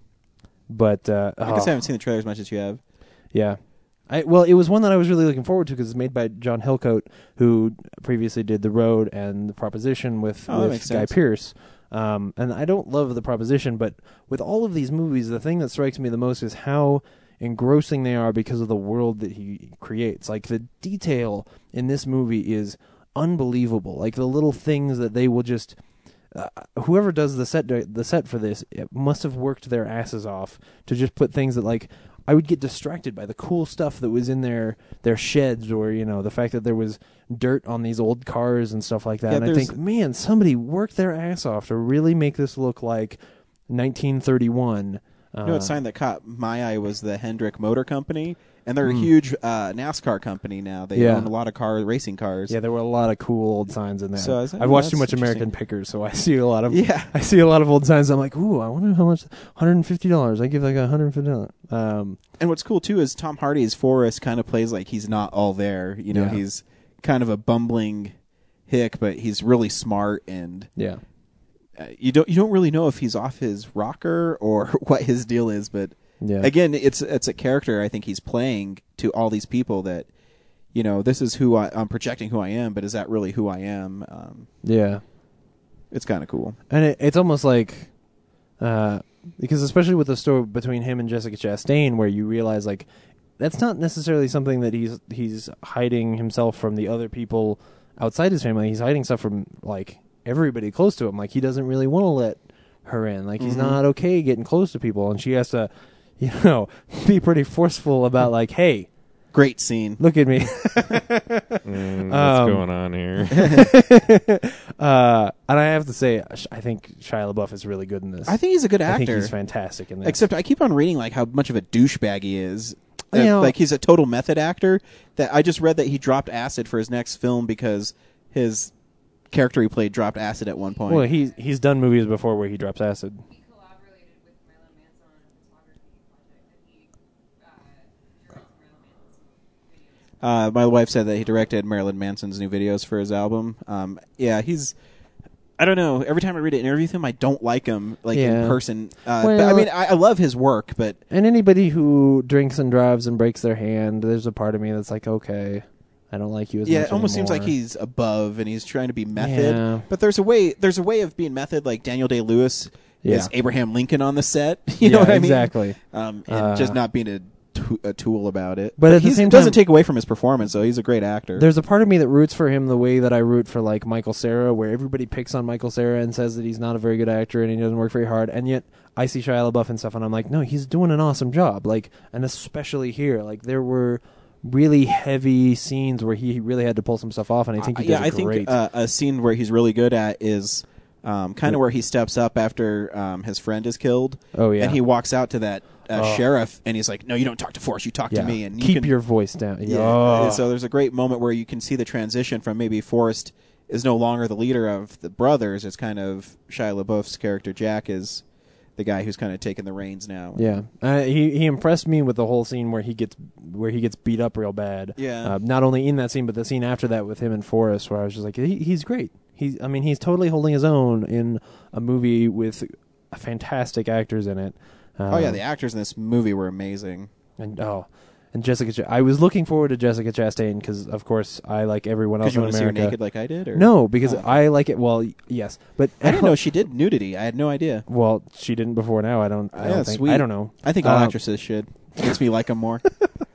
S5: But uh,
S2: I guess
S5: oh.
S2: I haven't seen the trailer as much as you have.
S5: Yeah. I, well, it was one that I was really looking forward to because it's made by John Hillcoat, who previously did The Road and The Proposition with,
S2: Oh, that
S5: with
S2: makes
S5: Guy
S2: sense.
S5: Pearce. Um, and I don't love The Proposition, but with all of these movies, the thing that strikes me the most is how engrossing they are because of the world that he creates. Like the detail in this movie is unbelievable. Like the little things that they will just uh, whoever does the set the set for this it must have worked their asses off to just put things that like I would get distracted by the cool stuff that was in their their sheds or you know the fact that there was dirt on these old cars and stuff like that
S2: Yeah,
S5: and I
S2: there's-
S5: think man somebody worked their ass off to really make this look like 1931
S2: You know what
S5: uh, *laughs*
S2: sign that caught my eye was the Hendrick Motor Company, and they're a huge uh, NASCAR company now. They
S5: Hmm. Yeah.
S2: own a lot of car racing cars.
S5: Yeah, there were a lot of cool old signs in there.
S2: So I was like,
S5: I've
S2: "Oh,
S5: watched too
S2: that's
S5: much American Pickers, so I *laughs* see a lot of
S2: Yeah.
S5: I see a lot of old signs. I'm like, ooh, I wonder how much. Hundred and fifty dollars. I give like hundred and fifty dollars. Um,
S2: And what's cool too is Tom Hardy's Forrest kind of plays like he's not all there. You know,
S5: Yeah.
S2: he's kind of a bumbling hick, but he's really smart and
S5: yeah,
S2: uh, you don't you don't really know if he's off his rocker or *laughs* what his deal is, but
S5: Yeah.
S2: again, it's it's a character I think he's playing to all these people that you know this is who I, I'm projecting who I am, but is that really who I am? Um,
S5: yeah.
S2: it's kind of cool.
S5: And it, it's almost like, uh, because especially with the story between him and Jessica Chastain, where you realize like that's not necessarily something that he's he's hiding himself from the other people outside his family. He's hiding stuff from like everybody close to him. Like he doesn't really want to let her in. Like
S2: Mm-hmm.
S5: he's not okay getting close to people, and she has to, *laughs* you know, be pretty forceful about like, hey,
S2: Mm. Great scene.
S5: look at
S2: *laughs*
S5: me. Um,
S4: Mm, what's going on here?
S2: *laughs*
S5: *laughs* uh, and I have to say, I think Shia LaBeouf is really good in this.
S2: I think he's a good
S5: I
S2: actor.
S5: think he's fantastic in this.
S2: Except I keep on reading like how much of a douchebag he is.
S5: You
S2: Uh,
S5: know-
S2: like he's a total method actor. That I just read that he dropped acid for his next film because his character he played dropped acid at one point.
S5: Well, he's he's done movies before where he drops acid.
S7: He collaborated with Marilyn Manson on a photography project that he uh, directed Marilyn Manson's videos.
S2: Uh, my wife said that he directed Marilyn Manson's new videos for his album. Um, yeah, he's. I don't know. Every time I read an interview with him, I don't like him like in
S5: Yeah.
S2: person. Uh, but, I
S5: Well-
S2: mean, I, I love his work, but
S5: And anybody who drinks and drives and breaks their hand, there's a part of me that's like, okay, I don't like you as
S2: yeah,
S5: much
S2: it almost seems like
S5: anymore.
S2: he's above and he's trying to be method.
S5: Yeah.
S2: But there's a way. There's a way of being method. Like Daniel Day Lewis
S5: Yeah.
S2: is Abraham Lincoln on the set. *laughs* You know
S5: Yeah,
S2: what I mean?
S5: exactly.
S2: Um, and just
S5: Uh,
S2: not being a, t- a tool about it.
S5: But at the
S2: he's-
S5: same
S2: it doesn't
S5: time-
S2: take away from his performance, though. He's a great actor.
S5: There's a part of me that roots for him the way that I root for like Michael Sarah, where everybody picks on Michael Sarah and says that he's not a very good actor and he doesn't work very hard, and yet I see Shia LaBeouf and stuff, and I'm like, no, he's doing an awesome job. Like, and especially here, like there were really heavy scenes where he really had to pull some stuff off, and I think he does
S2: yeah,
S5: it
S2: I
S5: great.
S2: think uh, a scene where he's really good at is um, kind of where he steps up after um, his friend is killed.
S5: Oh, yeah.
S2: and he walks out to that uh,
S5: Oh.
S2: sheriff, and he's like, "No, you don't talk to Forrest. You talk to me, and you
S5: keep
S2: can,
S5: your voice down. Oh.
S2: Yeah.
S5: Yeah.
S2: And So there's a great moment where you can see the transition from maybe Forrest is no longer the leader of the brothers. It's kind of Shia LaBeouf's character Jack is the guy who's kind of taking the reins now.
S5: Yeah, uh, he he impressed me with the whole scene where he gets where he gets beat up real bad.
S2: Yeah.
S5: uh, not only in that scene, but the scene after that with him and Forrest, where I was just like, he, he's great. He's I mean, he's totally holding his own in a movie with fantastic actors in it. Um,
S2: Oh yeah, the actors in this movie were amazing.
S5: and oh, and Jessica. Ch- I was looking forward to Jessica Chastain because, of course, I like everyone
S2: Did
S5: else
S2: you
S5: in
S2: want to see her
S5: America.
S2: naked like I did? Or? Oh.
S5: no, because I like it. Well, y- yes, but
S2: I
S5: *laughs*
S2: didn't know she did nudity. I had no idea.
S5: Well, she didn't before now. I don't. I
S2: yeah,
S5: don't think.
S2: sweet.
S5: I don't know.
S2: I think all
S5: Uh,
S2: actresses should. Makes me like them more.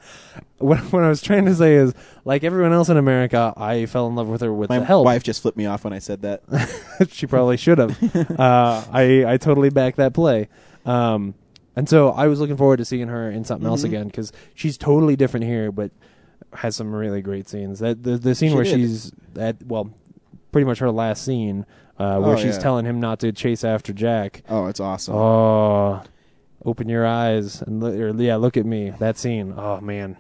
S5: *laughs* what, what I was trying to say is, like everyone else in America, I fell in love with her with
S2: My
S5: the help.
S2: wife just flipped me off when I said that.
S5: *laughs* she probably should
S2: *laughs*
S5: have. uh, I I totally back that play. Um, and so I was looking forward to seeing her in something
S2: Mm-hmm.
S5: else again because she's totally different here, but has some really great scenes. That the, the scene
S2: She
S5: where
S2: did.
S5: she's at well, pretty much her last scene uh,
S2: Oh,
S5: where she's
S2: yeah.
S5: telling him not to chase after Jack.
S2: Oh, it's awesome.
S5: Oh, open your eyes and look, or, yeah, look at me. That scene. Oh man,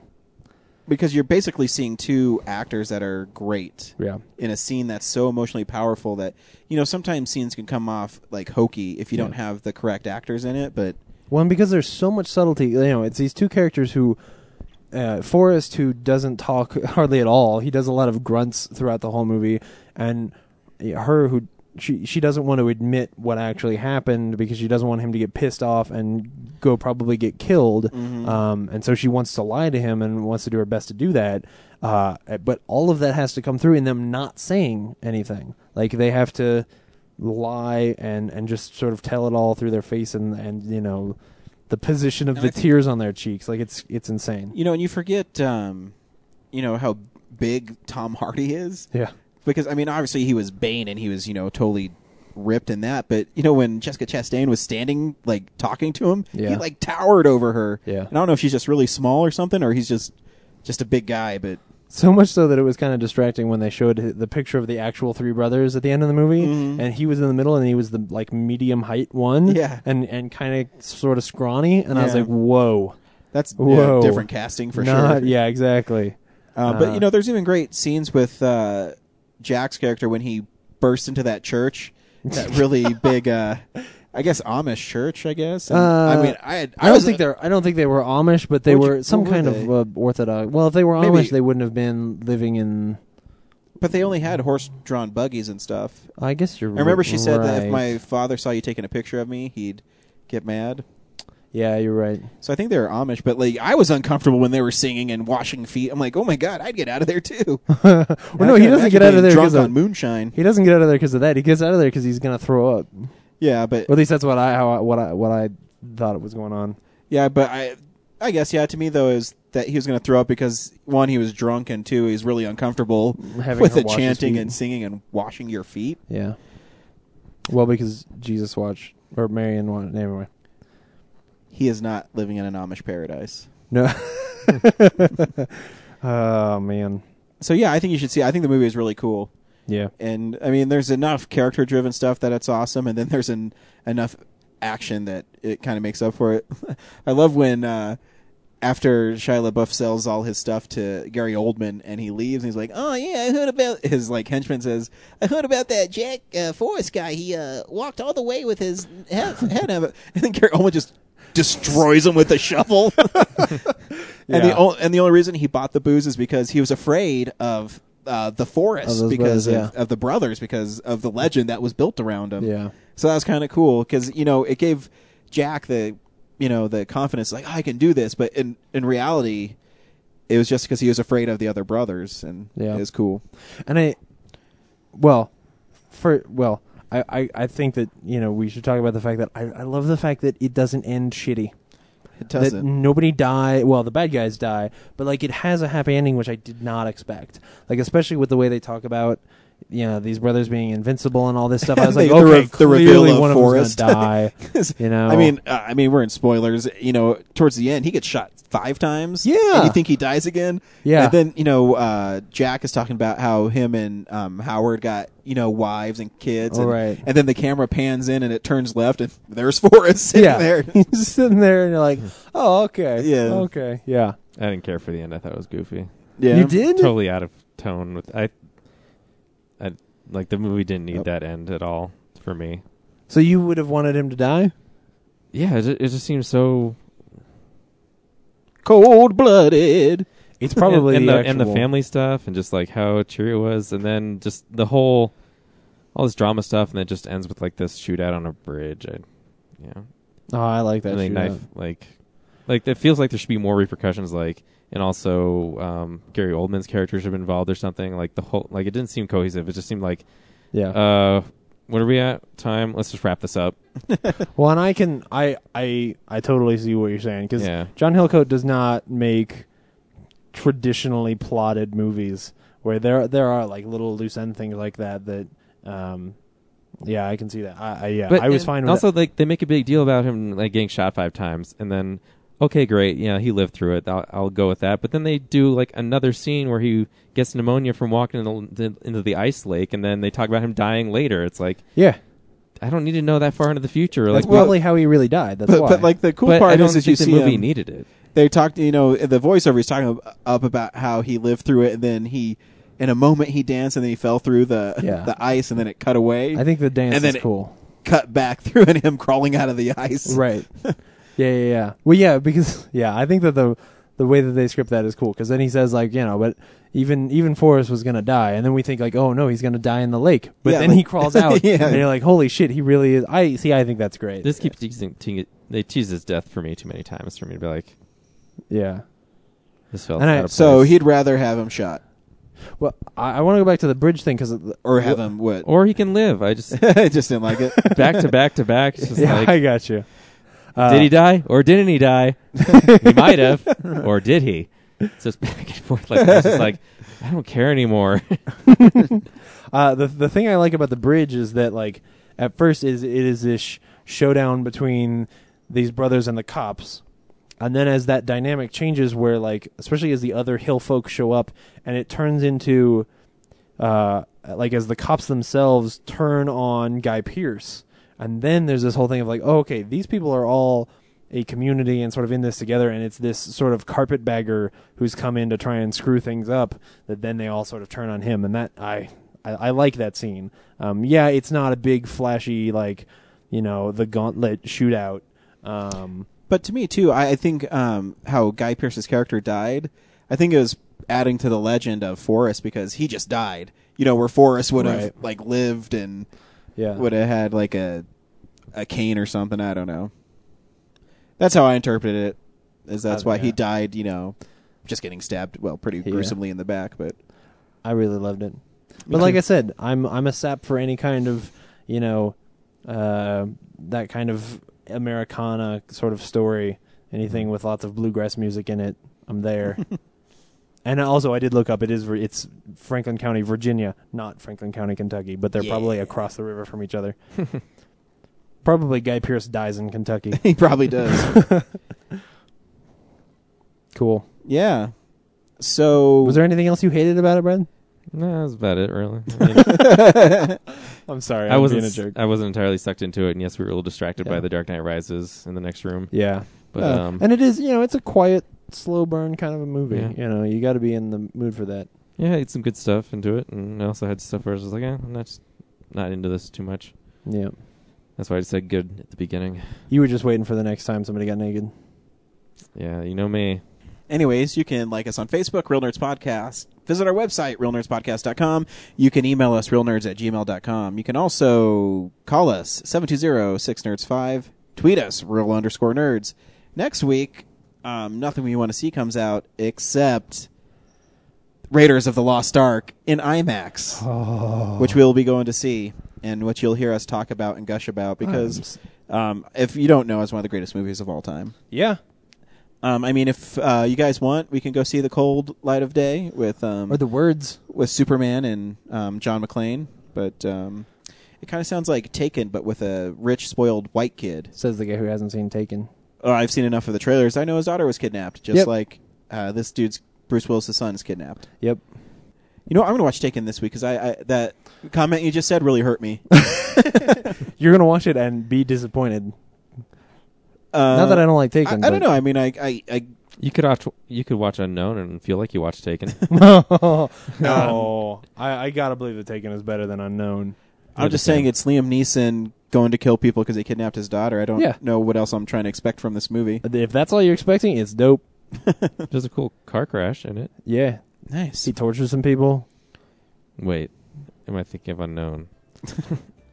S2: Because you're basically seeing two actors that are great.
S5: yeah.
S2: in a scene that's so emotionally powerful that you know sometimes scenes can come off like hokey if you don't have the correct actors in it but
S5: Well, and because there's so much subtlety, you know, it's these two characters who, uh, Forrest, who doesn't talk *laughs* hardly at all. He does a lot of grunts throughout the whole movie, and her who she she doesn't want to admit what actually happened because she doesn't want him to get pissed off and go probably get killed. Um, and so she wants to lie to him and wants to do her best to do that. Uh, but all of that has to come through in them not saying anything. Like they have to lie and and just sort of tell it all through their face and and you know the position of the tears on their cheeks like it's it's insane
S2: you know and you forget um you know how big tom hardy is
S5: yeah
S2: because I mean, obviously he was Bane and he was you know totally ripped in that, but you know when Jessica Chastain was standing like talking to him, he
S5: Yeah.
S2: like towered over her.
S5: Yeah.
S2: and I don't know if she's just really small or something, or he's just just a big guy, but
S5: So much so that it was kind of distracting when they showed hi- the picture of the actual three brothers at the end of the movie, and he was in the middle, and he was the like medium height one,
S2: Mm-hmm. Yeah.
S5: and and kind of sort of scrawny, and I was
S2: Yeah.
S5: like, whoa,
S2: that's yeah,
S5: whoa,
S2: different casting for
S5: Not-
S2: sure.
S5: Yeah, exactly.
S2: Uh, but you know, there's even great scenes with uh, Jack's character when he bursts into that church, that
S5: *laughs*
S2: really big, uh, I guess Amish church. I guess. And, I
S5: Uh,
S2: mean, I had,
S5: I don't
S2: was-
S5: think they're. I don't think they were Amish, but they
S2: What
S5: were
S2: you-
S5: some
S2: what were
S5: kind
S2: they?
S5: of uh, Orthodox. Well, if they were
S2: Maybe-
S5: Amish, they wouldn't have been living in.
S2: but they only had horse-drawn buggies and stuff.
S5: I guess you're.
S2: I remember she said that if
S5: right.
S2: my father saw you taking a picture of me, he'd get mad.
S5: Yeah, you're right.
S2: So I think they were Amish, but like I was uncomfortable when they were singing and washing feet. I'm like, oh my god, I'd get out of there
S5: *laughs*
S2: too.
S5: Well, no, he doesn't get out of there
S2: drunk
S5: because
S2: on
S5: of
S2: moonshine.
S5: He doesn't get out of there because of that. He gets out of there because he's gonna throw up.
S2: Yeah, but
S5: Or at least that's what I how I, what I what I thought it was going on.
S2: Yeah, but I, I guess yeah. To me though, is that he was going to throw up because one, he was drunk, and two, he's really uncomfortable
S5: Having
S2: with
S5: her
S2: the
S5: wash his
S2: chanting
S5: feet.
S2: and singing and washing your feet.
S5: Yeah. Well, because Jesus watched or Marion watched anyway.
S2: He is not living in an Amish paradise.
S5: No.
S2: *laughs*
S5: *laughs* oh man.
S2: So yeah, I think you should see. I think the movie is really cool,
S5: Yeah.
S2: and I mean, there's enough character-driven stuff that it's awesome, and then there's an, enough action that it kind of makes up for it. *laughs* I love when. uh after Shia LaBeouf sells all his stuff to Gary Oldman and he leaves, and he's like, "Oh yeah, I heard about his like henchman says, I heard about that Jack uh, Forrest guy. He uh, walked all the way with his *laughs* head, head of it, and then Gary Oldman just destroys him with a shovel. And the o- and the only reason he bought the booze is because he was afraid of uh, the
S5: Of
S2: forest
S5: those
S2: because
S5: brothers,
S2: of, of the brothers because of the legend that was built around him.
S5: Yeah.
S2: So that was kind of cool because you know it gave Jack the you know the confidence like "Oh, I can do this, but in in reality, it was just because he was afraid of the other brothers, and
S5: Yeah.
S2: it was cool.
S5: And I well for well, I, I, I think that, you know, we should talk about the fact that I, I love the fact that it doesn't end shitty.
S2: It
S5: that
S2: doesn't.
S5: nobody die. Well, the bad guys die, but like it has a happy ending, which I did not expect. Like especially with the way they talk about, you know, these brothers being invincible and all this stuff.
S2: *laughs*
S5: I was
S2: They
S5: like,
S2: threw
S5: okay,
S2: the reveal
S5: clearly
S2: of
S5: one
S2: Forrest. *laughs*
S5: of them's gonna die. you know,
S2: I mean, uh, I mean, we're in spoilers. You know, towards the end, he gets shot five times.
S5: Yeah.
S2: and you think he dies again.
S5: Yeah.
S2: and then you know, uh, Jack is talking about how him and um, Howard got you know wives and kids.
S5: Oh,
S2: and,
S5: right.
S2: and then the camera pans in and it turns left, and *laughs* there's Forrest sitting
S5: yeah, *laughs*
S2: there.
S5: You're just sitting there and
S2: *laughs*
S5: you're like, oh, okay,
S2: Yeah.
S5: okay, yeah.
S4: I didn't care for the end. I thought it was goofy.
S2: Yeah,
S5: You did?
S4: Totally out of tone with I. I like the movie didn't need
S2: Yep.
S4: that end at all for me.
S5: So you would have wanted him to die?
S4: Yeah, it just, it just seems so.
S5: *laughs*
S2: cold blooded.
S5: It's probably
S4: and, and the, and the
S5: actual-
S4: family stuff and just like how cheery it was, and then just the whole all this drama stuff, and then it just ends with like this shootout on a bridge. I, you know,
S5: Oh, I like that.
S4: and they
S5: shootout.
S4: knife like like it feels like there should be more repercussions like and also um gary oldman's character should have been involved or something like the whole like it didn't seem cohesive it just seemed like
S5: Yeah.
S4: uh what are we at time let's just wrap this up
S5: Well, and I can I I I totally see what you're saying because
S4: Yeah.
S5: John Hillcoat does not make traditionally plotted movies where there there are like little loose end things like that that um yeah I can see that I, I yeah I was
S4: and
S5: fine with
S4: also
S5: that.
S4: like they make a big deal about him like getting shot five times and then okay great yeah he lived through it I'll, I'll go with that but then they do like another scene where he gets pneumonia from walking in the, into the ice lake and then they talk about him dying later it's like
S5: yeah
S4: i don't need to know that far into the future like
S5: that's probably how he really died that's
S2: But,
S5: why
S2: but like the cool
S4: but I
S2: part
S4: don't
S2: is, is
S4: think
S2: you
S4: the
S2: see
S4: movie
S2: him-
S4: needed it
S2: they talked you know the voiceover is talking ab- up about how he lived through it and then he in a moment he danced and then he fell through the
S5: Yeah.
S2: the ice and then it cut away
S5: I think the dance
S2: and then
S5: is
S2: it-
S5: cool
S2: cut back *laughs* through and him crawling out of the ice
S5: right yeah yeah yeah well yeah because yeah I think that the the way that they script that is cool because then he says like you know but even even Forrest was gonna die and then we think like oh no he's gonna die in the lake but
S2: Yeah,
S5: then
S2: like-
S5: he crawls out
S2: Yeah.
S5: and you're like holy shit he really is I see I think that's great
S4: This keeps teasing. Te- they tease his death for me too many times for me to be like,
S5: yeah
S4: this felt
S5: And I-
S4: out of
S2: so
S4: place.
S2: he'd rather have him shot
S5: well I, I want to go back to the bridge thing because
S2: or have him what
S4: or he can live. I just
S2: I just didn't like *laughs* it
S4: *laughs* back to back to back. It's just
S5: yeah
S4: like,
S5: I got you uh,
S2: *laughs*
S4: did he die or didn't he die? he might have, or did he? It's just back and forth *laughs* like this. It's like I don't care anymore. *laughs*
S5: *laughs* Uh, the the thing I like about the bridge is that like at first is it is this sh- showdown between these brothers and the cops, and then as that dynamic changes, where like especially as the other hill folk show up, and it turns into uh, like as the cops themselves turn on Guy Pierce, and then there's this whole thing of like, oh, okay, these people are all a community and sort of in this together, and it's this sort of carpetbagger who's come in to try and screw things up that then they all sort of turn on him, and that I I, I like that scene. Um, yeah, it's not a big flashy like you know the gauntlet shootout. Um,
S2: But to me too, I, I think um, how Guy Pearce's character died, I think it was adding to the legend of Forrest because he just died. You know, where Forrest would have
S5: Right.
S2: like lived and
S5: yeah,
S2: would have had like a a cane or something. I don't know. That's how I interpreted it. Is that's
S5: Uh,
S2: why he
S5: yeah.
S2: died? You know, just getting stabbed. Well, pretty
S5: Yeah.
S2: gruesomely in the back, but
S5: I really loved it. But like I said, I'm I'm a sap for any kind of you know uh, that kind of Americana sort of story. Anything with lots of bluegrass music in it,
S2: *laughs*
S5: I'm there. and also, I did look up. It is Vir- it's Franklin County, Virginia, not Franklin County, Kentucky. But they're probably across the river from
S2: *laughs*
S5: each other. probably Guy Pierce dies in Kentucky.
S2: he probably does.
S5: *laughs* cool.
S2: yeah. So
S5: Was there anything else you hated about it, Brad?
S4: no, that's about it,
S2: *laughs*
S4: really. I, mean,
S5: I'm sorry.
S4: I wasn't. I wasn't entirely sucked into it, and yes, we were a little distracted by The Dark Knight Rises in the next room.
S5: Yeah.
S4: But
S5: Uh,
S4: um,
S5: and it is, you know, it's a quiet, slow burn kind of a movie.
S4: Yeah.
S5: You know, you got to be in the mood for that.
S4: yeah, I ate some good stuff into it, and I also had stuff where I was just like, eh, I'm not not into this too much.
S5: Yeah.
S4: That's why I said good at the beginning.
S5: You were just waiting for the next time somebody got naked.
S4: Yeah, you know me.
S2: Anyways, you can like us on Facebook, Real Nerds Podcast. Visit our website, realnerdspodcast.com. You can email us, realnerds at gmail.com. You can also call us, 720-6nerds5. Tweet us, real underscore nerds. Next week, um, nothing we want to see comes out except Raiders of the Lost Ark in IMAX, which we'll be going to see and which you'll hear us talk about and gush about because um, if you don't know, it's one of the greatest movies of all time.
S5: *laughs* Yeah.
S2: Um, I mean, if uh, you guys want, we can go see the cold light of day with um,
S5: Or the words.
S2: with Superman and um, John McClane. But um, it kind of sounds like Taken, but with a rich, spoiled white kid.
S5: Says the guy who hasn't seen Taken.
S2: Oh, I've seen enough of the trailers. I know his daughter was kidnapped, just
S5: Yep.
S2: like uh, this dude's Bruce Willis' son is kidnapped.
S5: Yep.
S2: You know, what? I'm going to watch Taken this week because I, I that comment you just said really hurt me.
S5: *laughs*
S2: *laughs*
S5: You're gonna watch it and be disappointed.
S2: Uh,
S5: Not that I don't like
S2: I,
S5: Taken.
S2: I don't know. I mean, I, I, I
S4: You could watch. You could watch Unknown and feel like you
S5: *laughs*
S4: watched Taken.
S5: know. no, I, I gotta believe that Taken is better than Unknown.
S2: I'm just saying it's Liam Neeson going to kill people because he kidnapped his daughter. I don't
S5: Yeah.
S2: know what else I'm trying to expect from this movie.
S5: If that's all you're expecting,
S2: *laughs*
S5: it's dope.
S4: *laughs* There's a cool car crash in it.
S5: Yeah.
S2: Nice.
S5: He tortures some people.
S4: Wait, am I thinking of Unknown?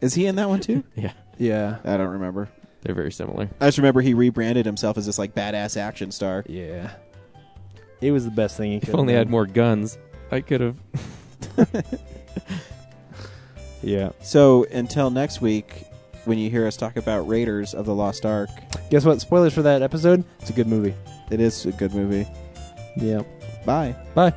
S2: Is he in that one
S5: *laughs*
S2: too?
S4: Yeah,
S5: Yeah.
S2: I don't remember.
S4: they're very similar.
S2: I just remember he rebranded himself as this like badass action star.
S5: Yeah. It was the best thing he could.
S4: If only I
S5: have
S4: had more guns, I could have.
S2: *laughs*
S5: done. *laughs* Yeah.
S2: So until next week, when you hear us talk about Raiders of the Lost Ark,
S5: Guess what? Spoilers for that episode. It's a good movie.
S2: it is a good movie.
S5: Yeah.
S2: Bye.
S5: Bye.